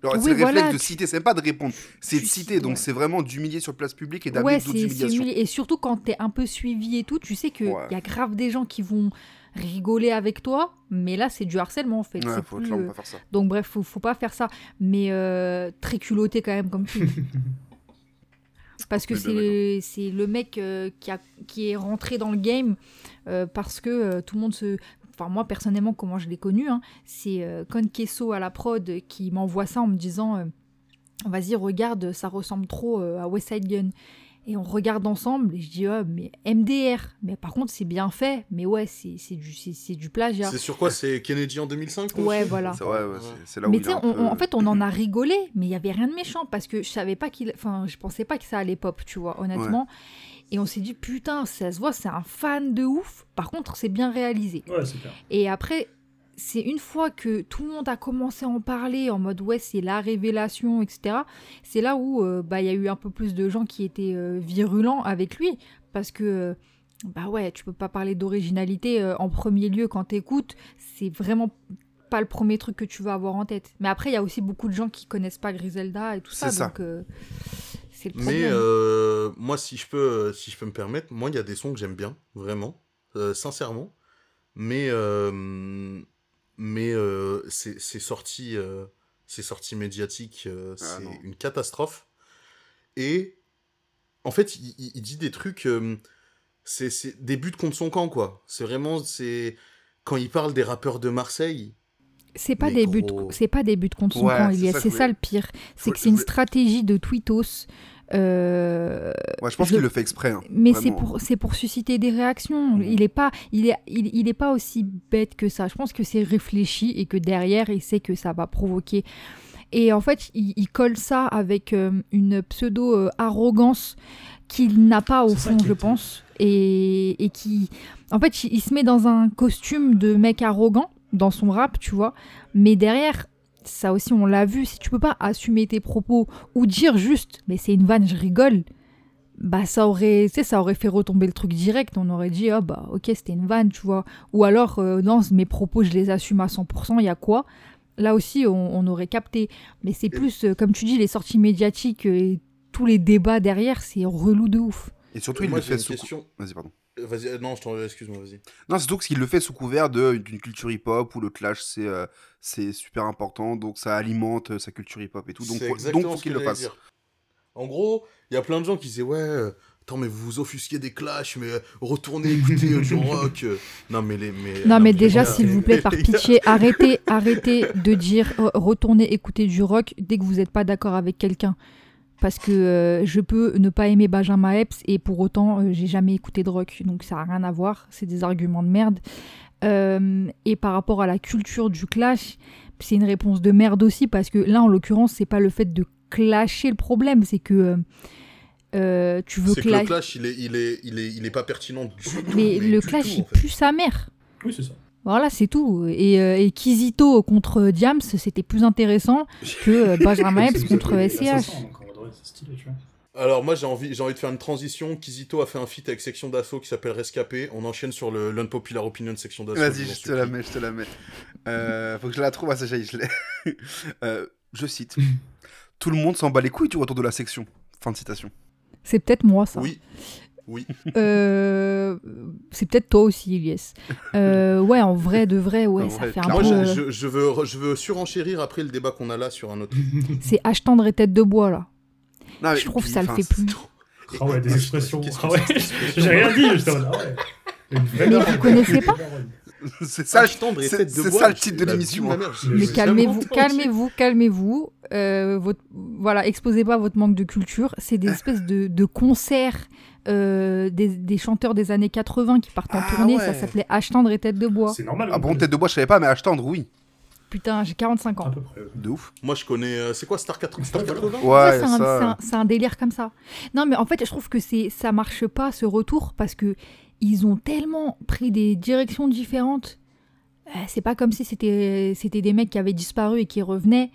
[SPEAKER 1] Alors,
[SPEAKER 4] Oui,
[SPEAKER 1] c'est le
[SPEAKER 4] voilà,
[SPEAKER 1] réflexe de
[SPEAKER 4] tu-
[SPEAKER 1] citer, c'est même pas de répondre, c'est de
[SPEAKER 4] tu
[SPEAKER 1] citer.
[SPEAKER 4] cites,
[SPEAKER 1] Donc,
[SPEAKER 4] ouais.
[SPEAKER 1] c'est vraiment d'humilier sur place publique et d'amener
[SPEAKER 4] Ouais,
[SPEAKER 1] d'autres
[SPEAKER 4] c'est c'est
[SPEAKER 1] humiliations.
[SPEAKER 4] humilié. Et surtout quand t'es un peu suivi et tout, tu sais que
[SPEAKER 1] Ouais.
[SPEAKER 4] y a grave des gens qui vont rigoler avec toi, mais là c'est du harcèlement en fait.
[SPEAKER 1] Ouais,
[SPEAKER 4] C'est
[SPEAKER 1] faut
[SPEAKER 4] plus,
[SPEAKER 1] clairement
[SPEAKER 4] euh,
[SPEAKER 1] pas faire ça.
[SPEAKER 4] Donc bref, faut, faut pas faire ça. Mais euh, très culotté quand même, comme tu dis. Parce que
[SPEAKER 1] On est bien
[SPEAKER 4] c'est c'est le mec euh, qui, a, qui est rentré dans le game euh, parce que euh, tout le monde se... Enfin, moi, personnellement, comment je l'ai connu, hein, c'est euh, Con Queso à la prod qui m'envoie ça en me disant euh, Vas-y, regarde, ça ressemble trop euh, à West Side Gun. » Et on regarde ensemble et je dis Ah, mais MDR !» Mais par contre, c'est bien fait. Mais ouais, c'est c'est du, c'est- c'est du plagiat.
[SPEAKER 5] C'est sur quoi C'est Kennedy en 2005
[SPEAKER 4] Ouais,
[SPEAKER 5] aussi
[SPEAKER 4] voilà.
[SPEAKER 1] C'est ouais, ouais, c'est- c'est là où
[SPEAKER 4] Mais
[SPEAKER 1] il
[SPEAKER 4] tu sais,
[SPEAKER 1] est un
[SPEAKER 4] on-
[SPEAKER 1] peu-
[SPEAKER 4] on- en fait, on en a rigolé, mais il y avait rien de méchant parce que je savais pas qu'il, enfin, je pensais pas que ça allait pop, tu vois, honnêtement. Et on s'est dit putain, ça se voit, c'est un fan de ouf. Par contre, c'est bien réalisé.
[SPEAKER 6] Ouais, c'est clair.
[SPEAKER 4] Et après, c'est une fois que tout le monde a commencé à en parler en mode ouais, c'est la révélation, etc. C'est là où euh, bah il y a eu un peu plus de gens qui étaient euh, virulents avec lui parce que euh, bah ouais, tu peux pas parler d'originalité euh, en premier lieu quand t'écoutes, c'est vraiment pas le premier truc que tu vas avoir en tête. Mais après, il y a aussi beaucoup de gens qui connaissent pas Griselda et tout ça,
[SPEAKER 1] C'est ça.
[SPEAKER 4] donc euh, c'est le
[SPEAKER 5] Mais
[SPEAKER 4] problème.
[SPEAKER 5] euh, moi, si je peux, si je peux me permettre, moi, il y a des sons que j'aime bien, vraiment, euh, sincèrement. Mais euh, mais euh, c'est c'est sorti, euh, c'est sorti médiatique, euh, c'est
[SPEAKER 1] Ah, non.
[SPEAKER 5] une catastrophe. Et en fait, il, il- il dit des trucs, euh, c'est c'est des buts contre son camp, quoi. C'est vraiment, c'est quand il parle des rappeurs de Marseille.
[SPEAKER 4] C'est pas,
[SPEAKER 5] Mais
[SPEAKER 4] des buts,
[SPEAKER 5] gros.
[SPEAKER 4] c'est pas des buts contre son
[SPEAKER 1] Ouais,
[SPEAKER 4] camp,
[SPEAKER 1] c'est
[SPEAKER 4] Elias.
[SPEAKER 1] ça que
[SPEAKER 4] C'est
[SPEAKER 1] je
[SPEAKER 4] ça
[SPEAKER 1] voulais-
[SPEAKER 4] le pire. C'est
[SPEAKER 1] voulais-
[SPEAKER 4] que c'est une
[SPEAKER 1] je voulais-
[SPEAKER 4] stratégie de tweetos. euh,
[SPEAKER 1] Ouais, je pense
[SPEAKER 4] Je-
[SPEAKER 1] qu'il le fait exprès. hein.
[SPEAKER 4] Mais c'est
[SPEAKER 1] Vraiment.
[SPEAKER 4] pour, c'est pour susciter des réactions.
[SPEAKER 1] Mhm.
[SPEAKER 4] Il n'est pas, il est, il, il est pas aussi bête que ça. Je pense que c'est réfléchi et que derrière, il sait que ça va provoquer. Et en fait, il, il colle ça avec euh, une pseudo-arrogance qu'il n'a pas au
[SPEAKER 6] C'est ça
[SPEAKER 4] fond,
[SPEAKER 6] qui
[SPEAKER 4] je
[SPEAKER 6] était-
[SPEAKER 4] pense. Et, et qui. En fait, il, il se met dans un costume de mec arrogant dans son rap, tu vois. Mais derrière. Ça aussi, on l'a vu. Si tu peux pas assumer tes propos ou dire juste, mais c'est une vanne, je rigole, bah ça aurait tu sais, ça aurait fait retomber le truc direct on aurait dit ah bah ok c'était une vanne tu vois ou alors euh, non c- mes propos je les assume à 100% il y a quoi là aussi on, on aurait capté mais c'est plus euh, comme tu dis les sorties médiatiques euh, et tous les débats derrière c'est relou de ouf
[SPEAKER 1] Et surtout, il
[SPEAKER 5] Moi,
[SPEAKER 1] le
[SPEAKER 5] j'ai
[SPEAKER 1] fait
[SPEAKER 5] une
[SPEAKER 1] sous. cou-
[SPEAKER 5] question.
[SPEAKER 1] Vas-y, pardon.
[SPEAKER 5] Euh, Vas-y, euh, non, je t'en excuse-moi, vas-y.
[SPEAKER 1] Non, c'est surtout qu'il le fait sous couvert de- d'une culture hip-hop où le clash, c'est euh, c'est super important, donc ça alimente euh, sa culture hip-hop et tout. Donc,
[SPEAKER 5] C'est
[SPEAKER 1] faut- donc
[SPEAKER 5] exactement
[SPEAKER 1] faut
[SPEAKER 5] ce
[SPEAKER 1] qu'il
[SPEAKER 5] que
[SPEAKER 1] le
[SPEAKER 5] j'allais
[SPEAKER 1] fasse.
[SPEAKER 5] dire. En gros, il y a plein de gens qui disaient ouais, euh, attends mais vous vous offusquez des clashs, mais euh, retournez écouter euh, du rock. euh. Non mais les mais
[SPEAKER 4] non mais
[SPEAKER 5] les
[SPEAKER 4] déjà
[SPEAKER 5] gars,
[SPEAKER 4] s'il vous plaît par
[SPEAKER 5] les gars,
[SPEAKER 4] pitié arrêtez arrêtez de dire euh, retournez écouter du rock dès que vous n'êtes pas d'accord avec quelqu'un parce que euh, je peux ne pas aimer Benjamin Epps et pour autant euh, j'ai jamais écouté de rock donc ça a rien à voir c'est des arguments de merde Euh, et par rapport à la culture du clash, c'est une réponse de merde aussi parce que là, en l'occurrence, c'est pas le fait de clasher le problème, c'est que euh, euh, tu veux
[SPEAKER 5] C'est que
[SPEAKER 4] clasher.
[SPEAKER 5] le clash, il est, il est, il est, il est pas pertinent du tout.
[SPEAKER 4] Mais le
[SPEAKER 5] du
[SPEAKER 4] clash,
[SPEAKER 5] tout,
[SPEAKER 4] il
[SPEAKER 5] en fait.
[SPEAKER 4] pue sa mère.
[SPEAKER 6] Oui, c'est ça.
[SPEAKER 4] Voilà, c'est tout. Et, euh, et Kizito contre Diams, c'était plus intéressant que euh, Benjamin Epps
[SPEAKER 6] C'est-
[SPEAKER 4] contre
[SPEAKER 6] c'est- c'est
[SPEAKER 4] SCH.
[SPEAKER 6] ça, donc, en mode, ouais, c'est stylé, tu vois.
[SPEAKER 5] Alors moi, j'ai envie, j'ai envie de faire une transition. Kizito a fait un feat avec Section d'Assaut qui s'appelle Rescapé. On enchaîne sur le l'unpopular opinion de Section d'Assaut.
[SPEAKER 1] Vas-y,
[SPEAKER 5] vous en
[SPEAKER 1] je te la
[SPEAKER 5] supplie.
[SPEAKER 1] mets, je te la mets. Euh, faut que je la trouve à ce je l'ai. Euh, je
[SPEAKER 4] Mm.
[SPEAKER 1] cite Tout le monde s'en bat les couilles du retour de la section. Fin de citation.
[SPEAKER 4] C'est peut-être moi, ça.
[SPEAKER 5] Oui.
[SPEAKER 4] Euh, c'est peut-être toi aussi, Ilyes. Euh, ouais, en vrai, de vrai, ouais,
[SPEAKER 1] En
[SPEAKER 4] ça
[SPEAKER 1] vrai,
[SPEAKER 4] fait un
[SPEAKER 5] Moi,
[SPEAKER 4] peu.
[SPEAKER 5] je,
[SPEAKER 4] euh,
[SPEAKER 5] je- je veux, re- je veux surenchérir après le débat qu'on a là sur un autre.
[SPEAKER 4] C'est achetandre et tête de bois, là.
[SPEAKER 1] Non, mais-
[SPEAKER 4] je trouve que
[SPEAKER 1] puis,
[SPEAKER 4] ça le
[SPEAKER 1] enfin,
[SPEAKER 4] fait plus.
[SPEAKER 6] Ah ouais, des expressions.
[SPEAKER 5] Qu'est-ce que
[SPEAKER 6] Ah ouais,
[SPEAKER 5] c'est que cette expression
[SPEAKER 6] j'ai rien dit, j'étais en mode, ah ouais. Une vraie
[SPEAKER 4] Mais vous
[SPEAKER 6] daronne.
[SPEAKER 4] connaissez pas
[SPEAKER 1] C'est ça,
[SPEAKER 5] je tendre Ah, et
[SPEAKER 1] c'est-
[SPEAKER 5] tête de
[SPEAKER 1] c'est
[SPEAKER 5] bois,
[SPEAKER 1] ça le titre de
[SPEAKER 5] la
[SPEAKER 1] l'émission,
[SPEAKER 5] vie
[SPEAKER 1] hein.
[SPEAKER 5] de ma mère, je-
[SPEAKER 6] Mais
[SPEAKER 4] Mais
[SPEAKER 5] j'ai
[SPEAKER 4] calmez-vous,
[SPEAKER 5] jamais entendu.
[SPEAKER 4] calmez-vous, calmez-vous. Euh, votre, voilà, exposez pas votre manque de culture. C'est des espèces de, de concerts euh, des, des chanteurs des années 80 qui partent en
[SPEAKER 1] Ah
[SPEAKER 4] tournée.
[SPEAKER 1] ouais.
[SPEAKER 4] Ça s'appelait Achetendre et Tête de Bois.
[SPEAKER 6] C'est normal.
[SPEAKER 1] Ah
[SPEAKER 6] on
[SPEAKER 1] bon,
[SPEAKER 6] connaît.
[SPEAKER 1] tête de bois, je savais pas, mais Ashtandre, oui.
[SPEAKER 4] Putain, j'ai 45
[SPEAKER 6] À
[SPEAKER 4] ans.
[SPEAKER 6] peu près. ouais.
[SPEAKER 1] De ouf.
[SPEAKER 5] Moi, je connais. euh, c'est quoi Star 80 Star
[SPEAKER 6] Voilà.
[SPEAKER 5] 80
[SPEAKER 4] Ça,
[SPEAKER 1] Ouais,
[SPEAKER 4] c'est un, c'est
[SPEAKER 1] ça.
[SPEAKER 4] un- c'est un délire comme ça. Non, mais en fait, je trouve que c'est ça marche pas ce retour parce que ils ont tellement pris des directions différentes. Euh, c'est pas comme si c'était c'était des mecs qui avaient disparu et qui revenaient.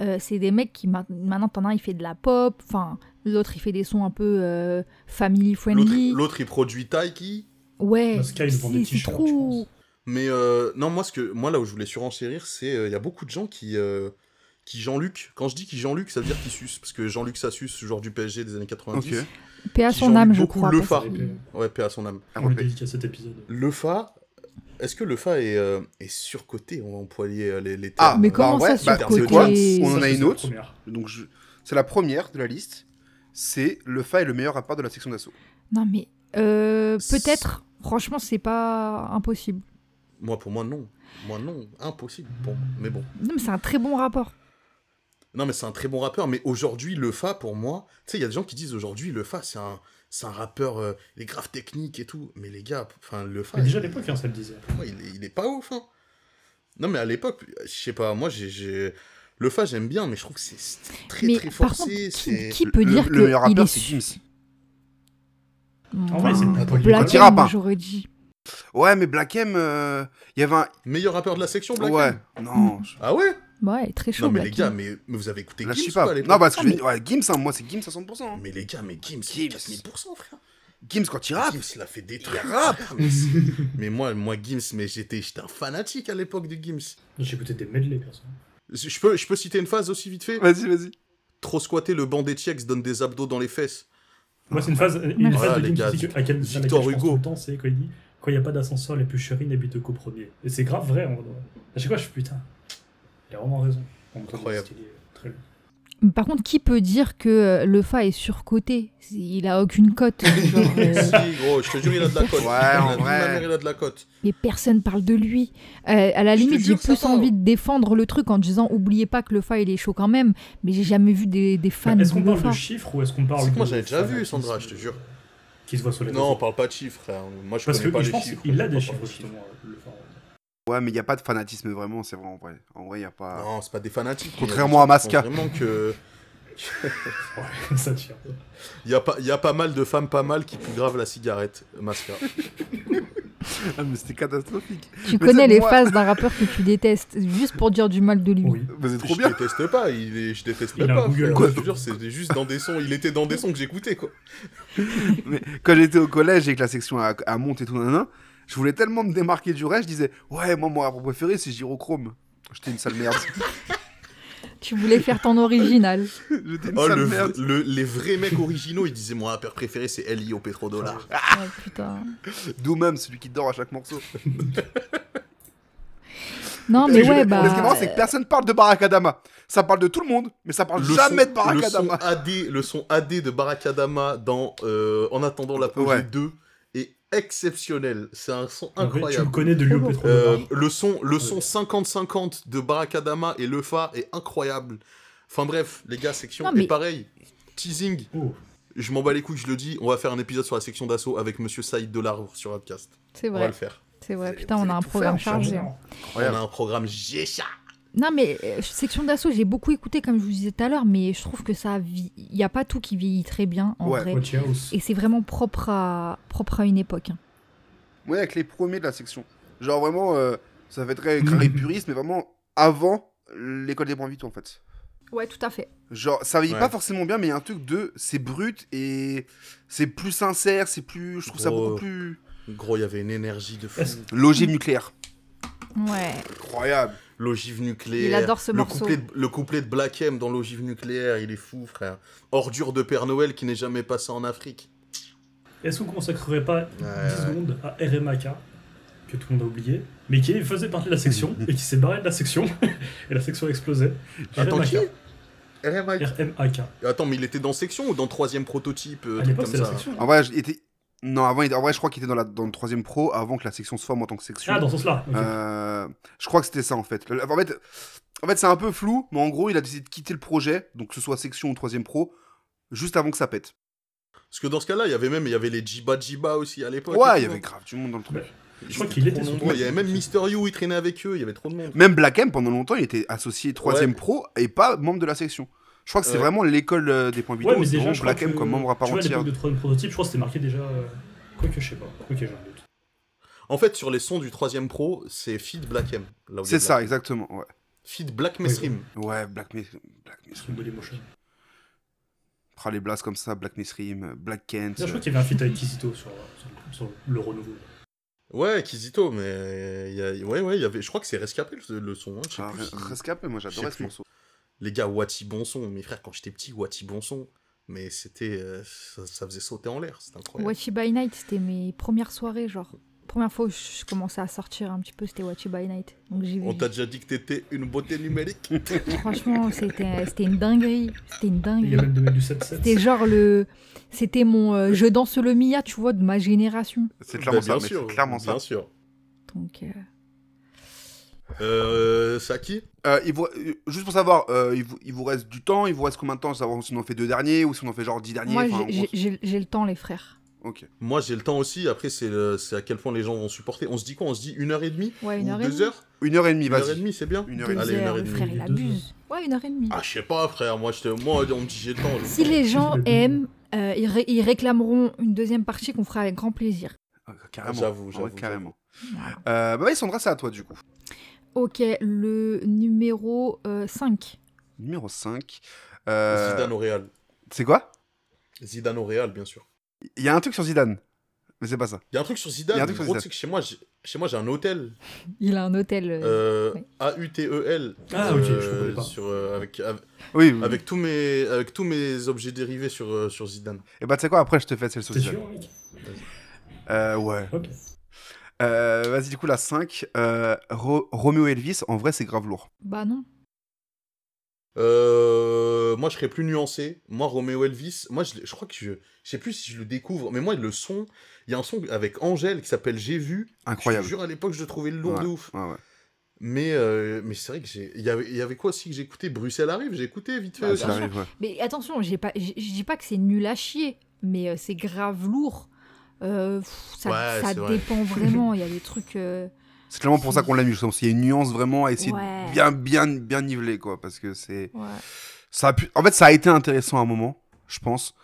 [SPEAKER 4] Euh, c'est des mecs qui ma- maintenant t'en as un il fait de la pop, enfin l'autre il fait des sons un peu euh, family
[SPEAKER 5] L'autre,
[SPEAKER 4] friendly.
[SPEAKER 5] l'autre, il produit Taiki.
[SPEAKER 4] Ouais,
[SPEAKER 6] Bah, Sky, ils vendent des
[SPEAKER 4] c'est c'est
[SPEAKER 6] t-shirts, je
[SPEAKER 4] trop.
[SPEAKER 6] pense.
[SPEAKER 5] Mais euh, non, moi, ce que, moi, là où je voulais surenchérir, c'est euh, il y a beaucoup de gens qui, euh, qui Jean-Luc. Quand je dis qui Jean-Luc, ça veut dire qui suce, parce que Jean-Luc ça suce, joueur du PSG des années 90.
[SPEAKER 1] Ok.
[SPEAKER 4] Paix à
[SPEAKER 5] qui
[SPEAKER 4] son
[SPEAKER 5] Jean-Luc
[SPEAKER 4] âme, je
[SPEAKER 5] beaucoup
[SPEAKER 4] crois.
[SPEAKER 5] le
[SPEAKER 4] parce
[SPEAKER 5] phare.
[SPEAKER 4] que-
[SPEAKER 5] Ouais, paix à son âme.
[SPEAKER 1] Ah,
[SPEAKER 6] On le
[SPEAKER 1] ouais.
[SPEAKER 6] dédie à cet épisode.
[SPEAKER 5] Le Fa, est-ce que le Fa est, euh, est surcoté On va employer euh, les, les
[SPEAKER 1] Ah,
[SPEAKER 5] termes.
[SPEAKER 4] Mais
[SPEAKER 1] Bah
[SPEAKER 4] comment
[SPEAKER 1] ouais,
[SPEAKER 4] ça
[SPEAKER 1] bah,
[SPEAKER 4] sur
[SPEAKER 5] c'est
[SPEAKER 4] côté
[SPEAKER 5] quoi
[SPEAKER 1] On en
[SPEAKER 6] Ça,
[SPEAKER 1] a
[SPEAKER 6] c'est
[SPEAKER 1] une
[SPEAKER 6] la
[SPEAKER 1] autre.
[SPEAKER 6] première.
[SPEAKER 1] Donc, je- c'est la première de la liste. C'est le fa est le meilleur rappeur de la section d'assaut.
[SPEAKER 4] Non mais euh, peut-être. Franchement, c'est pas impossible.
[SPEAKER 5] Moi, pour moi, non. Moi, non. Impossible. Bon, mais bon.
[SPEAKER 4] Non, mais c'est un très bon rapport.
[SPEAKER 5] Non, mais c'est un très bon rappeur. Mais aujourd'hui, le Fa, pour moi, tu sais, il y a des gens qui disent aujourd'hui, le Fa, c'est un, c'est un rappeur, euh, il est grave technique et tout. Mais les gars, enfin, le Fa.
[SPEAKER 6] Mais déjà à
[SPEAKER 5] il-
[SPEAKER 6] l'époque, hein, ça le disait.
[SPEAKER 5] Moi, il est, il est pas ouf, hein. Non, mais à l'époque, je sais pas, moi, j'ai- j'ai... Le Fa, j'aime bien, mais je trouve que c'est c'est très,
[SPEAKER 4] mais
[SPEAKER 5] très
[SPEAKER 4] par
[SPEAKER 5] forcé.
[SPEAKER 4] contre, qui,
[SPEAKER 5] c'est...
[SPEAKER 4] qui peut
[SPEAKER 1] Le-
[SPEAKER 4] dire
[SPEAKER 1] le meilleur
[SPEAKER 4] que il
[SPEAKER 1] rappeur,
[SPEAKER 4] est
[SPEAKER 1] c'est
[SPEAKER 4] su-
[SPEAKER 1] Gims.
[SPEAKER 4] Mmh.
[SPEAKER 6] En vrai, c'est
[SPEAKER 5] Attends,
[SPEAKER 6] pas
[SPEAKER 5] il
[SPEAKER 4] Black
[SPEAKER 1] Quand il rappe,
[SPEAKER 4] M,
[SPEAKER 1] hein.
[SPEAKER 4] j'aurais dit.
[SPEAKER 1] Ouais, mais Black M, euh, il y avait un.
[SPEAKER 5] Meilleur rappeur de la section, Oh, Black
[SPEAKER 1] ouais,
[SPEAKER 5] M
[SPEAKER 4] Hmm.
[SPEAKER 1] non. je-
[SPEAKER 5] Ah ouais
[SPEAKER 4] Ouais, très chaud.
[SPEAKER 5] Non, mais
[SPEAKER 4] Black
[SPEAKER 5] les gars,
[SPEAKER 4] M.
[SPEAKER 5] mais, mais vous avez écouté
[SPEAKER 1] Là, Ah, je
[SPEAKER 5] Gims
[SPEAKER 1] suis
[SPEAKER 5] ou pas,
[SPEAKER 1] pas.
[SPEAKER 5] à l'époque Ah,
[SPEAKER 1] Non, parce que je veux dire, ouais, Gims, hein, moi, c'est Gims à 100%. hein.
[SPEAKER 5] Mais les gars, mais
[SPEAKER 1] Gims.
[SPEAKER 5] Gims, c'est 4000%, frère.
[SPEAKER 1] Gims, quand il
[SPEAKER 5] Gims,
[SPEAKER 1] rappe,
[SPEAKER 5] il a fait des trucs. Rap, mais, c'est- mais moi, moi, Gims, mais j'étais, j'étais un fanatique à l'époque de Gims.
[SPEAKER 6] J'écoutais des medley, perso.
[SPEAKER 5] Je je peux, je peux citer une phase aussi vite fait
[SPEAKER 1] Vas-y, vas-y.
[SPEAKER 5] Trop squatter, le banc des Tchèques se donne des abdos dans les fesses.
[SPEAKER 6] Moi, c'est une phase, une phase
[SPEAKER 4] Merci.
[SPEAKER 5] Voilà,
[SPEAKER 6] de
[SPEAKER 5] les
[SPEAKER 6] Gims
[SPEAKER 5] gars,
[SPEAKER 6] qui- à laquelle, à laquelle
[SPEAKER 5] Victor
[SPEAKER 6] je pense
[SPEAKER 5] Hugo.
[SPEAKER 6] tout le temps, c'est quand il dit quand il n'y a pas d'ascenseur, les pucheries n'habitent qu'au premier. Et c'est grave vrai. En... vrai. À chaque fois, je suis putain. Il a vraiment raison. En même temps,
[SPEAKER 5] Incroyable.
[SPEAKER 6] c'est stylé, très bien.
[SPEAKER 4] Par contre, qui peut dire que euh, le Fa est surcoté Il a aucune cote. genre, euh,
[SPEAKER 5] si, gros, je te jure, il a de la cote.
[SPEAKER 1] Ouais, en
[SPEAKER 5] La- la
[SPEAKER 1] vrai.
[SPEAKER 5] mère, il a de la cote.
[SPEAKER 4] mais personne parle de lui. Euh, à la
[SPEAKER 5] Je te
[SPEAKER 4] limite, j'ai
[SPEAKER 5] jure, ça
[SPEAKER 4] plus
[SPEAKER 5] parle.
[SPEAKER 4] envie de défendre le truc en disant oubliez pas que le Fa il est chaud quand même. Mais j'ai jamais vu des, des fans
[SPEAKER 6] Est-ce qu'on
[SPEAKER 4] de le
[SPEAKER 6] parle
[SPEAKER 4] Fa.
[SPEAKER 6] de chiffres ou est-ce qu'on parle
[SPEAKER 5] hein. C'est que moi,
[SPEAKER 6] de
[SPEAKER 5] j'avais déjà vu,
[SPEAKER 6] fanatisme
[SPEAKER 5] Sandra, je te jure.
[SPEAKER 6] Qui se voit sur les
[SPEAKER 5] Non, on
[SPEAKER 6] réseaux
[SPEAKER 5] parle pas de chiffres, frère. Moi, je
[SPEAKER 6] Parce
[SPEAKER 5] connais
[SPEAKER 6] que
[SPEAKER 5] pas
[SPEAKER 6] je
[SPEAKER 5] les
[SPEAKER 6] pense
[SPEAKER 5] chiffres.
[SPEAKER 6] qu'il a
[SPEAKER 5] on
[SPEAKER 6] des
[SPEAKER 5] parle
[SPEAKER 6] chiffres,
[SPEAKER 5] pas de
[SPEAKER 6] justement. euh, le Fa.
[SPEAKER 1] Ouais, mais il n'y a pas de fanatisme vraiment, c'est vrai en vrai. En vrai, il n'y a pas.
[SPEAKER 5] Ah. Non, c'est pas des fanatiques.
[SPEAKER 1] Contrairement à Masca.
[SPEAKER 5] Je pense Vraiment que.
[SPEAKER 6] Ouais, ça tire.
[SPEAKER 5] Il y, a pas- y a pas mal de femmes pas mal qui puent grave la cigarette, Masca.
[SPEAKER 1] Ah, mais c'était catastrophique.
[SPEAKER 4] Tu
[SPEAKER 1] Mais
[SPEAKER 4] connais
[SPEAKER 1] c'est
[SPEAKER 4] les
[SPEAKER 1] moi.
[SPEAKER 4] phases d'un rappeur que tu détestes juste pour dire du mal de lui.
[SPEAKER 6] Oui.
[SPEAKER 1] Mais c'est trop
[SPEAKER 5] Je
[SPEAKER 1] bien.
[SPEAKER 5] déteste pas, il est... je déteste
[SPEAKER 6] Il a
[SPEAKER 5] pas.
[SPEAKER 6] un Google.
[SPEAKER 5] frère.
[SPEAKER 6] Quoi
[SPEAKER 5] Je te jure, c'était juste dans des sons. Il était dans des sons que j'écoutais, quoi.
[SPEAKER 1] Mais quand j'étais au collège et que la section à, à monte et tout, nanana, je voulais tellement me démarquer du reste, je disais Ouais, moi, mon rappeur préféré, c'est Girochrome. J'étais une sale merde.
[SPEAKER 4] Tu voulais faire ton original.
[SPEAKER 1] J'étais une
[SPEAKER 5] Oh,
[SPEAKER 1] sale
[SPEAKER 5] le-
[SPEAKER 1] merde.
[SPEAKER 5] le- les vrais mecs originaux, ils disaient Mon rappeur préféré, c'est L.I. au pétrodollar.
[SPEAKER 4] Ouais, putain.
[SPEAKER 1] D'où même celui qui dort à chaque morceau.
[SPEAKER 4] Non,
[SPEAKER 1] Mais
[SPEAKER 4] mais
[SPEAKER 1] je-
[SPEAKER 4] ouais,
[SPEAKER 1] mais Ce qui est
[SPEAKER 4] bah.
[SPEAKER 1] marrant, c'est que personne parle de Barakadama. Ça parle de tout le monde, mais ça parle jamais de Barakadama.
[SPEAKER 5] Le son, AD, le son AD de Barakadama dans euh, En attendant la
[SPEAKER 1] Ouais.
[SPEAKER 5] 2 est exceptionnel. C'est un son
[SPEAKER 6] En vrai, Tu le
[SPEAKER 5] incroyable.
[SPEAKER 6] connais de
[SPEAKER 4] Trop
[SPEAKER 6] Léo
[SPEAKER 4] bon.
[SPEAKER 5] Euh,
[SPEAKER 6] Pétrodollar.
[SPEAKER 5] le son le son 50-50 de Barakadama et Le Fa est incroyable. Enfin bref, les gars, section.
[SPEAKER 4] Non, mais-
[SPEAKER 5] Et pareil, teasing,
[SPEAKER 6] Oh,
[SPEAKER 5] je m'en bats les couilles, je le dis. On va faire un épisode sur la section d'assaut avec Monsieur Saïd Delarue sur Upcast.
[SPEAKER 4] C'est
[SPEAKER 5] On va
[SPEAKER 4] vrai,
[SPEAKER 5] le faire.
[SPEAKER 4] c'est vrai.
[SPEAKER 1] Vous
[SPEAKER 4] Putain,
[SPEAKER 1] allez
[SPEAKER 4] on a un
[SPEAKER 1] tout faire,
[SPEAKER 4] programme
[SPEAKER 1] on change.
[SPEAKER 4] chargé. hein.
[SPEAKER 5] On
[SPEAKER 1] Ouais.
[SPEAKER 5] a un programme Gécha.
[SPEAKER 4] Non, mais euh, section d'assaut, j'ai beaucoup écouté, comme je vous disais tout à l'heure, mais je trouve que ça. vie- Il n'y a pas tout qui vieillit très bien, en
[SPEAKER 1] Ouais.
[SPEAKER 4] vrai.
[SPEAKER 6] Watch House.
[SPEAKER 4] Et c'est vraiment propre à, propre à une époque. hein.
[SPEAKER 1] Ouais, avec les premiers de la section. Genre vraiment, euh, ça fait très carré puriste, mais vraiment avant l'école des bons en fait.
[SPEAKER 4] Ouais, tout à fait.
[SPEAKER 1] Genre, ça vieillit
[SPEAKER 5] Ouais.
[SPEAKER 1] pas forcément bien, mais il y a un truc de c'est brut et c'est plus sincère, c'est plus. Je trouve ça
[SPEAKER 5] Gros.
[SPEAKER 1] beaucoup plus.
[SPEAKER 5] Gros, il y avait une énergie de fou.
[SPEAKER 6] Est-ce-
[SPEAKER 1] Logique nucléaire.
[SPEAKER 4] Ouais.
[SPEAKER 1] Incroyable.
[SPEAKER 5] L'ogive nucléaire.
[SPEAKER 4] Il adore ce
[SPEAKER 5] le
[SPEAKER 4] morceau.
[SPEAKER 5] Couplet de- le couplet de Black M dans l'ogive nucléaire, il est fou, frère. Ordure de Père Noël qui n'est jamais passé en Afrique.
[SPEAKER 6] Est-ce qu'on consacrerait pas 10
[SPEAKER 5] ouais.
[SPEAKER 6] secondes à RMAK, que tout le monde a oublié, mais qui faisait partie de la section
[SPEAKER 5] Mm.
[SPEAKER 6] et qui s'est barré de la section et la section a explosé
[SPEAKER 5] Attends, qui
[SPEAKER 6] RMAK.
[SPEAKER 5] RMI.
[SPEAKER 6] RMAK.
[SPEAKER 5] Attends, mais il était dans section ou dans troisième prototype euh,
[SPEAKER 6] À
[SPEAKER 5] truc
[SPEAKER 6] l'époque,
[SPEAKER 5] comme
[SPEAKER 6] c'est la
[SPEAKER 5] ça
[SPEAKER 6] section.
[SPEAKER 1] En vrai, il était. Non, avant, il- en vrai, je crois qu'il était dans, la... dans le troisième pro avant que la section se forme en tant que section.
[SPEAKER 6] Ah, dans ce sens-là. ok.
[SPEAKER 1] Euh, je crois que c'était ça en fait. Le- En fait, en fait c'est un peu flou, mais en gros, il a décidé de quitter le projet, donc que ce soit section ou troisième pro, juste avant que ça pète.
[SPEAKER 5] Parce que dans ce cas-là, il y avait même il y avait les Jiba Jiba aussi à l'époque.
[SPEAKER 1] ouais,
[SPEAKER 5] et
[SPEAKER 1] il y
[SPEAKER 5] tout,
[SPEAKER 1] avait
[SPEAKER 5] hein.
[SPEAKER 1] grave du monde dans le truc.
[SPEAKER 6] Je crois qu'il était
[SPEAKER 5] Trop
[SPEAKER 6] sur
[SPEAKER 5] nombreux. Il y avait même Mister You, il traînait avec eux, il y avait trop de monde.
[SPEAKER 1] Même Black M, pendant longtemps, il était associé troisième pro et pas membre de la section. Je crois que c'est
[SPEAKER 5] Ouais.
[SPEAKER 1] vraiment l'école euh, des points vidéo,
[SPEAKER 6] Ouais, mais
[SPEAKER 1] c'est
[SPEAKER 6] déjà,
[SPEAKER 1] vraiment
[SPEAKER 6] je crois
[SPEAKER 1] Black M
[SPEAKER 6] que-
[SPEAKER 1] comme membre à part
[SPEAKER 6] tu vois, à
[SPEAKER 1] entière.
[SPEAKER 6] l'époque de Tron Prototype, je crois que c'était marqué déjà. euh, Quoi que je sais pas. Ok, j'ai un doute.
[SPEAKER 5] En fait, sur les sons du troisième pro, c'est Feed Black M. là où il y a
[SPEAKER 1] C'est ça,
[SPEAKER 5] Black-
[SPEAKER 1] exactement. Ouais,
[SPEAKER 5] Feed Black Mesrim.
[SPEAKER 1] ouais Black Mes- Black
[SPEAKER 6] Parce que
[SPEAKER 1] Mesrim.
[SPEAKER 6] Body Motion.
[SPEAKER 1] Prends les blasts comme ça, Black Mesrim, Black Kent. euh,
[SPEAKER 6] D'ailleurs, Je crois qu'il y avait un feat avec Kizito sur, sur- sur le renouveau.
[SPEAKER 5] Ouais, Kizito, mais il y a- ouais, ouais, il y avait. Je crois que c'est rescapé le, le son. hein, je sais
[SPEAKER 1] Ah,
[SPEAKER 5] plus si-
[SPEAKER 1] Re- Rescapé, moi
[SPEAKER 5] Je
[SPEAKER 1] j'adorais
[SPEAKER 5] sais
[SPEAKER 1] ce
[SPEAKER 5] plus. Euh,
[SPEAKER 1] morceau.
[SPEAKER 5] Les gars, Wati Bonson, mes frères, quand j'étais petit, Wati Bonson, mais c'était, euh, ça, ça faisait sauter en l'air, c'était incroyable.
[SPEAKER 4] Watchy by Night, c'était mes premières soirées, genre. Première fois où je commençais à sortir un petit peu, c'était Watchy by Night. Donc j'ai
[SPEAKER 5] On
[SPEAKER 4] vu.
[SPEAKER 5] t'a déjà dit que t'étais une beauté numérique
[SPEAKER 4] Franchement, c'était c'était une dinguerie. C'était une
[SPEAKER 6] Il y a
[SPEAKER 4] dinguerie.
[SPEAKER 6] même des mecs du 7-7.
[SPEAKER 4] C'était genre le. C'était mon euh, je danse le Mia, tu vois, de ma génération.
[SPEAKER 1] C'est clairement
[SPEAKER 5] Bah,
[SPEAKER 1] ça,
[SPEAKER 5] bien
[SPEAKER 1] mais
[SPEAKER 5] sûr,
[SPEAKER 1] c'est clairement ça.
[SPEAKER 5] bien sûr.
[SPEAKER 4] Donc. euh,
[SPEAKER 5] Euh, c'est à qui
[SPEAKER 1] Euh, il vous- euh, juste pour savoir, euh, il, vous, il vous reste du temps, il vous reste combien de temps Savoir si on en fait deux derniers ou si on en fait genre dix derniers.
[SPEAKER 4] Moi,
[SPEAKER 1] enfin,
[SPEAKER 4] j'ai-
[SPEAKER 1] on-
[SPEAKER 4] j'ai- j'ai j'ai le temps, les frères.
[SPEAKER 1] Ok.
[SPEAKER 5] Moi, j'ai le temps aussi. Après, c'est le- c'est à quel point les gens vont supporter. On se dit quoi On se dit une heure et demie
[SPEAKER 4] Ouais, une
[SPEAKER 5] Ou
[SPEAKER 4] heure et
[SPEAKER 5] deux
[SPEAKER 4] demie.
[SPEAKER 5] heures
[SPEAKER 1] Une heure et demie,
[SPEAKER 5] Une heure et
[SPEAKER 1] vas-y.
[SPEAKER 5] demie, c'est bien
[SPEAKER 1] Une heure et
[SPEAKER 4] Deux
[SPEAKER 1] demie.
[SPEAKER 5] Allez,
[SPEAKER 4] heures,
[SPEAKER 5] une heure et
[SPEAKER 4] le
[SPEAKER 5] demie.
[SPEAKER 4] frère, il
[SPEAKER 6] Deux
[SPEAKER 4] abuse. Ouais, une heure et demie.
[SPEAKER 5] Ah, je sais pas, frère. Moi, je te- moi, on me dit j'ai le temps. j'ai le
[SPEAKER 4] Si
[SPEAKER 5] temps.
[SPEAKER 4] les gens
[SPEAKER 6] le dis.
[SPEAKER 4] aiment, euh, ils, ré- ils réclameront une deuxième partie qu'on fera avec grand plaisir.
[SPEAKER 1] Ah, Carrément.
[SPEAKER 5] J'avoue,
[SPEAKER 1] En vrai,
[SPEAKER 5] j'avoue,
[SPEAKER 1] Carrément.
[SPEAKER 4] Voilà.
[SPEAKER 1] Euh, bah oui, Sandra, c'est à toi du coup.
[SPEAKER 4] Ok, le numéro euh, 5.
[SPEAKER 1] Numéro 5. Euh,
[SPEAKER 5] Zidane au Real.
[SPEAKER 1] C'est quoi
[SPEAKER 5] Zidane au Real, bien sûr.
[SPEAKER 1] Il y a un truc sur Zidane. Mais c'est pas ça.
[SPEAKER 5] Il y a un truc sur Zidane.
[SPEAKER 1] Il y a un truc sur
[SPEAKER 5] gros,
[SPEAKER 1] Zidane.
[SPEAKER 5] tu sais que chez moi, j'ai- chez moi, j'ai un hôtel
[SPEAKER 4] Il a un hôtel. euh,
[SPEAKER 5] euh,
[SPEAKER 4] ouais.
[SPEAKER 5] A-U-T-E-L.
[SPEAKER 6] Ah, ok, je
[SPEAKER 5] euh,
[SPEAKER 6] comprenais pas.
[SPEAKER 5] sur, euh, avec, avec,
[SPEAKER 1] Oui, oui.
[SPEAKER 5] avec tous mes, avec tous mes objets dérivés sur, euh, sur Zidane.
[SPEAKER 1] Et bah tu sais quoi, après je te fais celle sur
[SPEAKER 6] T'es
[SPEAKER 1] Zidane.
[SPEAKER 6] sûr, mec
[SPEAKER 1] Euh, ouais.
[SPEAKER 6] Ok.
[SPEAKER 1] Euh, vas-y, du coup, la 5. Euh, Ro- Romeo Elvis, en vrai, c'est grave lourd.
[SPEAKER 4] Bah non.
[SPEAKER 5] Euh, moi, moi, je serais plus nuancé. Moi, Romeo Elvis, moi, je, je crois que je, je sais plus si je le découvre, mais moi, le son, il y a un son avec Angèle qui s'appelle J'ai vu.
[SPEAKER 1] Incroyable.
[SPEAKER 5] Je te jure, à l'époque, je le trouvais lourd de
[SPEAKER 1] Ouais,
[SPEAKER 5] ouf.
[SPEAKER 1] ouais, ouais.
[SPEAKER 5] Mais, euh, mais c'est vrai que j'ai. Il y avait, il y avait quoi aussi que j'écoutais Bruxelles arrive, j'ai écouté vite fait.
[SPEAKER 4] Ah,
[SPEAKER 5] aussi.
[SPEAKER 1] Ça arrive, ouais.
[SPEAKER 4] Mais attention, j'ai pas- je je dis pas que c'est nul à chier, mais euh, c'est grave lourd. Euh, pff, ça
[SPEAKER 5] Ouais,
[SPEAKER 4] ça
[SPEAKER 5] c'est vrai.
[SPEAKER 4] dépend vraiment. Il y a des trucs. euh,
[SPEAKER 1] C'est clairement pour ça qu'on l'a mis, justement. parce qu'il y a une nuance vraiment à essayer
[SPEAKER 4] Ouais.
[SPEAKER 1] de bien, bien, bien niveler, quoi. Parce que c'est.
[SPEAKER 4] ouais.
[SPEAKER 1] Ça a pu... En fait, ça a été intéressant à un moment, je pense.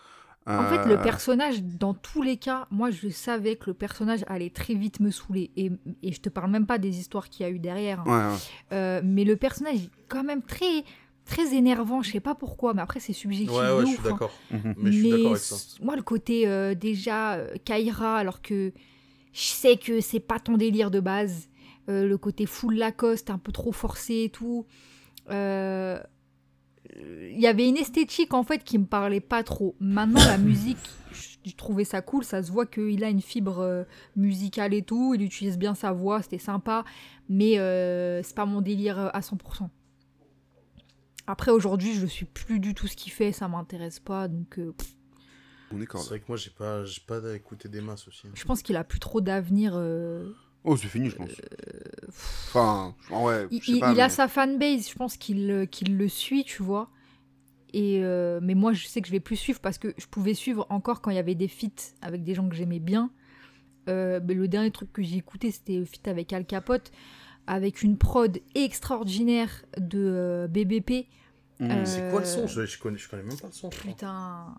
[SPEAKER 4] En fait,
[SPEAKER 1] Euh,
[SPEAKER 4] le personnage, dans tous les cas, moi je savais que le personnage allait très vite me saouler. Et, et je te parle même pas des histoires qu'il y a eu derrière. hein.
[SPEAKER 1] Ouais, ouais.
[SPEAKER 4] Euh, mais le personnage est quand même très, très énervant. Je sais pas pourquoi, mais après c'est subjectif.
[SPEAKER 5] Ouais,
[SPEAKER 4] de
[SPEAKER 5] ouais, je suis
[SPEAKER 4] ouf, hein.
[SPEAKER 5] d'accord.
[SPEAKER 1] Mhm.
[SPEAKER 5] Mais je suis d'accord avec ça.
[SPEAKER 4] s- Moi, le côté euh, déjà euh, Kaira, alors que je sais que c'est pas ton délire de base, euh, le côté full Lacoste, un peu trop forcé et tout. euh, Il y avait une esthétique en fait qui me parlait pas trop. Maintenant, la musique, je je trouvais ça cool. Ça se voit qu'il a une fibre euh, musicale et tout. Il utilise bien sa voix, c'était sympa. Mais euh, c'est pas mon délire euh, à 100%. Après, aujourd'hui, je suis plus du tout ce qu'il fait. Ça m'intéresse pas. Donc, euh,
[SPEAKER 1] On est correct.
[SPEAKER 5] C'est vrai que moi, j'ai pas, j'ai pas écouté des masses aussi.
[SPEAKER 4] Je pense qu'il a plus trop d'avenir. euh,
[SPEAKER 1] Oh, c'est fini, je pense. Enfin, ouais,
[SPEAKER 4] Il,
[SPEAKER 1] je sais
[SPEAKER 4] il-
[SPEAKER 1] pas.
[SPEAKER 4] il a
[SPEAKER 1] mais-
[SPEAKER 4] sa fanbase, je pense qu'il euh, qu'il le suit, tu vois. Et euh, mais moi, je sais que je vais plus suivre parce que je pouvais suivre encore quand il y avait des feats avec des gens que j'aimais bien. Euh, mais le dernier truc que j'ai écouté, c'était le feat avec Al Capote, avec une prod extraordinaire de euh, BBP.
[SPEAKER 1] Mhm.
[SPEAKER 4] euh,
[SPEAKER 5] C'est quoi le son je, je connais, je connais même pas le son. je crois.
[SPEAKER 4] Putain,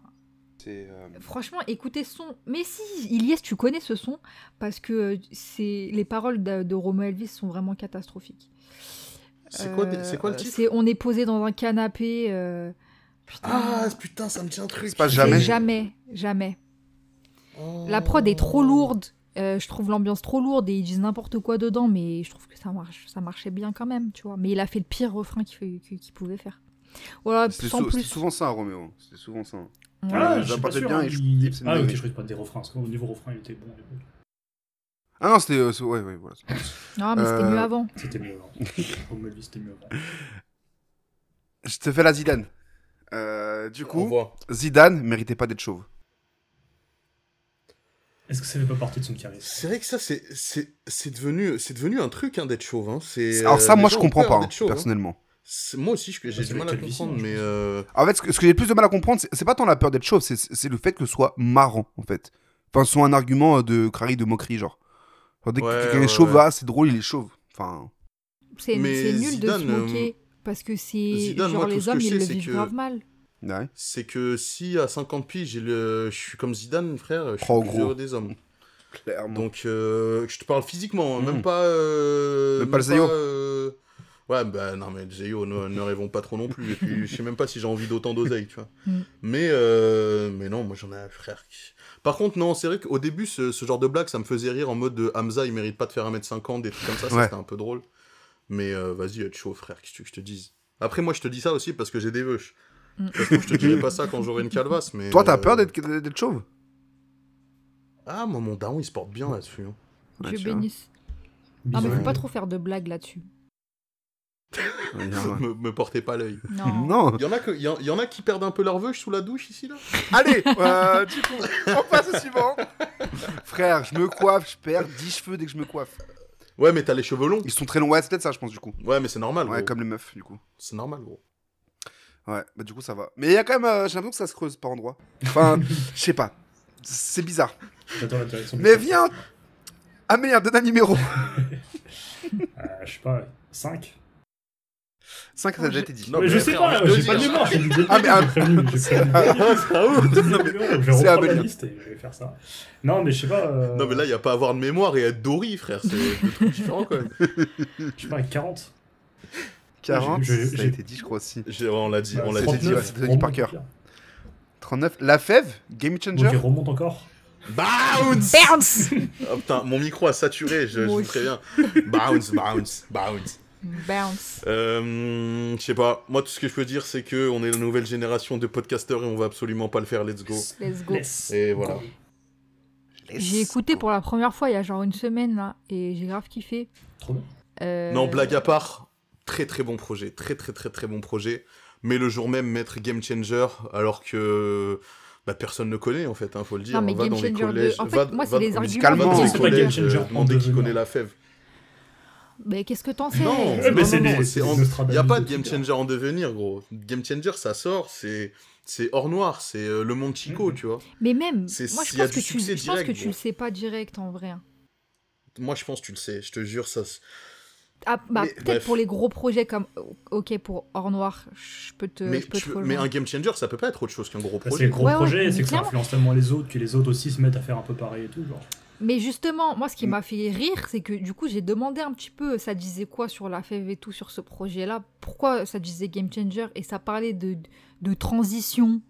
[SPEAKER 1] C'est, euh,
[SPEAKER 4] Franchement, écoutez ce son. Mais si, Ilyes, tu connais ce son parce que euh, c'est les paroles de, de Romo Elvis sont vraiment catastrophiques.
[SPEAKER 5] C'est quoi,
[SPEAKER 4] Euh,
[SPEAKER 5] c'est quoi le titre
[SPEAKER 4] C'est On est posé dans un canapé. euh, Putain.
[SPEAKER 5] Ah, putain, ça me tient un truc.
[SPEAKER 1] C'est pas
[SPEAKER 4] C'est
[SPEAKER 1] jamais.
[SPEAKER 4] Jamais, jamais.
[SPEAKER 5] Oh.
[SPEAKER 4] La prod est trop lourde. euh, je trouve l'ambiance trop lourde et ils disent n'importe quoi dedans, mais je trouve que ça marche, ça marchait bien quand même, tu vois. Mais il a fait le pire refrain qu'il fait- qu'il qu'il pouvait faire. Voilà,
[SPEAKER 1] C'était
[SPEAKER 4] sans
[SPEAKER 1] sou- c'était
[SPEAKER 4] plus.
[SPEAKER 1] souvent ça, Roméo. C'était souvent ça.
[SPEAKER 4] Ouais.
[SPEAKER 6] Ah,
[SPEAKER 1] Euh,
[SPEAKER 6] je suis pas
[SPEAKER 1] j'apportais
[SPEAKER 6] sûr.
[SPEAKER 1] bien
[SPEAKER 6] hein,
[SPEAKER 1] et je-
[SPEAKER 6] il-
[SPEAKER 1] c'est une
[SPEAKER 6] Ah, ok,
[SPEAKER 1] dinguerie.
[SPEAKER 6] je crois que c'est pas des refrains. Parce qu'au niveau refrain, il était bon. à l'époque.
[SPEAKER 1] Ah non, c'était. euh, c'est- ouais, ouais, voilà.
[SPEAKER 4] Non, mais c'était
[SPEAKER 1] Euh,
[SPEAKER 4] mieux avant.
[SPEAKER 6] C'était mieux hein. avant. Home Elvis, c'était mieux avant.
[SPEAKER 1] Je te fais la Zidane. Euh, du
[SPEAKER 5] On
[SPEAKER 1] coup,
[SPEAKER 5] voit.
[SPEAKER 1] Zidane méritait pas d'être chauve.
[SPEAKER 6] Est-ce que ça fait pas partie de son charisme
[SPEAKER 5] C'est vrai que ça, c'est, c'est, c'est devenu, c'est devenu un truc hein, d'être chauve. Hein. C'est,
[SPEAKER 1] Alors, ça,
[SPEAKER 5] euh, les
[SPEAKER 1] moi, je
[SPEAKER 5] gens ont
[SPEAKER 1] comprends
[SPEAKER 5] peur
[SPEAKER 1] pas, hein,
[SPEAKER 5] d'être chauve, hein.
[SPEAKER 1] personnellement.
[SPEAKER 5] C'est- Moi aussi, je- j'ai
[SPEAKER 6] c'est
[SPEAKER 5] du mal à
[SPEAKER 6] avec Elvis,
[SPEAKER 5] comprendre,
[SPEAKER 6] hein, je
[SPEAKER 5] mais.
[SPEAKER 6] pense.
[SPEAKER 5] euh,
[SPEAKER 1] En fait, ce que, ce que j'ai le plus de mal à comprendre, c'est c'est pas tant la peur d'être chauve, c'est- c'est le fait que ce soit marrant, en fait. Enfin, ce soit un argument euh, de crari de moquerie, genre. Genre, dès que
[SPEAKER 5] Ouais,
[SPEAKER 1] quelqu'un
[SPEAKER 5] ouais,
[SPEAKER 1] est chauve,
[SPEAKER 5] ouais.
[SPEAKER 1] ah, c'est drôle, il est chauve. Enfin,
[SPEAKER 4] C'est
[SPEAKER 5] Mais
[SPEAKER 4] c'est nul de
[SPEAKER 5] Zidane,
[SPEAKER 4] se
[SPEAKER 5] euh,
[SPEAKER 4] moquer parce que c'est
[SPEAKER 5] Zidane,
[SPEAKER 4] genre
[SPEAKER 5] moi, tout ce
[SPEAKER 4] les
[SPEAKER 5] que
[SPEAKER 4] hommes
[SPEAKER 5] je
[SPEAKER 4] ils
[SPEAKER 5] sais,
[SPEAKER 4] le
[SPEAKER 5] c'est
[SPEAKER 4] vivent
[SPEAKER 5] que-
[SPEAKER 4] grave mal.
[SPEAKER 1] ouais.
[SPEAKER 5] C'est que si à 50 piges, j'ai le... je suis comme Zidane, frère, je suis
[SPEAKER 1] Oh,
[SPEAKER 5] le plus
[SPEAKER 1] gros.
[SPEAKER 5] heureux des hommes.
[SPEAKER 1] Clairement.
[SPEAKER 5] Donc, euh, je te parle physiquement, hein,
[SPEAKER 1] Mhm.
[SPEAKER 5] même pas. euh,
[SPEAKER 1] Même pas le Zayo.
[SPEAKER 5] euh, Ouais, bah non, mais Zayo, ne, ne rêvons pas trop non plus. Et puis, je sais même pas si j'ai envie d'autant d'oseille, tu vois.
[SPEAKER 1] Hmm.
[SPEAKER 4] Mm.
[SPEAKER 5] mais, euh, mais non, moi j'en ai un frère. qui- Par contre, non, c'est vrai qu'au début, ce, ce genre de blague, ça me faisait rire en mode de Hamza, il mérite pas de faire 1m50, des trucs comme ça, ça,
[SPEAKER 1] Ouais.
[SPEAKER 5] c'était un peu drôle. Mais euh, vas-y, être chaud, frère, qu'est-ce que tu veux que je te dise Après, moi, je te dis ça aussi parce que j'ai des vœux.
[SPEAKER 4] Mm.
[SPEAKER 5] Je te dirai pas ça quand j'aurai une calvasse, mais.
[SPEAKER 1] Toi, t'as
[SPEAKER 5] euh,
[SPEAKER 1] peur d'être d'être chauve
[SPEAKER 5] Ah, moi, mon daron, il se porte bien là-dessus. hein.
[SPEAKER 1] Ouais,
[SPEAKER 4] Dieu
[SPEAKER 1] tu vois.
[SPEAKER 4] bénisse. Non, Ah, mais
[SPEAKER 6] Bizarre.
[SPEAKER 4] faut pas trop faire de blagues là-dessus.
[SPEAKER 1] Ouais, Ah, ouais.
[SPEAKER 5] me, me portez pas l'œil.
[SPEAKER 4] Non.
[SPEAKER 1] Non.
[SPEAKER 5] Il y, en a que- y en- y en a qui perdent un peu leur veuche sous la douche ici là
[SPEAKER 1] Allez, euh, du coup, on passe au suivant. Frère, je me coiffe, je perds 10 cheveux dès que je me coiffe.
[SPEAKER 5] Ouais, mais t'as les cheveux longs.
[SPEAKER 1] Ils sont très longs. Ouais, c'est peut-être ça, je pense, du coup.
[SPEAKER 5] Ouais, mais c'est normal,
[SPEAKER 1] Ouais,
[SPEAKER 5] gros.
[SPEAKER 1] comme les meufs, du coup.
[SPEAKER 5] C'est normal, gros.
[SPEAKER 1] Ouais, bah du coup, ça va. Mais il y a quand même. euh, J'ai l'impression que ça se creuse par endroits. Enfin, je sais pas. C'est bizarre.
[SPEAKER 6] J'attends la direction. du
[SPEAKER 1] Mais
[SPEAKER 6] film.
[SPEAKER 1] viens Amélien, donne un numéro
[SPEAKER 6] Euh, Je sais pas, 5
[SPEAKER 1] 5, ça a déjà été dit.
[SPEAKER 5] Non,
[SPEAKER 6] Mais
[SPEAKER 5] mais
[SPEAKER 6] je sais
[SPEAKER 5] frère,
[SPEAKER 6] pas,
[SPEAKER 5] on va te
[SPEAKER 6] j'ai pas de
[SPEAKER 5] dire.
[SPEAKER 6] mémoire, j'ai dit
[SPEAKER 1] Ah, mais, ah,
[SPEAKER 6] Je vais
[SPEAKER 1] C'est
[SPEAKER 6] reprendre la
[SPEAKER 1] Abelien.
[SPEAKER 6] liste et je vais faire ça. Non, mais je sais pas. euh,
[SPEAKER 5] Non, mais là, il y a pas à avoir de mémoire et être Dory, frère. C'est deux trucs différents quand même.
[SPEAKER 6] Je sais pas, 40.
[SPEAKER 1] 40,
[SPEAKER 6] Je- je-
[SPEAKER 1] ça a
[SPEAKER 6] j'ai-
[SPEAKER 1] été dit, je crois, aussi.
[SPEAKER 5] J'ai- On l'a
[SPEAKER 6] Bah,
[SPEAKER 5] dit, on l'a
[SPEAKER 1] c'est
[SPEAKER 5] dit.
[SPEAKER 1] dit, ouais, c'est Tony Parker. 39. La fève Game
[SPEAKER 6] Donc il
[SPEAKER 1] changer
[SPEAKER 6] remonte encore.
[SPEAKER 5] Bounce
[SPEAKER 4] Bounce
[SPEAKER 5] Oh putain, mon micro a saturé, je, je
[SPEAKER 4] Moi
[SPEAKER 5] vous
[SPEAKER 4] aussi.
[SPEAKER 5] préviens. Bounce, bounce, bounce.
[SPEAKER 4] Bounce.
[SPEAKER 5] Euh, je sais pas, moi tout ce que je peux dire c'est que on est la nouvelle génération de podcasteurs et on va absolument pas le faire, let's go.
[SPEAKER 4] Let's go.
[SPEAKER 6] Yes.
[SPEAKER 5] Et voilà.
[SPEAKER 4] J'ai
[SPEAKER 5] oh.
[SPEAKER 4] écouté pour la première fois il y a genre une semaine là et j'ai grave kiffé.
[SPEAKER 6] Trop bien.
[SPEAKER 4] Euh,
[SPEAKER 5] Non, blague à part, très très bon projet, très très très très bon projet. mais le jour même mettre Game Changer alors que bah, personne ne connaît en fait, hein, faut le dire.
[SPEAKER 4] Non, mais
[SPEAKER 5] va
[SPEAKER 4] Game
[SPEAKER 5] dans les
[SPEAKER 4] Changer
[SPEAKER 5] collèges,
[SPEAKER 4] de- en fait,
[SPEAKER 5] va,
[SPEAKER 4] moi, c'est
[SPEAKER 5] va
[SPEAKER 4] les
[SPEAKER 5] dans
[SPEAKER 4] arguments
[SPEAKER 5] les
[SPEAKER 4] qui
[SPEAKER 5] collèges, dans
[SPEAKER 4] sont pas
[SPEAKER 5] les
[SPEAKER 4] Game
[SPEAKER 5] collèges,
[SPEAKER 6] Changer
[SPEAKER 5] euh, demander qui
[SPEAKER 6] en
[SPEAKER 5] connaît
[SPEAKER 6] devenant.
[SPEAKER 5] la fève.
[SPEAKER 4] Mais qu'est-ce que t'en sais
[SPEAKER 5] Non,
[SPEAKER 6] Ouais, mais
[SPEAKER 5] non,
[SPEAKER 6] c'est
[SPEAKER 5] non,
[SPEAKER 6] des-
[SPEAKER 5] non,
[SPEAKER 6] c'est
[SPEAKER 5] c'est
[SPEAKER 6] des
[SPEAKER 5] en-
[SPEAKER 6] Nostradamus
[SPEAKER 5] y a pas
[SPEAKER 6] de
[SPEAKER 5] de game
[SPEAKER 6] Twitter.
[SPEAKER 5] changer en devenir, gros. Game changer, ça sort, c'est c'est hors noir, c'est euh, le monde Chico,
[SPEAKER 4] Mm-hmm.
[SPEAKER 6] Mhm.
[SPEAKER 5] tu vois.
[SPEAKER 4] Mais même,
[SPEAKER 5] C'est-
[SPEAKER 4] moi je
[SPEAKER 5] s'il y a
[SPEAKER 4] pense, que
[SPEAKER 5] du
[SPEAKER 4] tu,
[SPEAKER 5] succès
[SPEAKER 4] je pense que
[SPEAKER 5] direct,
[SPEAKER 4] tu le
[SPEAKER 5] gros.
[SPEAKER 4] sais pas direct en vrai. hein.
[SPEAKER 5] Moi, je pense, tu le sais, je te jure, ça. s-
[SPEAKER 4] Ah, bah,
[SPEAKER 5] Mais-
[SPEAKER 4] peut-être
[SPEAKER 5] bref.
[SPEAKER 4] pour les gros projets comme OK pour Or Noir, je peux te
[SPEAKER 5] mais,
[SPEAKER 4] Euh, je peux
[SPEAKER 5] tu-
[SPEAKER 4] te
[SPEAKER 5] mais un
[SPEAKER 4] rejoindre.
[SPEAKER 5] game changer, ça peut pas être autre chose qu'un gros
[SPEAKER 6] Parce que c'est
[SPEAKER 5] projet.
[SPEAKER 6] le gros
[SPEAKER 4] Ouais, ouais,
[SPEAKER 6] projet,
[SPEAKER 4] mais
[SPEAKER 6] c'est que ça
[SPEAKER 4] clairement.
[SPEAKER 6] influence tellement les autres que les autres aussi se mettent à faire un peu pareil et tout. Genre.
[SPEAKER 4] Mais justement, moi ce
[SPEAKER 1] Mm.
[SPEAKER 4] qui m'a fait rire, c'est que du coup, j'ai demandé un petit peu ça disait quoi sur la fève et tout sur ce projet-là, pourquoi ça disait game changer et ça parlait de de transition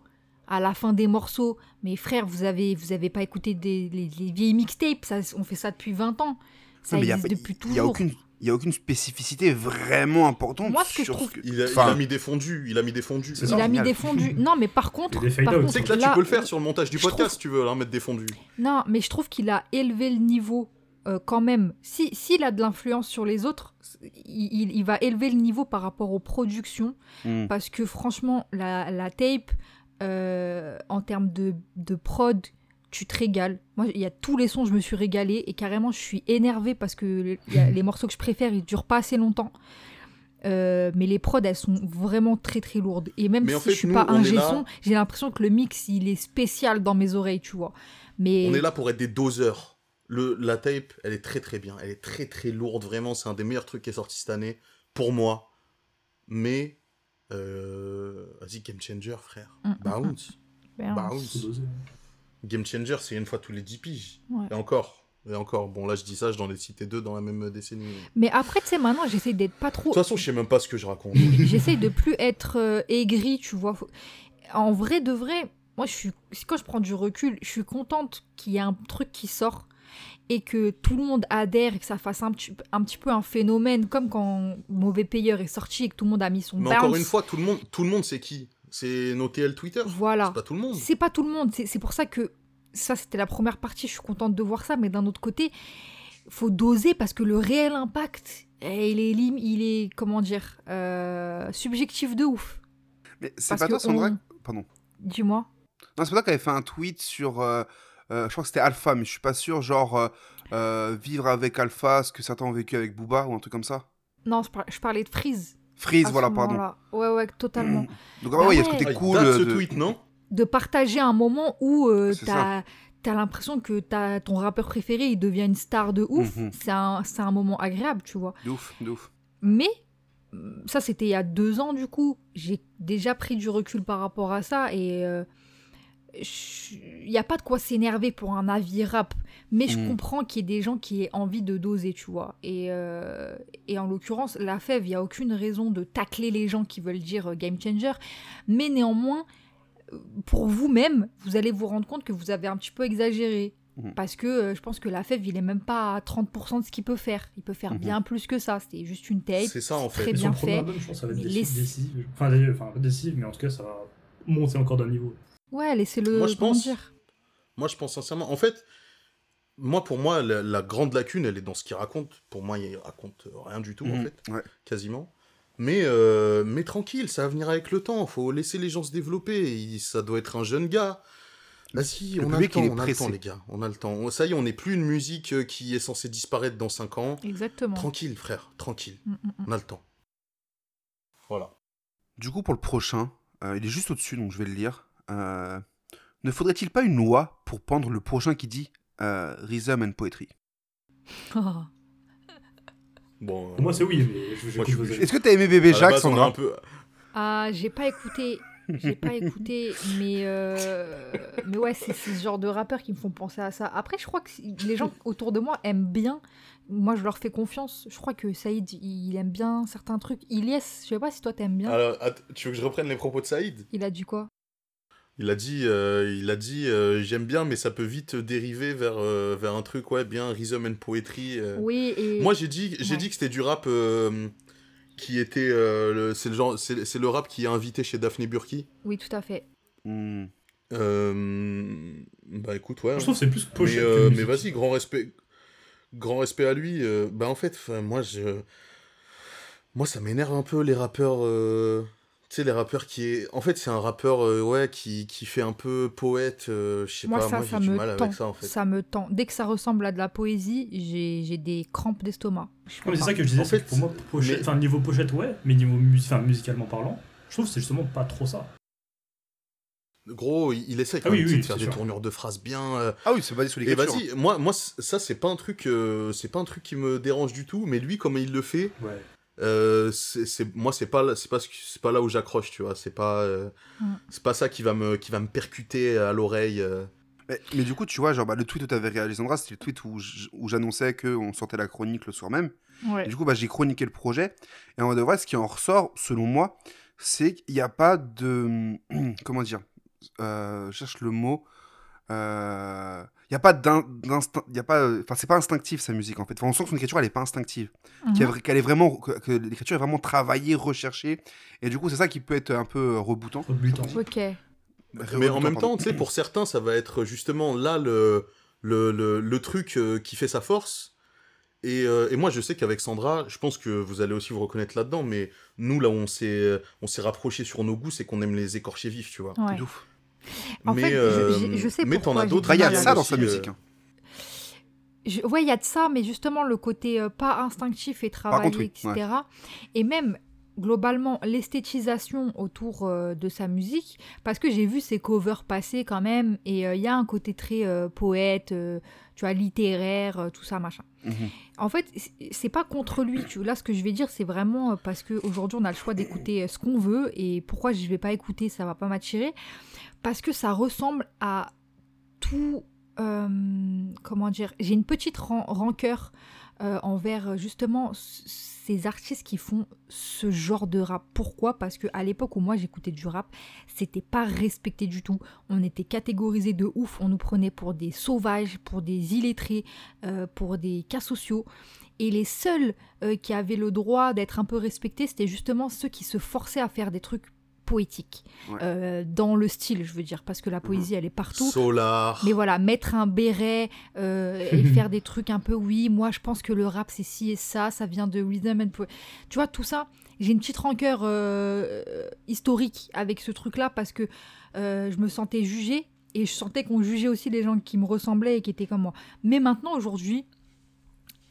[SPEAKER 4] à la fin des morceaux. Mais frère, vous avez vous avez pas écouté des les, les vieilles mixtapes, ça on fait ça depuis 20 ans. Ça
[SPEAKER 1] Non, mais y a
[SPEAKER 4] existe
[SPEAKER 1] pas-
[SPEAKER 4] depuis
[SPEAKER 1] Il n'y a,
[SPEAKER 4] toujours.
[SPEAKER 1] aucune- y a aucune spécificité vraiment importante.
[SPEAKER 4] Moi, ce que je
[SPEAKER 1] sur
[SPEAKER 4] trouve-
[SPEAKER 5] Il a, il
[SPEAKER 1] Enfin-
[SPEAKER 5] a mis des fondus, il a mis des fondus.
[SPEAKER 6] C'est
[SPEAKER 4] Il
[SPEAKER 6] ça.
[SPEAKER 4] a mis
[SPEAKER 1] Génial.
[SPEAKER 4] des fondus. Non, mais par contre,
[SPEAKER 6] des fade
[SPEAKER 4] par
[SPEAKER 6] out.
[SPEAKER 5] Tu
[SPEAKER 4] contre
[SPEAKER 5] sais que là,
[SPEAKER 4] là,
[SPEAKER 5] tu peux le faire sur le montage du
[SPEAKER 4] je trouve-
[SPEAKER 5] podcast, si tu veux, hein, mettre des fondus.
[SPEAKER 4] Non, mais je trouve qu'il a élevé le niveau euh, quand même. Si s'il a de l'influence sur les autres, il, il- il va élever le niveau par rapport aux productions
[SPEAKER 5] Mm.
[SPEAKER 1] Hmm.
[SPEAKER 4] parce que franchement, la, la tape euh, en termes de, de prod, tu te régales. Moi, il y a tous les sons, je me suis régalée et carrément, je suis énervée parce que le- il y
[SPEAKER 5] Mm.
[SPEAKER 4] a les morceaux que je préfère, ils durent pas assez longtemps. Euh, mais les prods elles sont vraiment très très lourdes et même
[SPEAKER 5] Mais
[SPEAKER 4] si
[SPEAKER 5] en fait,
[SPEAKER 4] je suis
[SPEAKER 5] nous,
[SPEAKER 4] pas
[SPEAKER 5] on
[SPEAKER 4] un
[SPEAKER 5] est là-
[SPEAKER 4] son j'ai l'impression que le mix il est spécial dans mes oreilles tu vois mais
[SPEAKER 5] On est là pour être des doseurs. Le, la tape, elle est très très bien. Elle est très très lourde, vraiment. C'est un des meilleurs trucs qui est sorti cette année, pour moi. Mais. Euh, Vas-y, Game Changer, frère.
[SPEAKER 4] Mm, mm,
[SPEAKER 5] Bounce. Bah,
[SPEAKER 4] Ben,
[SPEAKER 6] C'est
[SPEAKER 5] Bounce.
[SPEAKER 6] dosé.
[SPEAKER 5] Game Changer, c'est une fois tous les 10 piges.
[SPEAKER 4] Ouais.
[SPEAKER 5] Et encore. Et encore. Bon, là, je dis ça, je dans les cités 2 dans la même euh, décennie. De
[SPEAKER 4] Mais après, tu sais, maintenant, j'essaie d'être pas trop.
[SPEAKER 5] toute façon, je sais même pas ce que je raconte.
[SPEAKER 4] J'essaie de plus être euh, aigrie, tu vois. Faut- En vrai, de vrai, moi, je suis. Quand je prends du recul, je suis contente qu'il y ait un truc qui sort et que tout le monde adhère et que ça fasse un petit, un petit peu un phénomène, comme quand Mauvais Payeur est sorti et que tout le monde a mis son
[SPEAKER 5] Mais
[SPEAKER 4] bounce.
[SPEAKER 5] encore une fois, tout le monde, tout le monde, c'est qui C'est nos TL Twitter.
[SPEAKER 4] Voilà.
[SPEAKER 5] C'est pas tout le monde.
[SPEAKER 4] C'est pas tout le monde. C'est c'est pour ça que ça, c'était la première partie. Je suis contente de voir ça, mais d'un autre côté, faut doser parce que le réel impact, eh, il est, lim- il est comment dire, euh, subjectif de ouf.
[SPEAKER 1] Mais c'est
[SPEAKER 4] Parce
[SPEAKER 1] pas toi,
[SPEAKER 4] que
[SPEAKER 1] Sandra
[SPEAKER 4] on-
[SPEAKER 1] Pardon.
[SPEAKER 4] Dis-moi.
[SPEAKER 1] Non, c'est pas toi qui avait fait un tweet sur. euh, euh, je crois que c'était Alpha, mais je suis pas sûr. Genre, euh, euh, vivre avec Alpha, ce que certains ont vécu avec Booba ou un truc comme ça.
[SPEAKER 4] Non, je par- je parlais de Freeze.
[SPEAKER 1] Freeze,
[SPEAKER 4] à ce
[SPEAKER 1] voilà, pardon.
[SPEAKER 4] moment-là. Ouais, ouais, totalement.
[SPEAKER 1] Donc, ah ouais, il y a ce
[SPEAKER 4] Ah ouais.
[SPEAKER 1] côté
[SPEAKER 5] Ah, il
[SPEAKER 1] cool.
[SPEAKER 5] date ce
[SPEAKER 1] euh, de-
[SPEAKER 5] tweet, non
[SPEAKER 4] De partager un moment où euh,
[SPEAKER 1] C'est
[SPEAKER 4] t'as t'as l'impression que t'as- ton rappeur préféré, il devient une star de ouf.
[SPEAKER 1] Mhm.
[SPEAKER 4] C'est un, c'est un moment agréable, tu vois.
[SPEAKER 1] de ouf, de ouf.
[SPEAKER 4] Mais euh, ça, c'était il y a deux ans, du coup. J'ai déjà pris du recul par rapport à ça et euh, je- il n'y a pas de quoi s'énerver pour un avis rap. Mais je
[SPEAKER 1] Mm.
[SPEAKER 4] comprends qu'il y ait des gens qui aient envie de doser, tu vois. Et, euh, et en l'occurrence, la fève, il n'y a aucune raison de tacler les gens qui veulent dire euh, game changer. Mais néanmoins, euh, pour vous-même, vous allez vous rendre compte que vous avez un petit peu exagéré.
[SPEAKER 1] Mm.
[SPEAKER 4] Parce que euh, je pense que la fève, il est même pas à 30% de ce qu'il peut faire. Il peut faire
[SPEAKER 1] Mhm.
[SPEAKER 4] bien plus que ça. C'était juste une tape.
[SPEAKER 5] C'est ça, en
[SPEAKER 4] très
[SPEAKER 5] fait.
[SPEAKER 6] Mais
[SPEAKER 4] bien
[SPEAKER 6] son premier
[SPEAKER 4] fait.
[SPEAKER 6] album, je pense, ça va être
[SPEAKER 4] Mais
[SPEAKER 6] décisif.
[SPEAKER 4] les-
[SPEAKER 6] décisif. Enfin, d'ailleurs, enfin, pas décisif, mais en tout cas, ça va monter encore d'un niveau.
[SPEAKER 4] Ouais, laissez-le
[SPEAKER 5] Moi, je pense-
[SPEAKER 4] grandir.
[SPEAKER 5] Moi, je pense sincèrement. En fait, moi, pour moi, la, la grande lacune, elle est dans ce qu'il raconte. Pour moi, il raconte rien du tout, en
[SPEAKER 1] Mhm,
[SPEAKER 5] fait.
[SPEAKER 1] ouais.
[SPEAKER 5] Quasiment. Mais, euh, mais tranquille, ça va venir avec le temps. Faut laisser les gens se développer. Il- ça doit être un jeune gars. Vas-y,
[SPEAKER 1] Le
[SPEAKER 5] on a le
[SPEAKER 1] public,
[SPEAKER 5] temps,
[SPEAKER 1] il est
[SPEAKER 5] on a le temps,
[SPEAKER 1] pressé.
[SPEAKER 5] les gars. On a le temps. On- Ça y est, on n'est plus une musique euh, qui est censée disparaître dans 5 ans.
[SPEAKER 4] Exactement.
[SPEAKER 5] Tranquille, frère, tranquille.
[SPEAKER 4] Mm, mm, mm.
[SPEAKER 5] On a le temps. Voilà.
[SPEAKER 1] Du coup, pour le prochain, euh, il est juste au-dessus, donc je vais le lire. Euh, ne faudrait-il pas une loi pour pendre le prochain qui dit euh, Rhythm and Poetry
[SPEAKER 4] Ah.
[SPEAKER 5] Bon. euh,
[SPEAKER 6] Pour moi, c'est oui, mais je, je,
[SPEAKER 5] Moi, je-
[SPEAKER 6] vos avis.
[SPEAKER 1] Est-ce que t'as aimé Bébé
[SPEAKER 5] à la
[SPEAKER 1] Jacques,
[SPEAKER 5] base, on a
[SPEAKER 1] Sandra
[SPEAKER 5] un peu...
[SPEAKER 4] Ah, j'ai pas écouté. J'ai pas écouté, mais euh, mais ouais, c'est c'est ce genre de rappeurs qui me font penser à ça. Après, je crois que si- les gens autour de moi aiment bien. Moi, je leur fais confiance. Je crois que Saïd, il aime bien certains trucs. Ilyes, je sais pas si toi t'aimes bien.
[SPEAKER 5] Alors, att- tu veux que je reprenne les propos de Saïd
[SPEAKER 4] Il a dit quoi
[SPEAKER 5] Il a dit, euh, il a dit, euh, j'aime bien, mais ça peut vite dériver vers, euh, vers un truc, ouais, bien rhythm and poetry. euh.
[SPEAKER 4] Oui, et
[SPEAKER 5] Moi, j'ai dit, j'ai
[SPEAKER 4] Ouais.
[SPEAKER 5] dit que c'était du rap euh, qui était, euh, le- c'est le genre, c'est c'est le rap qui est invité chez Daphné Burki.
[SPEAKER 4] oui, tout à fait.
[SPEAKER 1] Hmm.
[SPEAKER 5] Euh, bah écoute, ouais.
[SPEAKER 6] Je trouve que c'est plus
[SPEAKER 5] mais,
[SPEAKER 6] pochette
[SPEAKER 5] euh,
[SPEAKER 6] que
[SPEAKER 5] mais
[SPEAKER 6] musique.
[SPEAKER 5] vas-y, grand respect, grand respect à lui. euh, bah en fait, 'fin, moi je, moi ça m'énerve un peu les rappeurs euh, Tu sais, les rappeurs qui est. En fait, c'est un rappeur euh, ouais, qui, qui fait un peu poète, euh, je sais
[SPEAKER 4] Moi,
[SPEAKER 5] pas,
[SPEAKER 4] ça,
[SPEAKER 5] moi j'ai
[SPEAKER 4] ça
[SPEAKER 5] du
[SPEAKER 4] me
[SPEAKER 5] mal
[SPEAKER 4] tend.
[SPEAKER 5] avec ça en fait.
[SPEAKER 4] Ça me tend. Dès que ça ressemble à de la poésie, j'ai- j'ai des crampes d'estomac. Je
[SPEAKER 6] Non,
[SPEAKER 4] peux
[SPEAKER 6] mais c'est
[SPEAKER 4] pas.
[SPEAKER 6] ça que je disais,
[SPEAKER 5] En
[SPEAKER 6] c'est
[SPEAKER 5] fait,
[SPEAKER 6] que pour moi, pochette,
[SPEAKER 5] mais-
[SPEAKER 6] enfin, niveau pochette, ouais, mais niveau mus- enfin, musicalement parlant, je trouve que c'est justement pas trop ça.
[SPEAKER 5] Gros, il, il essaie quand
[SPEAKER 6] Ah oui,
[SPEAKER 5] même, tu sais,
[SPEAKER 6] oui,
[SPEAKER 5] de faire
[SPEAKER 6] c'est
[SPEAKER 5] des
[SPEAKER 6] sûr.
[SPEAKER 5] tournures de phrases bien. euh,
[SPEAKER 1] Ah oui, c'est basé sur les
[SPEAKER 5] Et
[SPEAKER 1] captures.
[SPEAKER 5] vas-y, moi, moi, c- ça c'est pas un truc, euh, c'est pas un truc qui me dérange du tout, mais lui, comme il le fait,
[SPEAKER 6] Ouais.
[SPEAKER 5] euh, c'est, c'est- moi, c'est pas, là- c'est pas, ce que- c'est pas là où j'accroche, tu vois. C'est pas, euh,
[SPEAKER 4] Mm.
[SPEAKER 5] c'est pas ça qui va me, qui va me percuter à l'oreille. euh.
[SPEAKER 1] Mais, mais du coup, tu vois, genre, bah, le tweet où t'avais réalisé, Sandra, c'était le tweet où j- où j'annonçais qu'on sortait la chronique le soir même.
[SPEAKER 4] Ouais.
[SPEAKER 1] Et du coup, bah, j'ai chroniqué le projet. Et en vrai, de vrai, ce qui en ressort, selon moi, c'est qu'il n'y a pas de. Comment dire Euh, Je cherche le mot. Euh, Il n'y a pas d'in- d'instinct. il y a pas, euh, Enfin, c'est pas instinctif sa musique en fait. Enfin, on sent que son écriture elle est pas instinctive.
[SPEAKER 4] Mhm.
[SPEAKER 1] Qu'elle- qu'elle est vraiment, que, que l'écriture est vraiment travaillée, recherchée. Et du coup, c'est ça qui peut être un peu euh, reboutant.
[SPEAKER 6] Rebutant.
[SPEAKER 4] Ok.
[SPEAKER 1] Bah,
[SPEAKER 5] Mais en même temps,
[SPEAKER 1] pardon.
[SPEAKER 5] tu sais, pour certains, ça va être justement là le, le, le, le truc euh, qui fait sa force. Et, euh, et moi, je sais qu'avec Sandra, je pense que vous allez aussi vous reconnaître là-dedans, mais nous, là où on s'est, on s'est rapproché sur nos goûts, c'est qu'on aime les écorchés vifs, tu vois.
[SPEAKER 4] Ouais.
[SPEAKER 1] De ouf.
[SPEAKER 4] En
[SPEAKER 5] mais
[SPEAKER 4] fait, je-
[SPEAKER 5] euh,
[SPEAKER 4] j'ai- je sais
[SPEAKER 5] mais t'en
[SPEAKER 4] pourquoi
[SPEAKER 5] as
[SPEAKER 4] j'ai
[SPEAKER 5] d'autres.
[SPEAKER 1] Bah, il y a
[SPEAKER 4] du
[SPEAKER 1] de
[SPEAKER 4] mal
[SPEAKER 1] ça
[SPEAKER 4] à-
[SPEAKER 1] dans sa
[SPEAKER 5] aussi, euh,
[SPEAKER 1] musique. hein.
[SPEAKER 4] Je- ouais, il y a de ça, mais justement, le côté euh, pas instinctif et travaillé,
[SPEAKER 1] contre, oui,
[SPEAKER 4] etc. Et même, globalement, l'esthétisation autour euh, de sa musique, parce que j'ai vu ses covers passer quand même, et euh, il y a un côté très euh, poète, euh, tu vois, littéraire, euh, tout ça, machin.
[SPEAKER 1] Mhm.
[SPEAKER 4] En fait, c'est- c'est pas contre lui. Tu, là, ce que je vais dire, c'est vraiment euh, parce qu'aujourd'hui, on a le choix d'écouter euh, ce qu'on veut, et pourquoi je vais pas écouter, ça va pas m'attirer, parce que ça ressemble à tout euh, comment dire, j'ai une petite ran- rancœur euh, envers euh, justement c- ces artistes qui font ce genre de rap. Pourquoi Parce que à l'époque où moi j'écoutais du rap, c'était pas respecté du tout. On était catégorisés de ouf, on nous prenait pour des sauvages, pour des illettrés, euh, pour des cas sociaux. Et les seuls euh, qui avaient le droit d'être un peu respectés, c'était justement ceux qui se forçaient à faire des trucs poétiques.
[SPEAKER 1] Ouais.
[SPEAKER 4] Euh, dans le style, je veux dire, parce que la poésie, elle est partout.
[SPEAKER 5] Solar.
[SPEAKER 4] Mais voilà, mettre un béret euh, et faire des trucs un peu, oui, moi je pense que le rap c'est ci et ça, ça vient de Rhythm and Po- Tu vois, tout ça, j'ai une petite rancœur euh, euh, historique avec ce truc-là parce que euh, je me sentais jugée et je sentais qu'on jugeait aussi les gens qui me ressemblaient et qui étaient comme moi. Mais maintenant, aujourd'hui,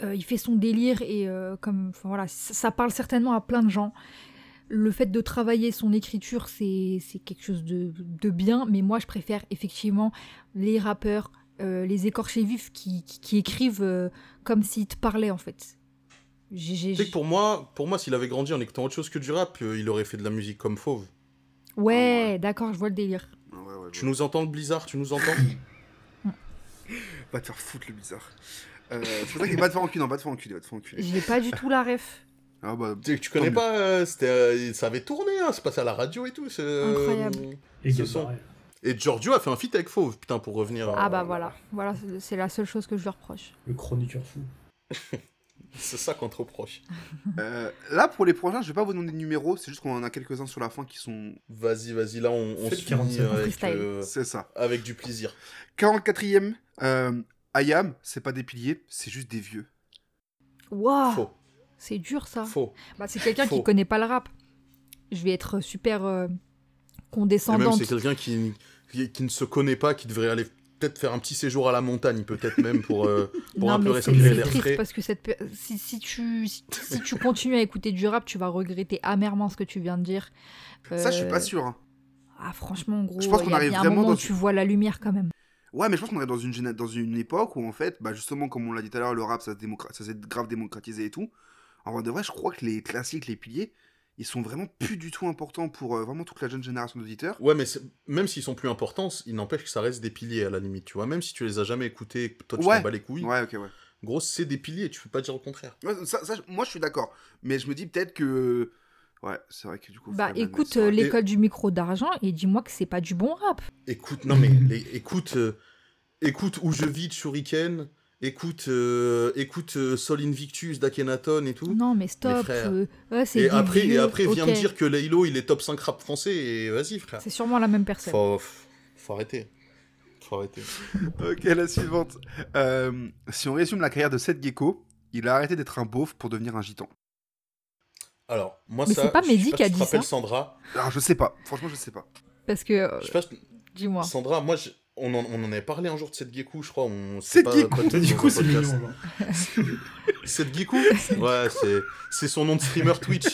[SPEAKER 4] euh, il fait son délire et euh, comme, enfin, voilà, ça ça parle certainement à plein de gens le fait de travailler son écriture, c'est c'est quelque chose de, de bien, mais moi je préfère effectivement les rappeurs, euh, les écorchés vifs qui, qui, qui écrivent euh, comme s'ils te parlaient en fait. J'ai- j'ai-
[SPEAKER 5] Tu sais que pour moi, pour moi, s'il avait grandi en écoutant autre chose que du rap, euh, il aurait fait de la musique comme Fauve.
[SPEAKER 4] Ouais, d'accord, je vois le délire.
[SPEAKER 1] Ouais, ouais, ouais.
[SPEAKER 5] Tu nous entends, Blizzard Tu nous entends
[SPEAKER 1] Va te faire foutre le bizarre. Euh, c'est pour ça qu'il va te faire enculer, non, va te faire enculer, va te faire enculer.
[SPEAKER 4] J'ai pas du tout la ref.
[SPEAKER 1] Ah bah,
[SPEAKER 5] Tu, tu connais
[SPEAKER 1] Tant
[SPEAKER 5] pas euh, c'était, euh, Ça avait tourné, hein, c'est passé à la radio et tout. c'est, euh,
[SPEAKER 4] Incroyable.
[SPEAKER 6] Et
[SPEAKER 5] Ce
[SPEAKER 6] Gabarret.
[SPEAKER 5] sont- Et Giorgio a fait un feat avec Fauve, putain, pour revenir. à-
[SPEAKER 4] Ah bah voilà, voilà, c'est- c'est la seule chose que je leur reproche.
[SPEAKER 6] le chroniqueur fou.
[SPEAKER 5] C'est ça qu'on te reproche.
[SPEAKER 1] Euh, là, pour les prochains, je vais pas vous donner de numéros, c'est juste qu'on en a quelques-uns sur la fin qui sont.
[SPEAKER 5] Vas-y, vas-y, là, on, on
[SPEAKER 6] Faites
[SPEAKER 5] se finit
[SPEAKER 6] 45.
[SPEAKER 5] euh, avec,
[SPEAKER 4] Freestyle.
[SPEAKER 5] euh,
[SPEAKER 1] C'est ça.
[SPEAKER 5] avec du plaisir.
[SPEAKER 1] 44ème, euh, Ayam, c'est pas des piliers, c'est juste des vieux.
[SPEAKER 4] Waouh,
[SPEAKER 5] Faux,
[SPEAKER 4] c'est dur ça.
[SPEAKER 5] faux.
[SPEAKER 4] Bah, c'est quelqu'un
[SPEAKER 5] Faux.
[SPEAKER 4] qui connaît pas le rap. Je vais être super euh,
[SPEAKER 5] Et même,
[SPEAKER 4] condescendante.
[SPEAKER 5] c'est quelqu'un qui, qui, qui ne se connaît pas, qui devrait aller peut-être faire un petit séjour à la montagne, peut-être même pour, euh, pour
[SPEAKER 4] non,
[SPEAKER 5] un peu
[SPEAKER 4] mais c'est
[SPEAKER 5] respirer
[SPEAKER 4] c'est
[SPEAKER 5] l'air frais.
[SPEAKER 4] triste parce que cette pe- si, si tu, si, si tu continues à écouter du rap, tu vas regretter amèrement ce que tu viens de dire.
[SPEAKER 1] Ça, je suis
[SPEAKER 4] Euh,
[SPEAKER 1] pas sûr. hein.
[SPEAKER 4] Ah, franchement, gros,
[SPEAKER 1] Je pense
[SPEAKER 4] il
[SPEAKER 1] qu'on
[SPEAKER 4] y a
[SPEAKER 1] arrive
[SPEAKER 4] bien un
[SPEAKER 1] vraiment
[SPEAKER 4] moment
[SPEAKER 1] dans
[SPEAKER 4] où
[SPEAKER 1] une-
[SPEAKER 4] tu vois la lumière quand même.
[SPEAKER 1] Ouais, mais je pense qu'on est dans une, géné- dans une époque où, en fait, bah, justement, comme on l'a dit tout à l'heure, le rap, ça se démocra- ça s'est grave démocratisé et tout. En vrai de vrai, je crois que les classiques, les piliers, ils sont vraiment plus du tout importants pour euh, vraiment toute la jeune génération d'auditeurs.
[SPEAKER 5] Ouais, mais c'est- même s'ils sont plus importants, il n'empêche que ça reste des piliers à la limite, tu vois. Même si tu les as jamais écoutés, et que toi tu
[SPEAKER 1] Ouais.
[SPEAKER 5] t'en bats les couilles,
[SPEAKER 1] Ouais, ok, ouais.
[SPEAKER 5] gros, c'est des piliers, tu peux pas dire le contraire.
[SPEAKER 1] Ouais, ça- ça, je- moi, je suis d'accord. Mais je me dis peut-être que. Ouais, c'est vrai que du coup.
[SPEAKER 4] Bah,
[SPEAKER 1] Freeman,
[SPEAKER 4] écoute
[SPEAKER 1] c'est vrai.
[SPEAKER 4] euh, l'école du micro d'argent et dis-moi que c'est pas du bon rap.
[SPEAKER 5] Écoute, non mais les- écoute, euh, écoute où je vis de Shuriken, écoute, euh, écoute euh, Sol Invictus d'Akenaton et
[SPEAKER 1] Mmh.
[SPEAKER 5] tout.
[SPEAKER 4] Non, mais stop.
[SPEAKER 5] frères.
[SPEAKER 4] euh, ouais, c'est
[SPEAKER 5] Et
[SPEAKER 4] des
[SPEAKER 5] après, et
[SPEAKER 4] vieux,
[SPEAKER 5] après viens
[SPEAKER 4] ok.
[SPEAKER 5] me dire que Laylo il est top 5 rap français et vas-y frère.
[SPEAKER 4] C'est sûrement la même personne.
[SPEAKER 5] Faut, faut- faut arrêter. Faut arrêter.
[SPEAKER 1] Ok, la suivante. Euh, si on résume la carrière de Seth Gecko, il a arrêté d'être un beauf pour devenir un gitan.
[SPEAKER 5] Alors, moi,
[SPEAKER 4] Mais
[SPEAKER 5] ça.
[SPEAKER 4] c'est pas
[SPEAKER 5] je-
[SPEAKER 4] Mehdi
[SPEAKER 5] je sais pas
[SPEAKER 4] qui a
[SPEAKER 5] si tu te
[SPEAKER 4] dit
[SPEAKER 5] rappelles
[SPEAKER 4] ça.
[SPEAKER 5] Sandra.
[SPEAKER 1] Alors, je sais pas. Franchement, je sais pas.
[SPEAKER 4] Parce que, euh,
[SPEAKER 5] Je sais pas, si-
[SPEAKER 4] dis-moi.
[SPEAKER 5] Sandra, moi, je- on, en, on en avait parlé un jour de cette Gekou, je crois. On...
[SPEAKER 1] Cette
[SPEAKER 5] pas-
[SPEAKER 1] Gekou
[SPEAKER 5] pas
[SPEAKER 6] Et
[SPEAKER 5] tout
[SPEAKER 6] du
[SPEAKER 5] dans
[SPEAKER 6] coup,
[SPEAKER 5] un
[SPEAKER 6] c'est
[SPEAKER 5] podcast.
[SPEAKER 6] mignon. genre.
[SPEAKER 5] Cette Gekou Ouais, c'est- c'est son nom de streamer Twitch.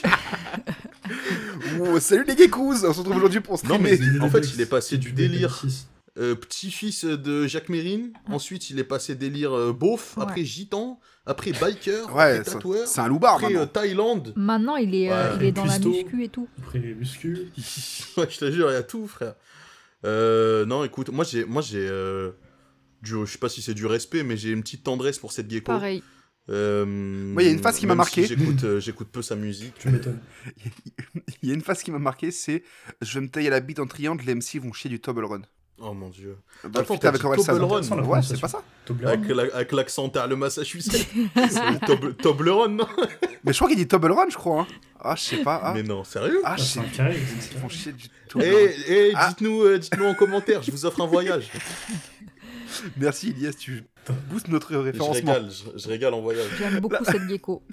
[SPEAKER 1] Ouh, salut les geckos On se retrouve aujourd'hui pour
[SPEAKER 5] Non,
[SPEAKER 1] streamer.
[SPEAKER 5] mais
[SPEAKER 1] Non,
[SPEAKER 5] en fait, il est passé du délire
[SPEAKER 6] Six.
[SPEAKER 5] euh, petit-fils de Jacques Mérine. Ensuite, il est passé délire euh, beauf.
[SPEAKER 4] Ouais.
[SPEAKER 5] Après, gitan. Après, biker.
[SPEAKER 1] ouais,
[SPEAKER 5] après,
[SPEAKER 1] ça-
[SPEAKER 5] tatoueur.
[SPEAKER 1] c'est un loupard,
[SPEAKER 5] Après, euh,
[SPEAKER 1] maintenant.
[SPEAKER 5] Thaïlande.
[SPEAKER 4] Maintenant, il est, euh,
[SPEAKER 5] Ouais.
[SPEAKER 4] il est dans la
[SPEAKER 6] Cuisto.
[SPEAKER 4] muscu et tout.
[SPEAKER 6] Après les muscles.
[SPEAKER 4] Mm.
[SPEAKER 5] Ouais, je te jure, il y a tout, frère. Euh, non, écoute, moi j'ai, moi j'ai, euh, du, je sais pas si c'est du respect, mais j'ai une petite tendresse pour cette gecko.
[SPEAKER 4] Pareil.
[SPEAKER 5] Euh,
[SPEAKER 1] il y a une phase qui m'a
[SPEAKER 5] même
[SPEAKER 1] marqué.
[SPEAKER 5] si j'écoute, euh, j'écoute peu sa musique.
[SPEAKER 6] Tu m'étonnes.
[SPEAKER 1] Il y a une phrase qui m'a marqué, c'est « Je vais me tailler la bite en triangle, les MC vont chier du Toblerone
[SPEAKER 5] Oh mon dieu. ».
[SPEAKER 1] Bah,
[SPEAKER 5] Attends,
[SPEAKER 1] putain,
[SPEAKER 5] t'as
[SPEAKER 1] avec
[SPEAKER 5] dit
[SPEAKER 1] Orelsan.
[SPEAKER 5] Toblerone.
[SPEAKER 1] Ouais, c'est pas ça.
[SPEAKER 6] Toblerone.
[SPEAKER 5] Avec, la- avec l'accent t'as le Massachusetts. c'est le Tob- Toblerone, non
[SPEAKER 1] Mais je crois qu'il dit Toblerone, je crois. hein. Ah, je sais pas. Ah,
[SPEAKER 5] Mais non, sérieux
[SPEAKER 1] ah je sais
[SPEAKER 6] C'est
[SPEAKER 1] pas.
[SPEAKER 6] un carré.
[SPEAKER 1] Ils font chier du
[SPEAKER 5] Eh,
[SPEAKER 1] Toblerone.
[SPEAKER 5] eh,
[SPEAKER 1] Ah.
[SPEAKER 5] dites-nous, euh, dites-nous en commentaire, je vous offre un voyage.
[SPEAKER 1] Merci, Ilias, tu boostes notre
[SPEAKER 5] Je
[SPEAKER 1] référencement.
[SPEAKER 5] régale, je, je régale en voyage.
[SPEAKER 4] J'aime beaucoup cette gecko.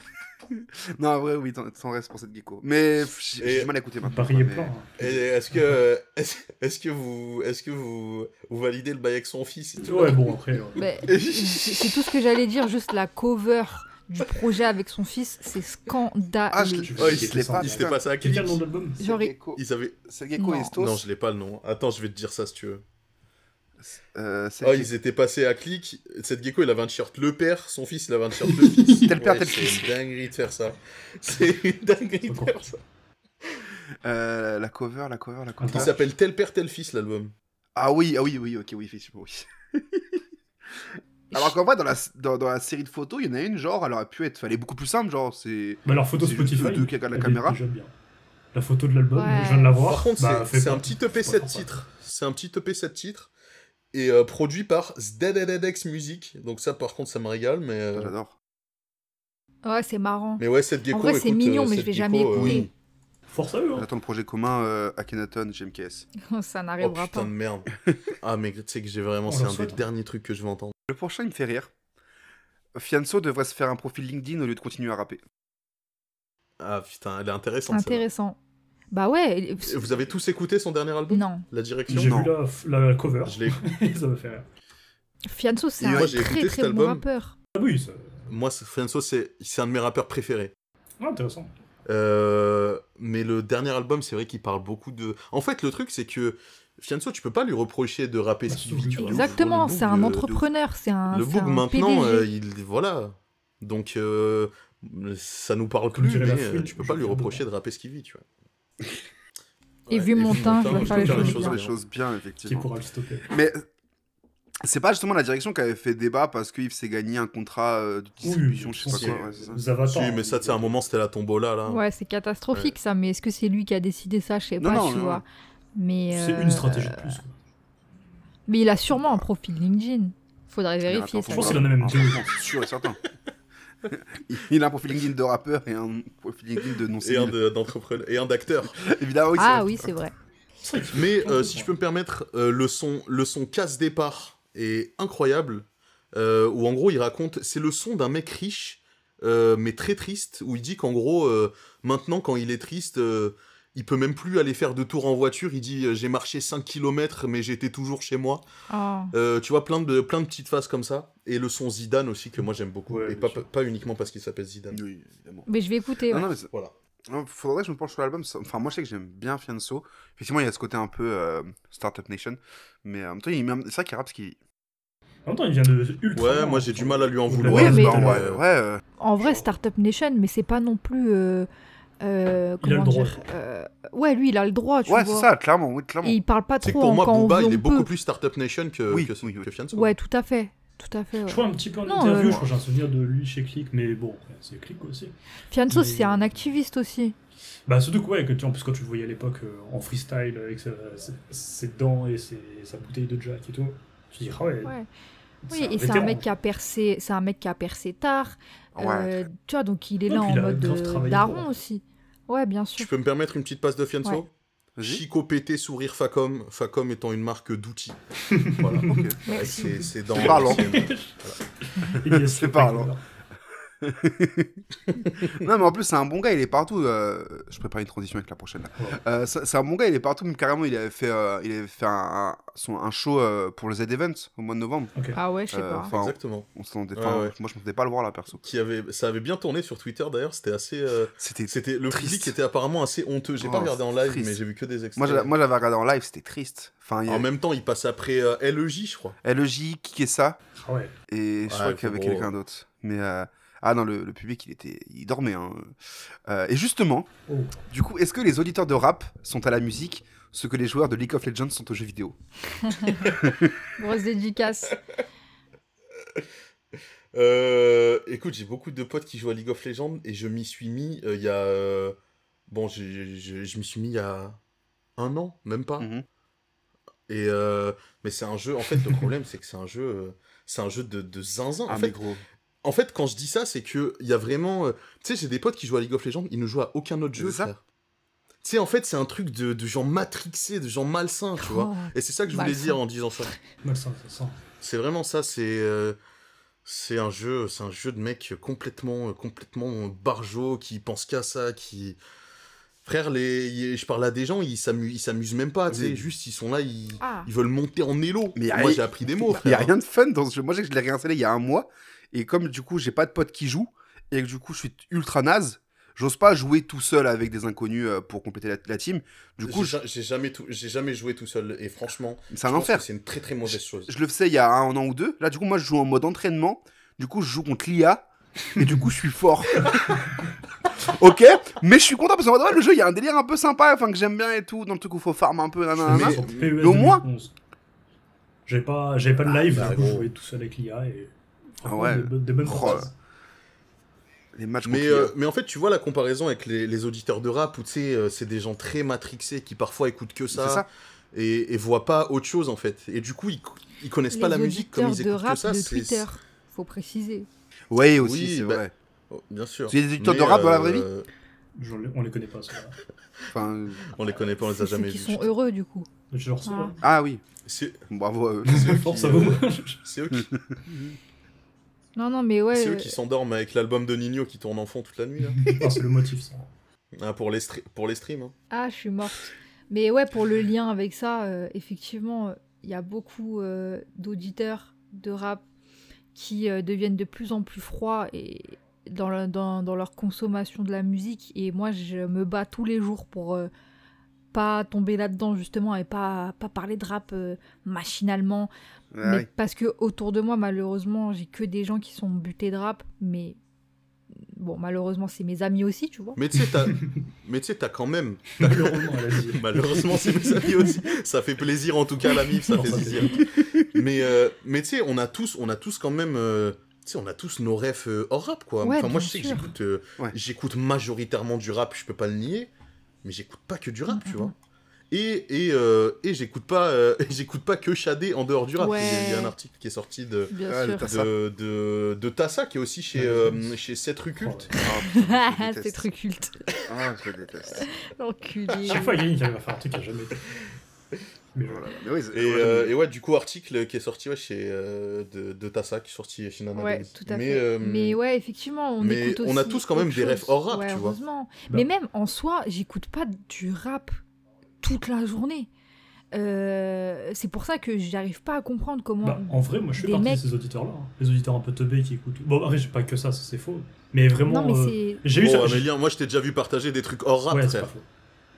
[SPEAKER 1] Non, en vrai, oui, t'en- t'en restes pour cette gecko. Mais pff, j'ai
[SPEAKER 5] Et-
[SPEAKER 1] j'ai du mal à écouter
[SPEAKER 5] Ah,
[SPEAKER 1] maintenant.
[SPEAKER 6] Paris est
[SPEAKER 1] mais-
[SPEAKER 6] plein. hein.
[SPEAKER 5] Et est-ce que, est-ce, est-ce que vous, est-ce que vous, vous validez le bail avec son fils et tout
[SPEAKER 6] Ouais, bon, après. euh, ouais.
[SPEAKER 4] Mais Bah, c'est tout ce que j'allais dire, juste la cover du projet avec son fils, c'est scandaleux.
[SPEAKER 1] Ah, je,
[SPEAKER 6] Tu-
[SPEAKER 1] oh, il
[SPEAKER 5] tu-
[SPEAKER 1] se l'est pas.
[SPEAKER 5] Il s'était passé à
[SPEAKER 6] Quel est le nom
[SPEAKER 5] Click.
[SPEAKER 6] de l'album
[SPEAKER 4] Genre, il-
[SPEAKER 5] Ils avaient...
[SPEAKER 1] C'est gecko
[SPEAKER 4] Non.
[SPEAKER 1] et Stos.
[SPEAKER 5] Non, je l'ai pas le nom. Attends, je vais te dire ça si tu veux.
[SPEAKER 1] Euh, c'est
[SPEAKER 5] Ah, ils étaient passés à Click. Cette gecko, il avait un t-shirt le père. Son fils, il avait un t-shirt le fils.
[SPEAKER 1] Tel père,
[SPEAKER 5] Ouais,
[SPEAKER 1] tel
[SPEAKER 5] c'est
[SPEAKER 1] fils.
[SPEAKER 5] une dinguerie de faire ça. C'est une dinguerie de faire ça.
[SPEAKER 1] euh, la cover, la cover, la
[SPEAKER 5] Il
[SPEAKER 1] cover.
[SPEAKER 6] Attends.
[SPEAKER 5] s'appelle Tel père, tel fils, l'album.
[SPEAKER 1] Ah oui, ah oui, oui, ok, oui, effectivement, oui. Alors qu'en vrai, dans la, dans, dans la série de photos, il y en a une, genre, elle aurait pu être. Fallait beaucoup plus simple, genre, c'est.
[SPEAKER 6] Bah, leur photo
[SPEAKER 1] C'est juste
[SPEAKER 6] Spotify.
[SPEAKER 1] eux deux qui regardent la
[SPEAKER 6] elle est
[SPEAKER 1] caméra.
[SPEAKER 6] déjà bien. La photo de l'album,
[SPEAKER 4] Ouais.
[SPEAKER 6] je viens de la voir.
[SPEAKER 5] Par contre,
[SPEAKER 6] Bah,
[SPEAKER 5] c'est
[SPEAKER 6] fais
[SPEAKER 5] c'est
[SPEAKER 6] pas.
[SPEAKER 5] un petit EP
[SPEAKER 6] Faut
[SPEAKER 5] 7
[SPEAKER 6] pas faire ça.
[SPEAKER 5] titres. C'est un petit EP 7 titres. Et euh, produit par ZDDX Music. Donc, ça, par contre, ça me régale. Mais, euh,
[SPEAKER 1] J'adore.
[SPEAKER 4] Ouais, c'est marrant.
[SPEAKER 5] mais ouais, cette gecko.
[SPEAKER 4] en vrai, c'est
[SPEAKER 5] écoute,
[SPEAKER 4] mignon,
[SPEAKER 5] euh,
[SPEAKER 4] mais je
[SPEAKER 5] cette
[SPEAKER 4] vais jamais
[SPEAKER 5] gecko, euh,
[SPEAKER 4] écouter.
[SPEAKER 6] Force à eux, hein.
[SPEAKER 1] J'attends le projet commun euh, Akhenaton, GMKS.
[SPEAKER 4] Ça
[SPEAKER 5] Oh
[SPEAKER 4] n'arrivera
[SPEAKER 5] putain
[SPEAKER 4] pas.
[SPEAKER 5] de merde. Ah, mais tu sais que j'ai vraiment.
[SPEAKER 6] On
[SPEAKER 5] C'est
[SPEAKER 6] leur
[SPEAKER 5] un des
[SPEAKER 6] souhaite.
[SPEAKER 5] derniers trucs que je vais entendre.
[SPEAKER 1] Le prochain, il me fait rire. Fianso devrait se faire un profil LinkedIn au lieu de continuer à rapper.
[SPEAKER 5] Ah putain, elle est intéressante. celle-là.
[SPEAKER 4] Intéressant. Bah ouais. et-
[SPEAKER 5] Vous avez tous écouté son dernier album
[SPEAKER 4] Non.
[SPEAKER 5] La direction
[SPEAKER 6] J'ai
[SPEAKER 1] Non.
[SPEAKER 6] vu la, la cover.
[SPEAKER 5] Je l'ai-
[SPEAKER 6] ça me fait rire.
[SPEAKER 4] Fianso, c'est
[SPEAKER 5] Et
[SPEAKER 4] un
[SPEAKER 5] moi, j'ai
[SPEAKER 4] très
[SPEAKER 5] écouté cet
[SPEAKER 4] très bon
[SPEAKER 5] album.
[SPEAKER 4] rappeur.
[SPEAKER 6] Ah oui, c'est
[SPEAKER 5] Moi, c'est- Fianso, c'est c'est un de mes rappeurs préférés.
[SPEAKER 6] ouais, Ah, intéressant.
[SPEAKER 5] Euh, Mais le dernier album, c'est vrai qu'il parle beaucoup de. En fait, le truc, c'est que Fianso, tu peux pas lui reprocher de rapper
[SPEAKER 6] Bah,
[SPEAKER 5] ce qu'il vit. tu vois.
[SPEAKER 4] Exactement,
[SPEAKER 5] Le
[SPEAKER 4] c'est un
[SPEAKER 5] boug, euh,
[SPEAKER 4] entrepreneur, c'est un.
[SPEAKER 5] de ouf. Le
[SPEAKER 4] c'est
[SPEAKER 5] boug,
[SPEAKER 4] un
[SPEAKER 5] maintenant,
[SPEAKER 4] PDG.
[SPEAKER 5] euh, il voilà. Donc euh, ça nous parle
[SPEAKER 6] Comme
[SPEAKER 5] plus,
[SPEAKER 6] dirait la
[SPEAKER 5] mais euh,
[SPEAKER 6] foule,
[SPEAKER 5] tu peux
[SPEAKER 6] je
[SPEAKER 5] pas lui
[SPEAKER 6] viens de
[SPEAKER 5] reprocher de rapper ce qu'il vit, tu vois.
[SPEAKER 4] Et vu mon teint, je dois
[SPEAKER 5] peux
[SPEAKER 4] faire les
[SPEAKER 5] faire
[SPEAKER 4] choses
[SPEAKER 1] Faire les
[SPEAKER 5] bien.
[SPEAKER 1] choses bien,
[SPEAKER 6] Qui
[SPEAKER 1] effectivement.
[SPEAKER 6] pourra le stopper
[SPEAKER 1] Mais c'est pas justement la direction qui avait fait débat parce qu'il s'est gagné un contrat euh, de distribution, je sais pas
[SPEAKER 5] c'est-
[SPEAKER 1] quoi. ouais, c'est ça.
[SPEAKER 5] Si, mais ça, c'est un moment, c'était la tombola là.
[SPEAKER 4] Ouais, c'est catastrophique ça, mais est-ce que c'est lui qui a décidé ça Je sais
[SPEAKER 1] Non,
[SPEAKER 4] pas,
[SPEAKER 1] non,
[SPEAKER 4] tu
[SPEAKER 1] non.
[SPEAKER 4] vois. Mais,
[SPEAKER 6] C'est
[SPEAKER 4] euh,
[SPEAKER 6] une stratégie de plus. quoi.
[SPEAKER 4] Mais il a sûrement un profil LinkedIn. Faudrait
[SPEAKER 1] Mais
[SPEAKER 4] vérifier
[SPEAKER 1] attends,
[SPEAKER 4] ça.
[SPEAKER 6] Je pense
[SPEAKER 1] faut
[SPEAKER 6] qu'il en a même
[SPEAKER 1] voir.
[SPEAKER 6] deux.
[SPEAKER 1] Ah, c'est Sûr et certain. Il a un profil LinkedIn de rappeur et un profil LinkedIn de non
[SPEAKER 5] Et un
[SPEAKER 1] civil.
[SPEAKER 5] de- d'entrepreneur et un d'acteur.
[SPEAKER 1] Évidemment, oui,
[SPEAKER 4] Ah
[SPEAKER 1] c'est-
[SPEAKER 4] oui, c'est vrai.
[SPEAKER 6] C'est vrai qu'il-
[SPEAKER 5] Mais euh, si je peux me permettre, euh, le son, le son casse-départ est incroyable. euh, où en gros, il raconte, c'est le son d'un mec riche, euh, mais très triste, où il dit qu'en gros, euh, maintenant, quand il est triste, euh, il peut même plus aller faire de tour en voiture. Il dit, euh, j'ai marché 5 km, mais j'étais toujours chez moi.
[SPEAKER 4] Ah.
[SPEAKER 5] Euh, tu vois, plein de, plein de petites phases comme ça. Et le son Zidane aussi, que moi j'aime beaucoup.
[SPEAKER 6] Ouais,
[SPEAKER 5] et
[SPEAKER 6] bien
[SPEAKER 5] pas,
[SPEAKER 6] sûr.
[SPEAKER 5] pas uniquement parce qu'il s'appelle Zidane.
[SPEAKER 1] Oui, évidemment.
[SPEAKER 4] Mais je vais écouter.
[SPEAKER 5] Ah,
[SPEAKER 1] Non,
[SPEAKER 4] ouais.
[SPEAKER 1] non, mais c'est-
[SPEAKER 5] Voilà.
[SPEAKER 1] non, faudrait que je me penche sur l'album. ça- Enfin, moi, je sais que j'aime bien Fianso. Effectivement, il y a ce côté un peu euh, Startup Nation. Mais euh, en même temps, il met un- c'est vrai qu'il rappe ce qu'il.
[SPEAKER 6] En même temps, il vient de ultra.
[SPEAKER 5] Ouais, moi j'ai du mal à lui en
[SPEAKER 6] Oui,
[SPEAKER 5] vouloir.
[SPEAKER 4] Ah, mais-
[SPEAKER 1] bah,
[SPEAKER 5] mais,
[SPEAKER 1] en vrai,
[SPEAKER 5] euh,
[SPEAKER 1] ouais, euh,
[SPEAKER 4] En vrai, Startup Nation, mais c'est pas non plus. euh, euh,
[SPEAKER 6] Il a le
[SPEAKER 4] comment
[SPEAKER 6] droit.
[SPEAKER 4] dire, euh, ouais, lui, il a le droit, tu
[SPEAKER 1] ouais, c'est
[SPEAKER 4] vois.
[SPEAKER 1] ça, clairement. Oui, clairement.
[SPEAKER 4] Et il parle pas
[SPEAKER 5] Tu sais que
[SPEAKER 4] trop
[SPEAKER 5] pour
[SPEAKER 4] en-
[SPEAKER 5] moi,
[SPEAKER 4] quand on
[SPEAKER 5] Booba,
[SPEAKER 4] veut,
[SPEAKER 5] il
[SPEAKER 4] on
[SPEAKER 5] est beaucoup
[SPEAKER 4] peut.
[SPEAKER 5] plus Startup Nation que,
[SPEAKER 1] Oui,
[SPEAKER 5] que,
[SPEAKER 1] oui, oui.
[SPEAKER 5] que Fianso.
[SPEAKER 4] Ouais, tout à fait. Tout à fait. ouais.
[SPEAKER 6] Je crois un petit peu en
[SPEAKER 4] Non,
[SPEAKER 6] interview,
[SPEAKER 4] euh,
[SPEAKER 6] je crois que j'ai un souvenir de lui chez Click, mais bon, c'est Click aussi.
[SPEAKER 4] Fianso,
[SPEAKER 6] Mais-
[SPEAKER 4] c'est un activiste aussi.
[SPEAKER 6] Bah surtout que ouais, que tu en plus quand tu le voyais à l'époque euh, en freestyle avec sa- ses, ses dents et ses- sa bouteille de Jack et tout, tu dis ah ouais.
[SPEAKER 4] Ouais.
[SPEAKER 6] c'est
[SPEAKER 4] Oui, et c'est un
[SPEAKER 6] vétéran.
[SPEAKER 4] mec qui a percé, c'est un mec qui a percé tard.
[SPEAKER 1] Ouais.
[SPEAKER 4] euh, tu vois, donc il est
[SPEAKER 6] Ouais,
[SPEAKER 4] là
[SPEAKER 6] puis
[SPEAKER 4] en
[SPEAKER 6] il a
[SPEAKER 4] mode
[SPEAKER 6] grave
[SPEAKER 4] euh,
[SPEAKER 6] travaillé pour,
[SPEAKER 4] daron
[SPEAKER 6] hein.
[SPEAKER 4] aussi. Ouais, bien sûr.
[SPEAKER 5] Tu peux me permettre une petite passe de Fianso
[SPEAKER 4] Ouais.
[SPEAKER 1] Vas-y.
[SPEAKER 5] Chico pété, sourire Facom. Facom étant une marque d'outils. voilà.
[SPEAKER 1] Ok.
[SPEAKER 5] Ouais,
[SPEAKER 4] Merci.
[SPEAKER 5] C'est c'est dans.
[SPEAKER 1] Parlant.
[SPEAKER 5] c'est-
[SPEAKER 6] Et il y a
[SPEAKER 1] C'est
[SPEAKER 6] ce
[SPEAKER 1] parlant.
[SPEAKER 6] mec-là.
[SPEAKER 1] non, mais en plus, c'est un bon gars, il est partout. euh, Je prépare une transition avec la prochaine. là.
[SPEAKER 6] Ouais.
[SPEAKER 1] Euh, c'est c'est un bon gars, il est partout. Même carrément, il avait fait, euh, il avait fait un, un- son, un show euh, pour le Z-Event au mois de novembre.
[SPEAKER 4] Ah ouais, je sais
[SPEAKER 1] Euh,
[SPEAKER 4] pas.
[SPEAKER 1] enfin,
[SPEAKER 5] Exactement.
[SPEAKER 1] on s'attendait-
[SPEAKER 5] Ouais,
[SPEAKER 1] enfin,
[SPEAKER 5] ouais.
[SPEAKER 1] Moi, je ne m'attendais pas à le voir là, perso.
[SPEAKER 5] Qui avait... Ça avait bien tourné sur Twitter d'ailleurs, c'était assez. euh,
[SPEAKER 1] C'était
[SPEAKER 5] C'était le
[SPEAKER 1] Triste.
[SPEAKER 5] public était apparemment assez honteux. J'ai
[SPEAKER 1] Oh,
[SPEAKER 5] pas regardé en live,
[SPEAKER 1] triste.
[SPEAKER 5] mais j'ai vu que des extraits.
[SPEAKER 1] Moi, j'a- moi, j'avais regardé en live, c'était triste. Enfin, il y E
[SPEAKER 5] en
[SPEAKER 1] a
[SPEAKER 5] même temps, il passe après euh, LEJ, je crois.
[SPEAKER 1] LEJ, qui est ça
[SPEAKER 6] Ah ouais.
[SPEAKER 1] Et je crois
[SPEAKER 5] Ouais,
[SPEAKER 1] qu'il y avait
[SPEAKER 5] gros.
[SPEAKER 1] quelqu'un d'autre. Mais euh, ah non, le, le public, il était, il dormait. hein. Euh, et justement,
[SPEAKER 6] Oh.
[SPEAKER 1] du coup, est-ce que les auditeurs de rap sont à la musique ce que les joueurs de League of Legends sont aux jeux vidéo
[SPEAKER 4] Grosse dédicace.
[SPEAKER 5] Euh, écoute, j'ai beaucoup de potes qui jouent à League of Legends et je m'y suis mis euh, il y a. euh, Bon, j'ai- j'ai- je m'y suis mis il y a un an, même pas.
[SPEAKER 1] Mhm.
[SPEAKER 5] Et euh, mais c'est un jeu. En fait, le problème, c'est que c'est un jeu. euh, C'est un jeu de, de zinzin. En,
[SPEAKER 1] Ah, mais
[SPEAKER 5] fait,
[SPEAKER 1] gros.
[SPEAKER 5] en fait, quand je dis ça, c'est que il y a vraiment. euh, Tu sais, j'ai des potes qui jouent à League of Legends, ils ne jouent à aucun autre jeu.
[SPEAKER 1] C'est ça.
[SPEAKER 5] frère. Tu sais, en fait, c'est un truc de, de genre matrixé, de genre malsain, tu vois.
[SPEAKER 4] Oh,
[SPEAKER 5] Et c'est ça que je voulais
[SPEAKER 4] Malsain.
[SPEAKER 5] dire en disant ça.
[SPEAKER 6] Malsain, ça sent.
[SPEAKER 5] C'est vraiment ça, c'est euh, c'est un jeu, c'est un jeu de mec complètement euh, complètement barjot qui pense qu'à ça, qui frère les y- je parle à des gens, ils s'amusent ils s'amusent même pas, tu sais,
[SPEAKER 1] Oui.
[SPEAKER 5] juste ils sont là, ils,
[SPEAKER 4] Ah.
[SPEAKER 5] ils veulent monter en élo.
[SPEAKER 1] Mais y a-
[SPEAKER 5] Moi j'ai appris des mots,
[SPEAKER 1] Il y a
[SPEAKER 5] frère.
[SPEAKER 1] rien de fun dans ce jeu. Moi, je sais que je l'ai réinstallé il y a un mois. Et comme du coup, j'ai pas de potes qui jouent et que du coup, je suis ultra naze, j'ose pas jouer tout seul avec des inconnus euh, pour compléter la, la team. Du coup,
[SPEAKER 5] J'ai ja- j'ai jamais tout- j'ai jamais joué tout seul et franchement,
[SPEAKER 1] je- c'est un
[SPEAKER 5] je pense que
[SPEAKER 1] enfer.
[SPEAKER 5] c'est une très très mauvaise chose.
[SPEAKER 1] Je le faisais il y a un an ou deux. Là, du coup, moi, je joue en mode entraînement. Du coup, je joue contre l'IA. Et du coup, je suis fort. ok Mais je suis content parce que le jeu, il y a un délire un peu sympa, enfin que j'aime bien et tout, dans le truc où faut farm un peu. nanana.
[SPEAKER 5] Mais-
[SPEAKER 1] mais au moins-
[SPEAKER 6] J'avais pas, j'avais pas de live,
[SPEAKER 5] bah,
[SPEAKER 6] du coup, je
[SPEAKER 5] gros.
[SPEAKER 6] jouais tout seul avec l'IA et.
[SPEAKER 1] Ah ouais.
[SPEAKER 6] Des, bonnes- des bonnes
[SPEAKER 1] Oh,
[SPEAKER 6] phrases.
[SPEAKER 1] Les matchs
[SPEAKER 5] Mais,
[SPEAKER 1] contre l'IA.
[SPEAKER 5] euh, mais en fait, tu vois la comparaison avec les, les auditeurs de rap où tu sais, euh, c'est des gens très matrixés qui parfois écoutent que
[SPEAKER 1] C'est ça.
[SPEAKER 5] et, et voient pas autre chose en fait. Et du coup, ils, ils connaissent pas la
[SPEAKER 4] les
[SPEAKER 5] musique comme ils
[SPEAKER 4] auditeurs
[SPEAKER 5] écoutent
[SPEAKER 4] de rap
[SPEAKER 5] que ça.
[SPEAKER 4] de
[SPEAKER 5] c'est-
[SPEAKER 4] Twitter, faut préciser.
[SPEAKER 1] Ouais, aussi,
[SPEAKER 5] oui,
[SPEAKER 1] c'est
[SPEAKER 5] bah-
[SPEAKER 1] vrai.
[SPEAKER 5] Oh, bien sûr.
[SPEAKER 1] Tu es des auditeurs de
[SPEAKER 5] Mais,
[SPEAKER 1] rap dans la vraie vie
[SPEAKER 5] euh,
[SPEAKER 6] Je- on les connaît pas, ceux-là.
[SPEAKER 1] Enfin, euh,
[SPEAKER 5] On les connaît pas, on les
[SPEAKER 4] C'est
[SPEAKER 5] a
[SPEAKER 4] ceux
[SPEAKER 5] jamais
[SPEAKER 4] qui
[SPEAKER 5] vus.
[SPEAKER 4] sont heureux du coup.
[SPEAKER 6] Genre, c'est
[SPEAKER 4] Ah.
[SPEAKER 1] Ah oui,
[SPEAKER 5] C'est
[SPEAKER 1] bravo euh, à eux.
[SPEAKER 6] force
[SPEAKER 5] qui,
[SPEAKER 6] à vous.
[SPEAKER 5] c'est eux qui,
[SPEAKER 4] Non, non, mais
[SPEAKER 5] c'est
[SPEAKER 4] ouais.
[SPEAKER 5] eux
[SPEAKER 4] euh,
[SPEAKER 5] qui s'endorment avec l'album de Nino qui tourne en fond toute la nuit. là.
[SPEAKER 6] Ah, c'est le motif, ça.
[SPEAKER 5] Ah, pour, les stre- pour les streams. hein.
[SPEAKER 4] Ah, je suis morte. Mais ouais, pour le lien avec ça, euh, effectivement, il y a beaucoup euh, d'auditeurs de rap qui euh, deviennent de plus en plus froids et dans, la- dans, dans leur consommation de la musique. Et moi, je me bats tous les jours pour euh, pas tomber là-dedans, justement, et pas, pas parler de rap euh, machinalement.
[SPEAKER 1] Ah
[SPEAKER 4] Mais
[SPEAKER 1] oui.
[SPEAKER 4] parce que autour de moi, malheureusement, j'ai que des gens qui sont butés de rap, mais bon, malheureusement, c'est mes amis aussi, tu vois.
[SPEAKER 5] Mais tu sais, t'as- mais tu sais, t'as quand même.
[SPEAKER 6] Malheureusement, elle a dit.
[SPEAKER 5] Malheureusement, c'est mes amis aussi. Ça fait plaisir en tout cas, la MIF, ça
[SPEAKER 6] Non,
[SPEAKER 5] fait
[SPEAKER 6] ça
[SPEAKER 5] plaisir. mais euh, mais tu sais, on a tous, on a tous quand même. euh, tu sais, on a tous nos refs euh, hors rap, quoi.
[SPEAKER 4] Ouais,
[SPEAKER 5] enfin, moi,
[SPEAKER 4] bien
[SPEAKER 5] je sais que
[SPEAKER 4] sûr.
[SPEAKER 5] j'écoute, euh,
[SPEAKER 1] Ouais.
[SPEAKER 5] j'écoute majoritairement du rap, je peux pas le nier, mais j'écoute pas que du rap, tu
[SPEAKER 4] Mhm.
[SPEAKER 5] vois. Et, et, euh, et j'écoute pas, euh, j'écoute pas que Shadé en dehors du rap.
[SPEAKER 4] Ouais.
[SPEAKER 5] Il y a- il y a un article qui est sorti de,
[SPEAKER 4] Bien
[SPEAKER 1] Ah, le
[SPEAKER 4] sûr.
[SPEAKER 1] tas- Tassa.
[SPEAKER 5] de, de, de Tassa, qui est aussi chez,
[SPEAKER 6] Ouais,
[SPEAKER 5] euh, chez Seth
[SPEAKER 6] Oh,
[SPEAKER 5] Rucult.
[SPEAKER 1] Ah, je
[SPEAKER 4] c'est
[SPEAKER 1] déteste.
[SPEAKER 4] trop culte.
[SPEAKER 1] Ah, je le déteste.
[SPEAKER 4] L'enculé.
[SPEAKER 6] Chaque fois, il y a une qui arrive à faire un truc qui a jamais été. Mais
[SPEAKER 1] Voilà.
[SPEAKER 6] voilà.
[SPEAKER 1] Mais oui, c'est- moi,
[SPEAKER 5] Et,
[SPEAKER 1] j'aime
[SPEAKER 5] euh,
[SPEAKER 1] bien.
[SPEAKER 5] et ouais, du coup, article qui est sorti ouais, chez, euh, de, de Tassa, qui est sorti chez Nana
[SPEAKER 4] Ouais,
[SPEAKER 5] Days.
[SPEAKER 4] tout à
[SPEAKER 5] mais,
[SPEAKER 4] fait.
[SPEAKER 5] euh,
[SPEAKER 4] mais ouais, effectivement, on
[SPEAKER 5] mais
[SPEAKER 4] écoute
[SPEAKER 5] on a
[SPEAKER 4] aussi
[SPEAKER 5] tous quand même
[SPEAKER 4] autre
[SPEAKER 5] des refs
[SPEAKER 4] chose.
[SPEAKER 5] hors rap,
[SPEAKER 4] Ouais,
[SPEAKER 5] tu vois.
[SPEAKER 4] heureusement.
[SPEAKER 6] Bah.
[SPEAKER 4] Mais même en soi, j'écoute pas du rap toute la journée. Euh, c'est pour ça que j'arrive pas à comprendre comment.
[SPEAKER 6] Bah, en vrai, moi, je suis
[SPEAKER 4] Des
[SPEAKER 6] partie
[SPEAKER 4] mecs-
[SPEAKER 6] de ces auditeurs-là. hein. Les auditeurs un peu teubés qui écoutent. Bon, en vrai, j'ai pas que ça, ça, c'est faux. Mais vraiment.
[SPEAKER 4] non, mais
[SPEAKER 6] euh,
[SPEAKER 4] c'est.
[SPEAKER 6] J'ai eu
[SPEAKER 5] Bon,
[SPEAKER 6] ça.
[SPEAKER 5] Amélien, moi je t'ai déjà vu partager des trucs hors rap,
[SPEAKER 6] Ouais, c'est
[SPEAKER 5] frère.
[SPEAKER 6] pas faux.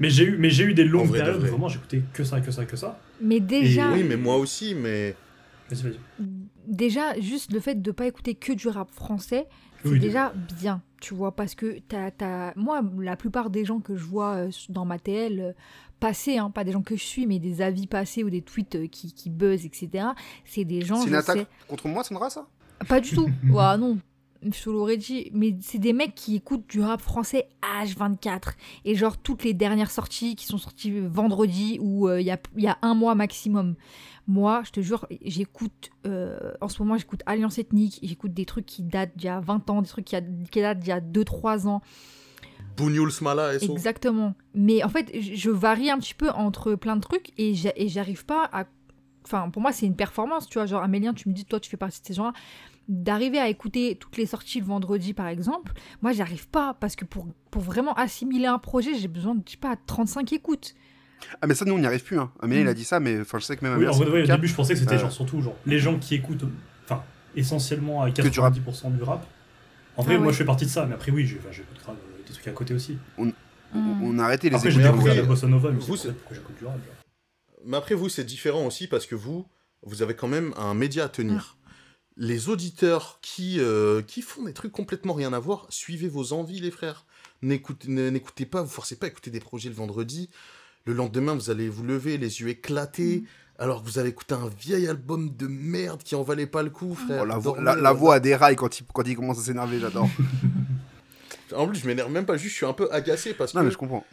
[SPEAKER 6] Mais j'ai eu, mais j'ai eu des longues
[SPEAKER 5] vrai de
[SPEAKER 6] périodes où
[SPEAKER 5] vrai.
[SPEAKER 6] vraiment j'écoutais que ça, que ça, que ça.
[SPEAKER 4] Mais déjà.
[SPEAKER 5] Oui, mais moi aussi, mais.
[SPEAKER 6] Vas-y, vas-y.
[SPEAKER 4] déjà juste le fait de pas écouter que du rap français c'est
[SPEAKER 6] Oui,
[SPEAKER 4] déjà bien tu vois parce que t'as, t'as- moi la plupart des gens que je vois euh, dans ma TL euh, passer hein, pas des gens que je suis mais des avis passés ou des tweets euh, qui, qui buzzent etc c'est des gens
[SPEAKER 1] C'est une
[SPEAKER 4] je
[SPEAKER 1] attaque
[SPEAKER 4] sais-
[SPEAKER 1] contre moi, Sandra, ça
[SPEAKER 4] pas du tout ouais non je l'aurais dit mais c'est des mecs qui écoutent du rap français H24 et genre toutes les dernières sorties qui sont sorties vendredi ou euh, il y, a, il y a un mois maximum. Moi, je te jure, j'écoute, euh, en ce moment j'écoute Alliance Ethnique, j'écoute des trucs qui datent d'il y a 20 ans, des trucs qui, a- qui datent d'il y a 2-3 ans.
[SPEAKER 5] Bougnoul Smala et so.
[SPEAKER 4] Exactement. Mais en fait, je je varie un petit peu entre plein de trucs et j'a- et j'arrive pas à. Enfin, pour moi, c'est une performance, tu vois. Genre, Amélien, tu me dis, toi, tu fais partie de ces gens-là. d'arriver à écouter toutes les sorties le vendredi, par exemple, moi, j'arrive pas, parce que pour, pour vraiment assimiler un projet, j'ai besoin de, je sais pas, 35 écoutes.
[SPEAKER 1] Ah, mais ça, nous, on n'y arrive plus. Hein. Amélien,
[SPEAKER 4] Mm.
[SPEAKER 1] il a dit ça, mais enfin, je sais que même
[SPEAKER 6] Oui,
[SPEAKER 1] Amélien,
[SPEAKER 6] en
[SPEAKER 1] c'est
[SPEAKER 6] vrai,
[SPEAKER 1] le
[SPEAKER 6] ouais, au
[SPEAKER 1] cas.
[SPEAKER 6] début, je pensais que c'était
[SPEAKER 1] Euh.
[SPEAKER 6] genre surtout genre les gens qui écoutent, enfin, essentiellement à
[SPEAKER 1] du rap.
[SPEAKER 6] 90% du rap. En vrai,
[SPEAKER 4] Ah
[SPEAKER 6] moi,
[SPEAKER 4] ouais.
[SPEAKER 6] je fais partie de ça, mais après, oui, j'ai- enfin, j'écoute grave euh, des trucs à côté aussi.
[SPEAKER 1] on,
[SPEAKER 4] Mm.
[SPEAKER 1] on a arrêté les
[SPEAKER 6] Après, j'ai
[SPEAKER 1] écoutes.
[SPEAKER 6] découvert
[SPEAKER 5] découvert après,
[SPEAKER 6] la bossa nova, mais
[SPEAKER 5] vous,
[SPEAKER 6] c'est
[SPEAKER 5] c'est-
[SPEAKER 6] pour ça pourquoi j'écoute du rap. genre.
[SPEAKER 5] Mais après, vous, c'est différent aussi parce que vous, vous avez quand même un média à tenir.
[SPEAKER 1] Ah.
[SPEAKER 5] Les auditeurs qui, euh, qui font des trucs complètement rien à voir, suivez vos envies, les frères. N'écoutez ne- n'écoutez pas, vous forcez pas à écouter des projets le vendredi. Le lendemain, vous allez vous lever, les yeux
[SPEAKER 1] Mm.
[SPEAKER 5] éclatés, alors que vous avez écouté un vieil album de merde qui en valait pas le coup, frère.
[SPEAKER 1] Oh, la, voix-
[SPEAKER 5] Dormez,
[SPEAKER 1] la- la
[SPEAKER 5] euh,
[SPEAKER 1] voix a des rails quand il, quand il commence à s'énerver, j'adore.
[SPEAKER 5] En plus, je m'énerve même pas, juste je suis un peu agacé parce
[SPEAKER 1] non,
[SPEAKER 5] que
[SPEAKER 1] mais je comprends.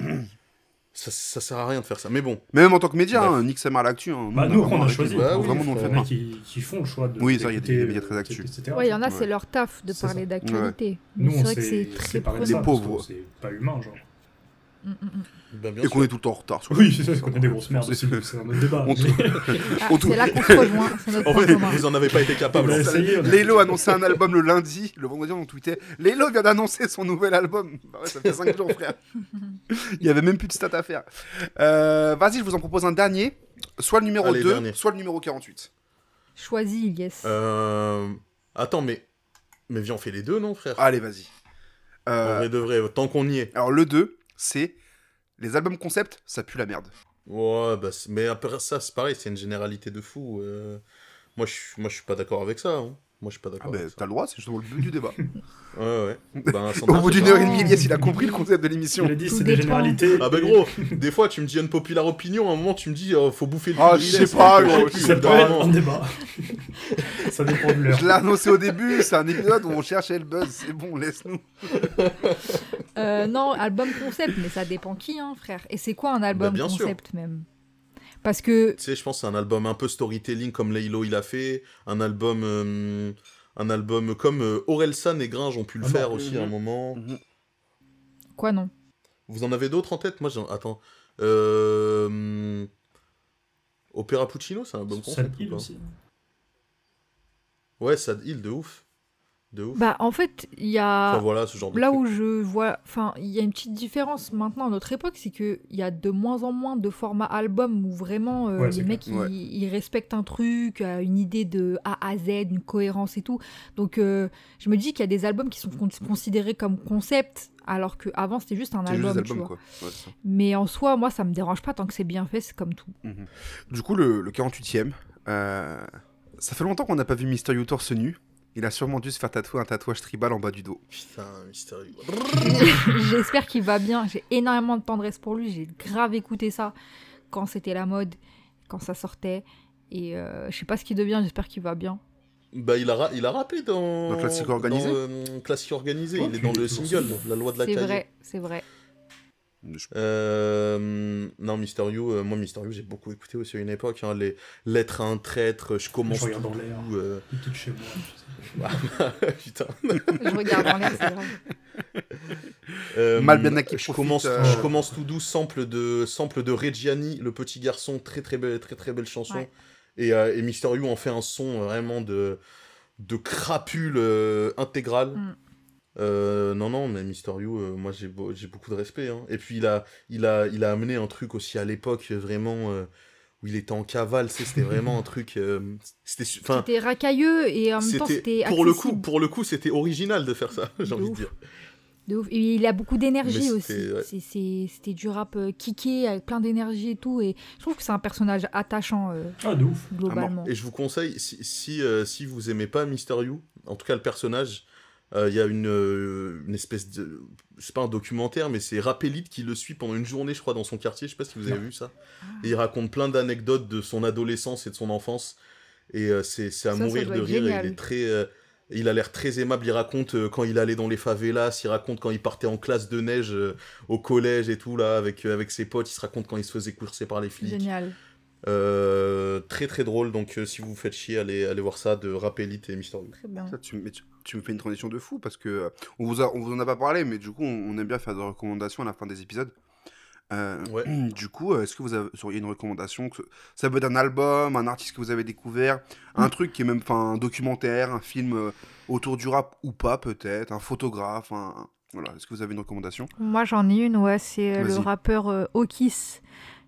[SPEAKER 5] ça, ça sert à rien de faire ça. Mais bon,
[SPEAKER 1] Mais même en tant que média,
[SPEAKER 5] Bref.
[SPEAKER 1] hein, Nick Samar l'actu. hein,
[SPEAKER 6] Bah, nous,
[SPEAKER 1] vraiment
[SPEAKER 6] on a
[SPEAKER 1] arrêté.
[SPEAKER 6] choisi.
[SPEAKER 5] Bah oui,
[SPEAKER 1] vraiment, nous, on le
[SPEAKER 5] frère.
[SPEAKER 1] fait
[SPEAKER 6] Il y en
[SPEAKER 1] pas.
[SPEAKER 6] a qui, qui font le choix de.
[SPEAKER 1] Oui, ça, il y a des-
[SPEAKER 6] d'écouter,
[SPEAKER 1] il y a très
[SPEAKER 6] euh,
[SPEAKER 1] actu.
[SPEAKER 6] etc.
[SPEAKER 4] Ouais, il y en a,
[SPEAKER 1] Ouais.
[SPEAKER 4] c'est leur taf de
[SPEAKER 6] C'est ça.
[SPEAKER 4] parler d'actualité. Mais
[SPEAKER 6] Nous,
[SPEAKER 4] c'est
[SPEAKER 6] on
[SPEAKER 4] vrai que
[SPEAKER 6] s'est
[SPEAKER 4] c'est très
[SPEAKER 6] séparés de
[SPEAKER 1] Les
[SPEAKER 6] ça. parce
[SPEAKER 1] pauvres.
[SPEAKER 6] que C'est pas humain, genre.
[SPEAKER 4] Mm, mm, mm.
[SPEAKER 5] ben, bien
[SPEAKER 1] Et qu'on
[SPEAKER 5] sûr.
[SPEAKER 1] est tout le temps en retard. sur-
[SPEAKER 6] Oui, c'est ça, c'est qu'on est des grosses merdes.
[SPEAKER 1] C'est-
[SPEAKER 6] aussi, C'est un autre débat.
[SPEAKER 1] On se-
[SPEAKER 4] Ah,
[SPEAKER 1] On tou-
[SPEAKER 4] c'est là qu'on se rejoint, c'est notre
[SPEAKER 5] En
[SPEAKER 4] point
[SPEAKER 5] fait,
[SPEAKER 4] commun.
[SPEAKER 5] vous en avez pas été capable.
[SPEAKER 6] Ouais,
[SPEAKER 5] en fait.
[SPEAKER 6] ça y est, on a-
[SPEAKER 1] Lélo a annoncé un album le lundi, le vendredi on tweetait Lélo vient d'annoncer son nouvel album. Bah ouais, ça fait 5 jours, frère. Il y avait même plus de stats à faire. Euh, Vas-y, je vous en propose un dernier, soit le numéro
[SPEAKER 5] Allez,
[SPEAKER 1] 2,
[SPEAKER 5] dernier.
[SPEAKER 1] soit le numéro 48.
[SPEAKER 4] Choisis, yes.
[SPEAKER 5] Euh... Attends, mais... Mais viens, on fait les deux, non, frère
[SPEAKER 1] Allez, vas-y.
[SPEAKER 5] En
[SPEAKER 1] Ah, Euh,
[SPEAKER 5] vrai de vrai, tant qu'on y est.
[SPEAKER 1] alors, le 2, c'est les albums concept, ça pue la merde.
[SPEAKER 5] Ouais, bah, c'est- mais après ça, c'est pareil, c'est une généralité de fou. euh. Moi, je suis- moi, je suis pas d'accord avec ça. hein. Moi, je suis pas
[SPEAKER 1] Ah,
[SPEAKER 5] d'accord
[SPEAKER 1] ben,
[SPEAKER 5] avec ça.
[SPEAKER 1] t'as le droit, c'est justement le but du débat.
[SPEAKER 5] Ouais, ouais. Ben, sans
[SPEAKER 1] Au bout d'une heure et
[SPEAKER 4] non.
[SPEAKER 1] demie, Elias, il a compris le concept de l'émission.
[SPEAKER 6] Il a dit,
[SPEAKER 4] Tout
[SPEAKER 6] c'est des
[SPEAKER 4] dépend.
[SPEAKER 6] généralités.
[SPEAKER 5] Ah, ben, gros, des fois, tu me dis une populaire opinion, à un moment, tu me dis, euh, faut bouffer le
[SPEAKER 1] Ah,
[SPEAKER 5] cul,
[SPEAKER 1] je
[SPEAKER 5] Elias,
[SPEAKER 1] sais pas,
[SPEAKER 5] c'est
[SPEAKER 1] gros,
[SPEAKER 5] plus,
[SPEAKER 1] je
[SPEAKER 6] Ça
[SPEAKER 1] sais
[SPEAKER 5] c'est
[SPEAKER 6] peut être
[SPEAKER 5] vraiment-
[SPEAKER 6] un débat. Ça dépend de l'heure.
[SPEAKER 1] Je l'ai annoncé au début, c'est un épisode où on cherchait le buzz, c'est bon, laisse-nous.
[SPEAKER 4] Euh, non, album concept, mais ça dépend qui, hein, frère. Et c'est quoi un album
[SPEAKER 5] bien sûr.
[SPEAKER 4] concept, même Parce que
[SPEAKER 5] Tu sais, je pense que c'est un album un peu storytelling comme Laylo il a fait, un album, euh, un album comme euh, Orelsan et Gringe ont pu le
[SPEAKER 6] Ah non.
[SPEAKER 5] faire aussi à un
[SPEAKER 1] Mhm.
[SPEAKER 5] moment.
[SPEAKER 4] quoi, non
[SPEAKER 5] Vous en avez d'autres en tête Moi, j'en... attends. Euh... hum, Opéra Puccino, c'est un bon
[SPEAKER 6] Ça
[SPEAKER 5] concept. ou
[SPEAKER 6] pile
[SPEAKER 5] pas
[SPEAKER 6] aussi.
[SPEAKER 5] Ouais, Sad Hill, de ouf, de ouf.
[SPEAKER 4] Bah, en fait, il y a.
[SPEAKER 5] Enfin, voilà, ce genre de.
[SPEAKER 4] Là
[SPEAKER 5] truc.
[SPEAKER 4] où je vois, enfin, il y a une petite différence maintenant à notre époque, c'est que il y a de moins en moins de formats albums où vraiment euh,
[SPEAKER 6] Ouais,
[SPEAKER 4] les
[SPEAKER 6] c'est
[SPEAKER 4] mecs ils,
[SPEAKER 1] clair. Ouais.
[SPEAKER 4] ils respectent un truc, euh, une idée de A à Z, une cohérence et tout. Donc euh, je me dis qu'il y a des albums qui sont con- considérés comme concept, alors qu'avant c'était juste un
[SPEAKER 1] C'est
[SPEAKER 4] album.
[SPEAKER 1] juste des
[SPEAKER 4] tu
[SPEAKER 1] albums,
[SPEAKER 4] vois.
[SPEAKER 1] quoi. Ouais, c'est ça.
[SPEAKER 4] Mais en soi, moi ça me dérange pas tant que c'est bien fait, c'est comme tout.
[SPEAKER 1] Du coup, le, le 48e, euh, ça fait longtemps qu'on n'a pas vu Mysterio torse nu. Il a sûrement dû se faire tatouer un tatouage tribal en bas du dos.
[SPEAKER 5] Putain, mystérieux.
[SPEAKER 4] J'espère qu'il va bien. J'ai énormément de tendresse pour lui. J'ai grave écouté ça quand c'était la mode, quand ça sortait. Et euh, je sais pas ce qu'il devient, j'espère qu'il va bien.
[SPEAKER 5] Bah, il a, ra- il a rappé dans.
[SPEAKER 1] Dans Classique Organisé
[SPEAKER 5] dans, euh, Classique Organisé,
[SPEAKER 6] Oh,
[SPEAKER 5] il est dans le
[SPEAKER 6] putain.
[SPEAKER 5] single, La loi de la
[SPEAKER 4] C'est
[SPEAKER 5] caille.
[SPEAKER 4] vrai, c'est vrai.
[SPEAKER 1] Je-
[SPEAKER 5] Euh, non, Mysterio, euh, moi Mysterio, j'ai beaucoup écouté aussi à une époque. Hein, les Lettres à un traître, je commence.
[SPEAKER 6] Je regarde
[SPEAKER 5] tout,
[SPEAKER 6] dans l'air.
[SPEAKER 5] euh,
[SPEAKER 6] Une petite chez moi. je sais.
[SPEAKER 5] Putain.
[SPEAKER 4] Je regarde en l'air, c'est grave.
[SPEAKER 5] Euh,
[SPEAKER 1] Mal bien acquis
[SPEAKER 5] je
[SPEAKER 1] profite,
[SPEAKER 5] commence,
[SPEAKER 1] euh,
[SPEAKER 5] je commence tout doux, sample de, sample de Reggiani, le petit garçon, très très belle, très très belle chanson.
[SPEAKER 4] Ouais.
[SPEAKER 5] Et, euh, et Mysterio en fait un son vraiment de, de crapule euh, intégrale.
[SPEAKER 4] Mm.
[SPEAKER 5] Euh, non, non, mais Mysterio, euh, moi j'ai beau- j'ai beaucoup de respect. hein. Et puis il a, il, a, il a amené un truc aussi à l'époque, euh, vraiment, euh, où il était en cavale, tu sais, c'était vraiment un truc. euh, c'était su- enfin,
[SPEAKER 4] C'était racailleux et en même temps
[SPEAKER 5] c'était
[SPEAKER 4] c'était
[SPEAKER 5] pour le coup
[SPEAKER 4] accessible
[SPEAKER 5] pour le coup c'était original de faire ça j'ai
[SPEAKER 4] De
[SPEAKER 5] envie de
[SPEAKER 4] ouf.
[SPEAKER 5] dire
[SPEAKER 4] de ouf. Et il a beaucoup d'énergie
[SPEAKER 5] Mais
[SPEAKER 4] aussi.
[SPEAKER 5] c'était- ouais.
[SPEAKER 4] C'est- c'est- C'était du rap euh, kické avec plein d'énergie et tout. Et je trouve que c'est un personnage attachant euh,
[SPEAKER 6] Ah, de ouf.
[SPEAKER 4] globalement.
[SPEAKER 5] Et je vous conseille, si, si, euh, si vous aimez pas Mysterio, en tout cas le personnage, euh, il y a une, euh, une espèce de. C'est pas un documentaire, mais c'est Rapelite qui le suit pendant une journée, je crois, dans son quartier. Je sais pas si vous avez vu ça.
[SPEAKER 4] Ah.
[SPEAKER 5] Et il raconte plein d'anecdotes de son adolescence et de son enfance. Et euh, c'est c'est à
[SPEAKER 4] Ça, ça
[SPEAKER 5] mourir
[SPEAKER 4] doit
[SPEAKER 5] de
[SPEAKER 4] être
[SPEAKER 5] rire. et
[SPEAKER 4] génial.
[SPEAKER 5] il est très. euh, il a l'air très aimable, il raconte euh, quand il allait dans les favelas, il raconte quand il partait en classe de neige euh, au collège et tout, là, avec, euh, avec ses potes, il se raconte quand il se faisait courser par les flics.
[SPEAKER 4] Génial.
[SPEAKER 5] Euh, très très drôle, donc euh, si vous vous faites chier, allez, allez voir ça de Rapelite et Mister
[SPEAKER 4] Très bien.
[SPEAKER 1] Ça, tu, mais tu- tu me fais une transition de fou parce que euh, on vous, a- on vous en a pas parlé, mais du coup, on, on aime bien faire des recommandations à la fin des épisodes. Euh,
[SPEAKER 5] Ouais.
[SPEAKER 1] Du coup, euh, est-ce que vous avez- auriez une recommandation que ce- Ça peut être un album, un artiste que vous avez découvert, un truc qui est même 'fin, un documentaire, un film euh, autour du rap ou pas peut-être, un photographe, un... Voilà, est-ce que vous avez une recommandation
[SPEAKER 4] Moi, j'en ai une, ouais, c'est euh, le
[SPEAKER 1] Vas-y.
[SPEAKER 4] rappeur euh, Okis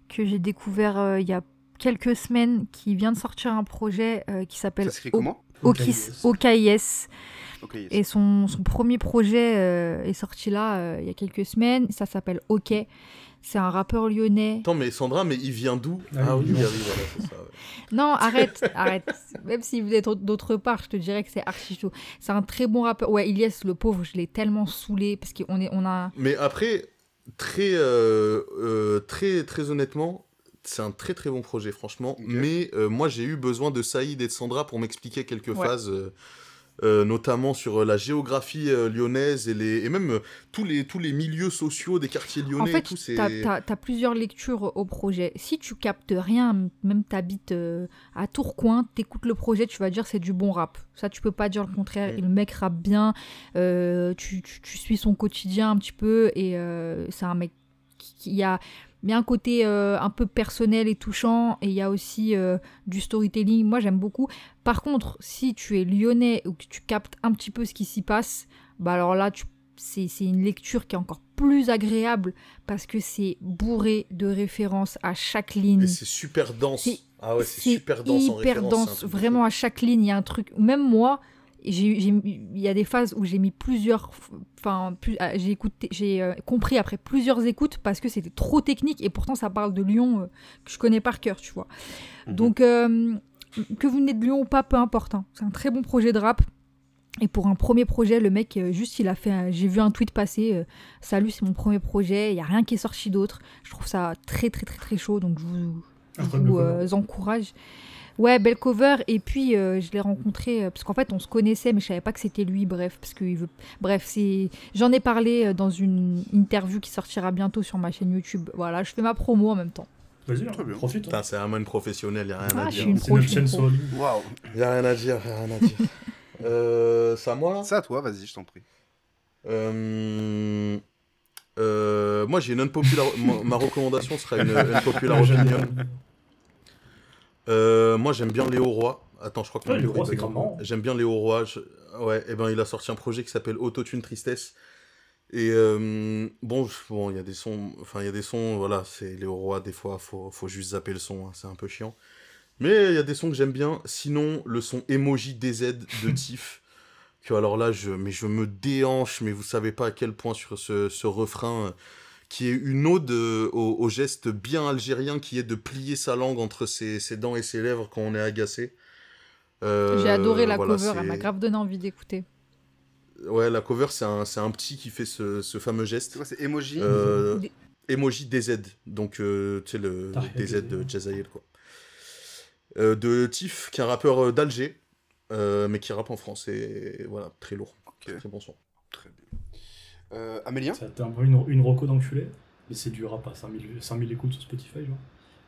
[SPEAKER 4] que j'ai découvert euh, il y a quelques semaines, qui vient de sortir un projet euh, qui s'appelle
[SPEAKER 1] Ça s'écrit
[SPEAKER 4] O-
[SPEAKER 1] comment
[SPEAKER 4] Okis.
[SPEAKER 6] OKIS.
[SPEAKER 4] OKIS.
[SPEAKER 1] Ok, yes.
[SPEAKER 4] Et son, son premier projet euh, est sorti là, euh, il y a quelques semaines. Ça s'appelle OK. C'est un rappeur lyonnais.
[SPEAKER 5] Attends, mais Sandra, mais il vient d'où
[SPEAKER 6] Ah oui,
[SPEAKER 5] il
[SPEAKER 6] non.
[SPEAKER 5] arrive, voilà, c'est ça. ouais.
[SPEAKER 4] Non, arrête, arrête. Même si vous êtes d'autre part, je te dirais que c'est archi chaud. C'est un très bon rappeur. Ouais, Ilyes, le pauvre, je l'ai tellement saoulé parce qu'on est, on a.
[SPEAKER 5] Mais après, très, euh, euh, très, très honnêtement, c'est un très très bon projet, franchement. Mais euh, moi, j'ai eu besoin de Saïd et de Sandra pour m'expliquer quelques
[SPEAKER 4] Ouais.
[SPEAKER 5] phases, euh, euh, notamment sur euh, la géographie euh, lyonnaise et, les, et même euh, tous, les, tous les milieux sociaux des quartiers lyonnais.
[SPEAKER 4] En
[SPEAKER 5] et
[SPEAKER 4] fait,
[SPEAKER 5] tout, c'est...
[SPEAKER 4] t'as t'as- t'as plusieurs lectures au projet. Si tu captes rien, même t'habites euh, à Tourcoing, t'écoutes le projet, tu vas dire c'est du bon rap. Ça, tu peux pas dire le contraire.
[SPEAKER 5] Mm.
[SPEAKER 4] Et le mec rappe bien, euh, tu, tu- tu suis son quotidien un petit peu, et euh, c'est un mec qui, qui a il y a un côté euh, un peu personnel et touchant, et il y a aussi euh, du storytelling. Moi, j'aime beaucoup. Par contre, si tu es lyonnais ou que tu captes un petit peu ce qui s'y passe, bah alors là, tu- c'est c'est une lecture qui est encore plus agréable parce que c'est bourré de références à chaque ligne.
[SPEAKER 5] Et c'est super dense.
[SPEAKER 4] C'est-
[SPEAKER 5] ah ouais, c'est super dense en
[SPEAKER 4] hyper
[SPEAKER 5] référence.
[SPEAKER 4] dense.
[SPEAKER 5] c'est un truc de
[SPEAKER 4] Vraiment, à chaque ligne, il y a un truc. Même moi, j'ai- j'ai- il y a des phases où j'ai mis plusieurs. Enfin, plus- ah, j'ai écouté, j'ai euh, compris après plusieurs écoutes parce que c'était trop technique et pourtant ça parle de Lyon euh, que je connais par cœur, tu vois.
[SPEAKER 1] Mhm.
[SPEAKER 4] Donc, euh, que vous venez de Lyon ou pas, peu importe. hein. C'est un très bon projet de rap. Et pour un premier projet, le mec, euh, juste, il a fait. un- J'ai vu un tweet passer. euh, Salut, c'est mon premier projet. Il y a rien qui est sorti d'autre. Je trouve ça très, très, très, très chaud. Donc, je vous, je
[SPEAKER 6] Après,
[SPEAKER 4] vous,
[SPEAKER 6] Ah, le
[SPEAKER 4] euh, encourage. Ouais, belle cover. Et puis, euh, je l'ai rencontré euh, parce qu'en fait, on se connaissait, mais je savais pas que c'était lui. Bref, parce que il veut... bref, c'est. J'en ai parlé euh, dans une interview qui sortira bientôt sur ma chaîne YouTube. Voilà, je fais ma promo en même temps.
[SPEAKER 6] Vas-y, hein,
[SPEAKER 1] Très bien.
[SPEAKER 6] profite. hein.
[SPEAKER 5] Putain, c'est un man professionnel, y a rien
[SPEAKER 4] Ah,
[SPEAKER 5] à
[SPEAKER 4] je
[SPEAKER 5] dire.
[SPEAKER 4] suis une
[SPEAKER 6] C'est notre
[SPEAKER 4] pro,
[SPEAKER 6] chaîne
[SPEAKER 4] je suis
[SPEAKER 6] sur
[SPEAKER 4] une
[SPEAKER 6] la ligne.
[SPEAKER 1] Waouh
[SPEAKER 5] Y a rien à dire, y a rien à dire. euh, c'est à moi là
[SPEAKER 1] Ça, toi, vas-y, je t'en prie.
[SPEAKER 5] Euh, euh, moi, j'ai une unpopular... ma, ma recommandation sera une unpopular
[SPEAKER 6] Ouais, j'aime
[SPEAKER 5] opinion.
[SPEAKER 6] bien.
[SPEAKER 5] Euh, moi, j'aime bien Léo Roy. Attends, je crois que...
[SPEAKER 6] Ouais, Léo Roy, c'est grave marrant.
[SPEAKER 5] J'aime bien Léo Roy. je- Ouais, et ben, il a sorti un projet qui s'appelle Autotune Tristesse. Et euh, bon, je- bon, il y a des sons... Enfin, il y a des sons, voilà, c'est Léo Roy, des fois, faut, faut juste zapper le son, hein, c'est un peu chiant. Mais il y a des sons que j'aime bien. Sinon, le son Emoji DZ de Tiff. que alors là, je, mais je me déhanche, mais vous savez pas à quel point sur ce, ce refrain, euh, qui est une ode euh, au, au geste bien algérien qui est de plier sa langue entre ses, ses dents et ses lèvres quand on est agacé. Euh,
[SPEAKER 4] J'ai adoré la
[SPEAKER 5] voilà,
[SPEAKER 4] cover, elle
[SPEAKER 5] c'est-
[SPEAKER 4] m'a grave donné envie d'écouter.
[SPEAKER 5] Ouais, la cover, c'est un, c'est un petit qui fait ce, ce fameux
[SPEAKER 1] C'est
[SPEAKER 5] geste.
[SPEAKER 1] quoi, c'est Emoji
[SPEAKER 5] Euh,
[SPEAKER 4] Des-
[SPEAKER 5] Emoji DZ, donc euh, tu sais, le
[SPEAKER 6] Tariq
[SPEAKER 5] DZ de
[SPEAKER 6] Jazaïr.
[SPEAKER 5] Jazaïr, quoi. Euh, de Tiff, qui est un rappeur euh, d'Alger, euh, mais qui rappe en français, et voilà, très lourd.
[SPEAKER 1] Ok.
[SPEAKER 5] Très bon son.
[SPEAKER 1] Très bien. Euh, Amélien
[SPEAKER 6] Ça a été un peu une, une reco d'enculé, mais c'est du rap à 5000, 5000 écoutes sur Spotify. genre.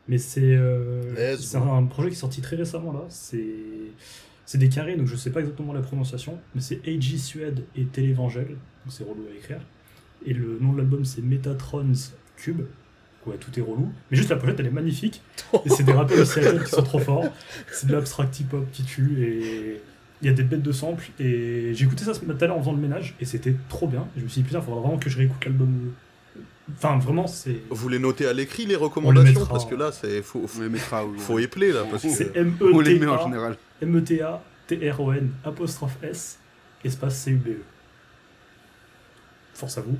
[SPEAKER 6] Mais c'est euh,
[SPEAKER 5] Let's
[SPEAKER 6] c'est un projet qui est sorti très récemment là. C'est c'est des carrés, donc je sais pas exactement la prononciation, mais c'est AG Suède et Télévangel, donc c'est relou à écrire. Et le nom de l'album c'est Metatrons Cube. Ouais, tout est relou. Mais juste la pochette elle est magnifique. Et c'est des rappeurs de Seattle qui sont trop forts. C'est de l'abstract hip-hop qui tue et il y a des bêtes de samples et j'ai écouté ça ce matin en faisant le ménage et c'était trop bien. Et je me suis dit putain, faudra vraiment que je réécoute l'album. Enfin, vraiment, c'est
[SPEAKER 5] Vous les notez à l'écrit, les
[SPEAKER 6] On les
[SPEAKER 5] recommandations,
[SPEAKER 6] mettra
[SPEAKER 5] parce
[SPEAKER 6] en-
[SPEAKER 5] que là, c'est faut,
[SPEAKER 1] On
[SPEAKER 5] faut,
[SPEAKER 1] les mettra au
[SPEAKER 5] faut épeler, là, parce
[SPEAKER 1] C'est-
[SPEAKER 5] que...
[SPEAKER 6] M
[SPEAKER 1] On
[SPEAKER 6] E
[SPEAKER 1] les
[SPEAKER 6] T
[SPEAKER 1] met en
[SPEAKER 6] A
[SPEAKER 1] général.
[SPEAKER 6] M E T A T R O N apostrophe S espace C U B E. Force à vous.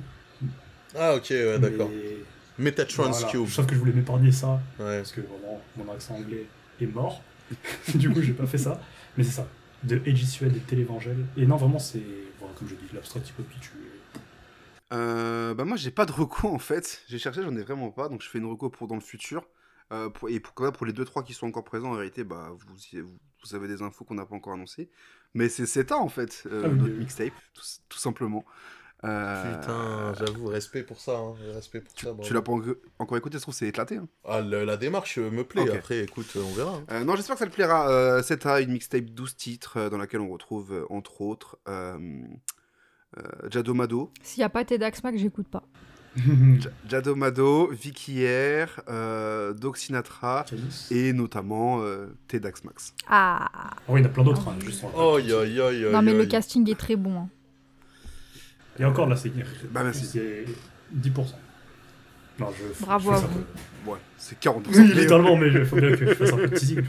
[SPEAKER 5] Ah, ok, ouais, d'accord.
[SPEAKER 6] Mais-
[SPEAKER 5] Metatrans
[SPEAKER 6] voilà.
[SPEAKER 5] Cube.
[SPEAKER 6] Je trouve que je voulais m'épargner ça
[SPEAKER 5] Ouais.
[SPEAKER 6] parce que vraiment mon accent anglais est mort. du coup, j'ai pas fait ça, mais c'est ça. De Edgy Suède et Télévangel. Et non, vraiment, c'est voilà, comme je dis, l'abstract hip-hop qui tue.
[SPEAKER 1] Euh, bah moi j'ai pas de reco en fait. J'ai cherché, j'en ai vraiment pas, donc je fais une reco pour dans le futur. Euh, pour- et pour, quand même, pour les 2-3 qui sont encore présents, en réalité, bah, vous, y- vous, vous avez des infos qu'on n'a pas encore annoncées. Mais c'est CETA en fait, euh,
[SPEAKER 6] Ah oui,
[SPEAKER 1] notre
[SPEAKER 6] oui.
[SPEAKER 1] mixtape, tout, tout simplement. Euh,
[SPEAKER 5] Putain, j'avoue, respect pour ça, hein, respect pour
[SPEAKER 1] Tu,
[SPEAKER 5] ça.
[SPEAKER 1] tu
[SPEAKER 5] bravo.
[SPEAKER 1] l'as pas en- encore écouté, ça se trouve c'est éclaté. hein.
[SPEAKER 5] Ah, le- la démarche euh, me plaît,
[SPEAKER 1] Ok.
[SPEAKER 5] après, écoute, euh, on verra. hein.
[SPEAKER 1] Euh, non, j'espère que ça te plaira. Euh, CETA, une mixtape 12 titres euh, dans laquelle on retrouve euh, entre autres euh, euh, Jado Mado,
[SPEAKER 4] S'il n'y a pas Tedax Mac, j'écoute pas.
[SPEAKER 1] J- Jadomado, Vicky Air, euh, Doc Sinatra
[SPEAKER 6] Calice.
[SPEAKER 1] et notamment euh, Tedax Max.
[SPEAKER 4] Ah
[SPEAKER 6] Ah oui, il y en a plein d'autres, hein, juste en-
[SPEAKER 5] Oh, yo, yo, yo,
[SPEAKER 4] Non, mais
[SPEAKER 5] yo,
[SPEAKER 4] le
[SPEAKER 5] yo.
[SPEAKER 4] casting est très bon. hein.
[SPEAKER 6] Et encore là, c'est
[SPEAKER 1] Bah, merci.
[SPEAKER 6] c'est 10%. Non, je faut-
[SPEAKER 4] Bravo
[SPEAKER 6] je
[SPEAKER 4] à
[SPEAKER 6] fais ça.
[SPEAKER 4] vous.
[SPEAKER 1] Ouais, c'est 40%.
[SPEAKER 6] Oui,
[SPEAKER 1] Mais-
[SPEAKER 6] littéralement, mais il faut bien que je fasse un peu de teasing.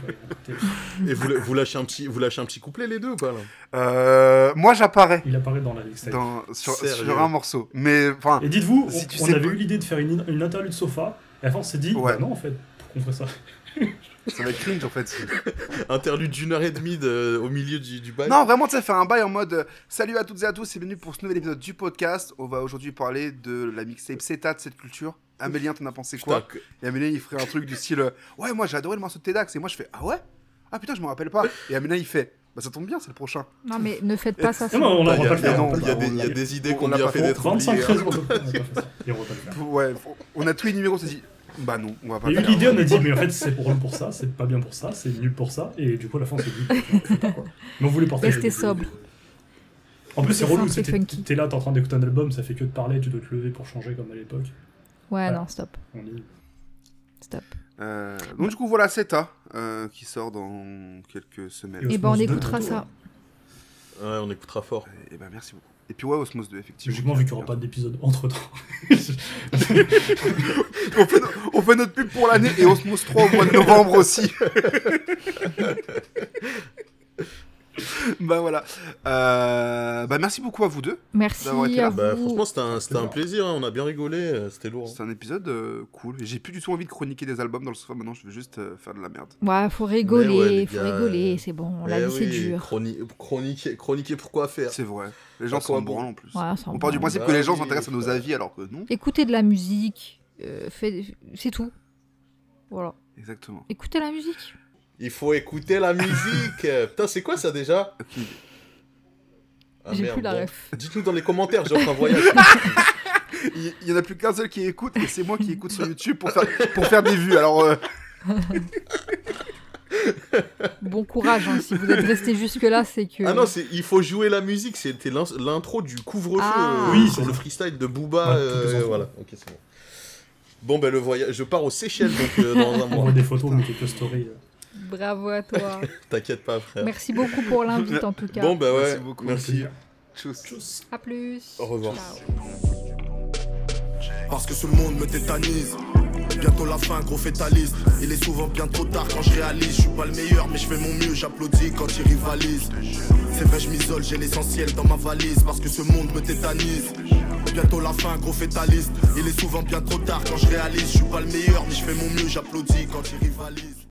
[SPEAKER 6] tu vois.
[SPEAKER 5] Et vous, vous, lâchez un petit, vous lâchez un petit couplet, les deux, ou pas là
[SPEAKER 1] Euh, moi, j'apparais
[SPEAKER 6] Il apparaît dans la liste.
[SPEAKER 1] dans- sur,
[SPEAKER 5] Sérieux
[SPEAKER 1] sur un morceau. Mais enfin,
[SPEAKER 6] Et dites-vous,
[SPEAKER 1] Si
[SPEAKER 6] on-
[SPEAKER 1] tu
[SPEAKER 6] on,
[SPEAKER 1] sais
[SPEAKER 6] avait
[SPEAKER 1] pas-
[SPEAKER 6] eu l'idée de faire une, une interlude sofa, et à la fin on s'est dit,
[SPEAKER 1] Ouais.
[SPEAKER 6] bah non en fait, pourquoi on ferait ça
[SPEAKER 1] ça va être cringe en fait.
[SPEAKER 5] Interlude d'une heure et demie de- au milieu du, du bail.
[SPEAKER 1] Non, vraiment, tu sais, faire un bail en mode euh, Salut à toutes et à tous et bienvenue pour ce nouvel épisode du podcast. On va aujourd'hui parler de la mixtape CETA de cette culture. Amélien, t'en as pensé
[SPEAKER 5] Putain,
[SPEAKER 1] quoi
[SPEAKER 5] que-
[SPEAKER 1] Et Amélien, il ferait un truc du style euh, Ouais, moi j'ai adoré le morceau de Tedax. Et moi, je fais Ah ouais Ah putain, je me rappelle pas. Et Amélien, il fait Bah ça tombe bien, c'est le prochain.
[SPEAKER 4] Non, mais ne faites pas ça.
[SPEAKER 6] Non,
[SPEAKER 4] c'est-
[SPEAKER 6] non, on
[SPEAKER 5] Bah, Il
[SPEAKER 6] n'a
[SPEAKER 5] y,
[SPEAKER 6] pas
[SPEAKER 5] a-
[SPEAKER 6] le
[SPEAKER 5] il y a-
[SPEAKER 6] faire.
[SPEAKER 1] non,
[SPEAKER 6] on va
[SPEAKER 5] il
[SPEAKER 6] pas
[SPEAKER 5] y a
[SPEAKER 6] le
[SPEAKER 5] des-
[SPEAKER 6] faire.
[SPEAKER 5] il y a des idées
[SPEAKER 1] On
[SPEAKER 5] qu'on
[SPEAKER 1] l'a
[SPEAKER 5] bien
[SPEAKER 1] pas
[SPEAKER 5] fait d'être
[SPEAKER 6] Pour 25
[SPEAKER 5] oubliées. hein.
[SPEAKER 6] raisons, on va pas le faire. Et on va pas le faire.
[SPEAKER 1] Ouais, faut- on a tous une numéro, on s'est dit Bah non, on va pas
[SPEAKER 6] Il y a eu
[SPEAKER 1] faire.
[SPEAKER 6] l'idée, on a dit, mais en fait, c'est drôle pour ça, c'est pas bien pour ça, c'est nul pour ça, et du coup, à la fin, on s'est dit, putain, on fait pas quoi. Mais on voulait porter.
[SPEAKER 4] Restez sobre.
[SPEAKER 6] En plus, c'est
[SPEAKER 4] Restez
[SPEAKER 6] relou,
[SPEAKER 4] simple et
[SPEAKER 6] c'était-
[SPEAKER 4] funky.
[SPEAKER 6] t'es là, t'es en train d'écouter un album, ça fait que de parler, tu dois te lever pour changer comme à l'époque.
[SPEAKER 4] Ouais,
[SPEAKER 6] Voilà.
[SPEAKER 4] non, stop.
[SPEAKER 6] On dit,
[SPEAKER 4] Stop.
[SPEAKER 1] Euh, donc, du coup, voilà CETA euh, qui sort dans quelques semaines.
[SPEAKER 6] Et
[SPEAKER 4] Et ben, on
[SPEAKER 6] Osmose deux,
[SPEAKER 4] écoutera
[SPEAKER 6] plutôt,
[SPEAKER 4] ça.
[SPEAKER 6] hein.
[SPEAKER 5] Ouais, on écoutera fort.
[SPEAKER 1] Et ben merci beaucoup. Et puis ouais, Osmose 2, effectivement.
[SPEAKER 6] logiquement, vu qu'il n'y aura pas d'épisode entre temps.
[SPEAKER 1] on, fait, no- on fait notre pub pour l'année et Osmose 3 au mois de novembre aussi. bah voilà. Euh, bah merci beaucoup à vous deux.
[SPEAKER 4] Merci
[SPEAKER 1] D'avoir été là.
[SPEAKER 4] à
[SPEAKER 5] Bah,
[SPEAKER 4] vous.
[SPEAKER 5] franchement, c'était un, c'était un plaisir, hein, on a bien rigolé, euh, c'était lourd.
[SPEAKER 1] C'est un épisode euh, cool. J'ai plus du tout envie de chroniquer des albums dans le sofa maintenant, je veux juste euh, faire de la merde.
[SPEAKER 4] Ouais, faut rigoler,
[SPEAKER 5] Mais ouais, les
[SPEAKER 4] faut
[SPEAKER 5] gars,
[SPEAKER 4] rigoler,
[SPEAKER 5] euh,
[SPEAKER 4] c'est bon, la
[SPEAKER 5] Eh
[SPEAKER 4] vie c'est
[SPEAKER 5] oui,
[SPEAKER 4] dur.
[SPEAKER 5] chroni- Chroniquer, chroniquer pourquoi faire
[SPEAKER 1] C'est vrai. Les gens
[SPEAKER 5] Pas
[SPEAKER 1] s'en
[SPEAKER 5] comme bon.
[SPEAKER 1] branlent en plus.
[SPEAKER 4] Ouais, on s'en
[SPEAKER 1] on part du
[SPEAKER 4] branle.
[SPEAKER 1] principe que les gens
[SPEAKER 5] Bah oui,
[SPEAKER 1] s'intéressent à nos
[SPEAKER 5] frère.
[SPEAKER 1] avis alors que non.
[SPEAKER 4] Écoutez de la musique, euh, fait- c'est tout. Voilà.
[SPEAKER 1] Exactement.
[SPEAKER 4] Écoutez la musique.
[SPEAKER 5] Il faut écouter la musique Euh, Putain, c'est quoi ça déjà
[SPEAKER 1] Aucune idée.
[SPEAKER 5] Ah,
[SPEAKER 4] J'ai
[SPEAKER 5] merde,
[SPEAKER 4] plus la
[SPEAKER 5] bon.
[SPEAKER 4] ref.
[SPEAKER 5] Dites-nous dans les commentaires, j'ai un voyage.
[SPEAKER 1] Il il y en a plus qu'un seul qui écoute et c'est moi qui écoute sur YouTube pour faire, pour faire des vues. Alors euh,
[SPEAKER 4] Bon courage, hein, si vous êtes resté jusque-là, c'est que.
[SPEAKER 5] Ah non, c'est il faut jouer la musique, c'était l'in- l'intro du couvre-feu
[SPEAKER 4] Ah.
[SPEAKER 5] euh,
[SPEAKER 6] Oui,
[SPEAKER 5] sur
[SPEAKER 6] c'est
[SPEAKER 5] le
[SPEAKER 6] ça.
[SPEAKER 5] freestyle de Booba.
[SPEAKER 6] Ouais, toutes les
[SPEAKER 5] euh,
[SPEAKER 6] infos.
[SPEAKER 5] voilà, ok, c'est bon. Bon, ben le voyage, je pars aux Seychelles donc euh, dans un
[SPEAKER 6] On
[SPEAKER 5] mois.
[SPEAKER 6] voit des photos, mais quelques stories. euh.
[SPEAKER 4] Bravo à toi.
[SPEAKER 5] T'inquiète pas, frère.
[SPEAKER 4] Merci beaucoup pour l'invite en tout cas.
[SPEAKER 5] Bon, ben ouais,
[SPEAKER 1] Merci beaucoup.
[SPEAKER 5] merci.
[SPEAKER 1] tchuss.
[SPEAKER 4] À plus.
[SPEAKER 5] Au revoir.
[SPEAKER 4] Ciao.
[SPEAKER 2] Parce que ce monde me tétanise. Bientôt la fin, gros fétaliste. Il est souvent bien trop tard quand je réalise. Je suis pas le meilleur, mais je fais mon mieux. J'applaudis quand ils rivalisent. C'est vrai, je m'isole, j'ai l'essentiel dans ma valise. Parce que ce monde me tétanise. Bientôt la fin, gros fétaliste. Il est souvent bien trop tard quand je réalise. Je suis pas le meilleur, mais je fais mon mieux. J'applaudis quand ils rivalisent.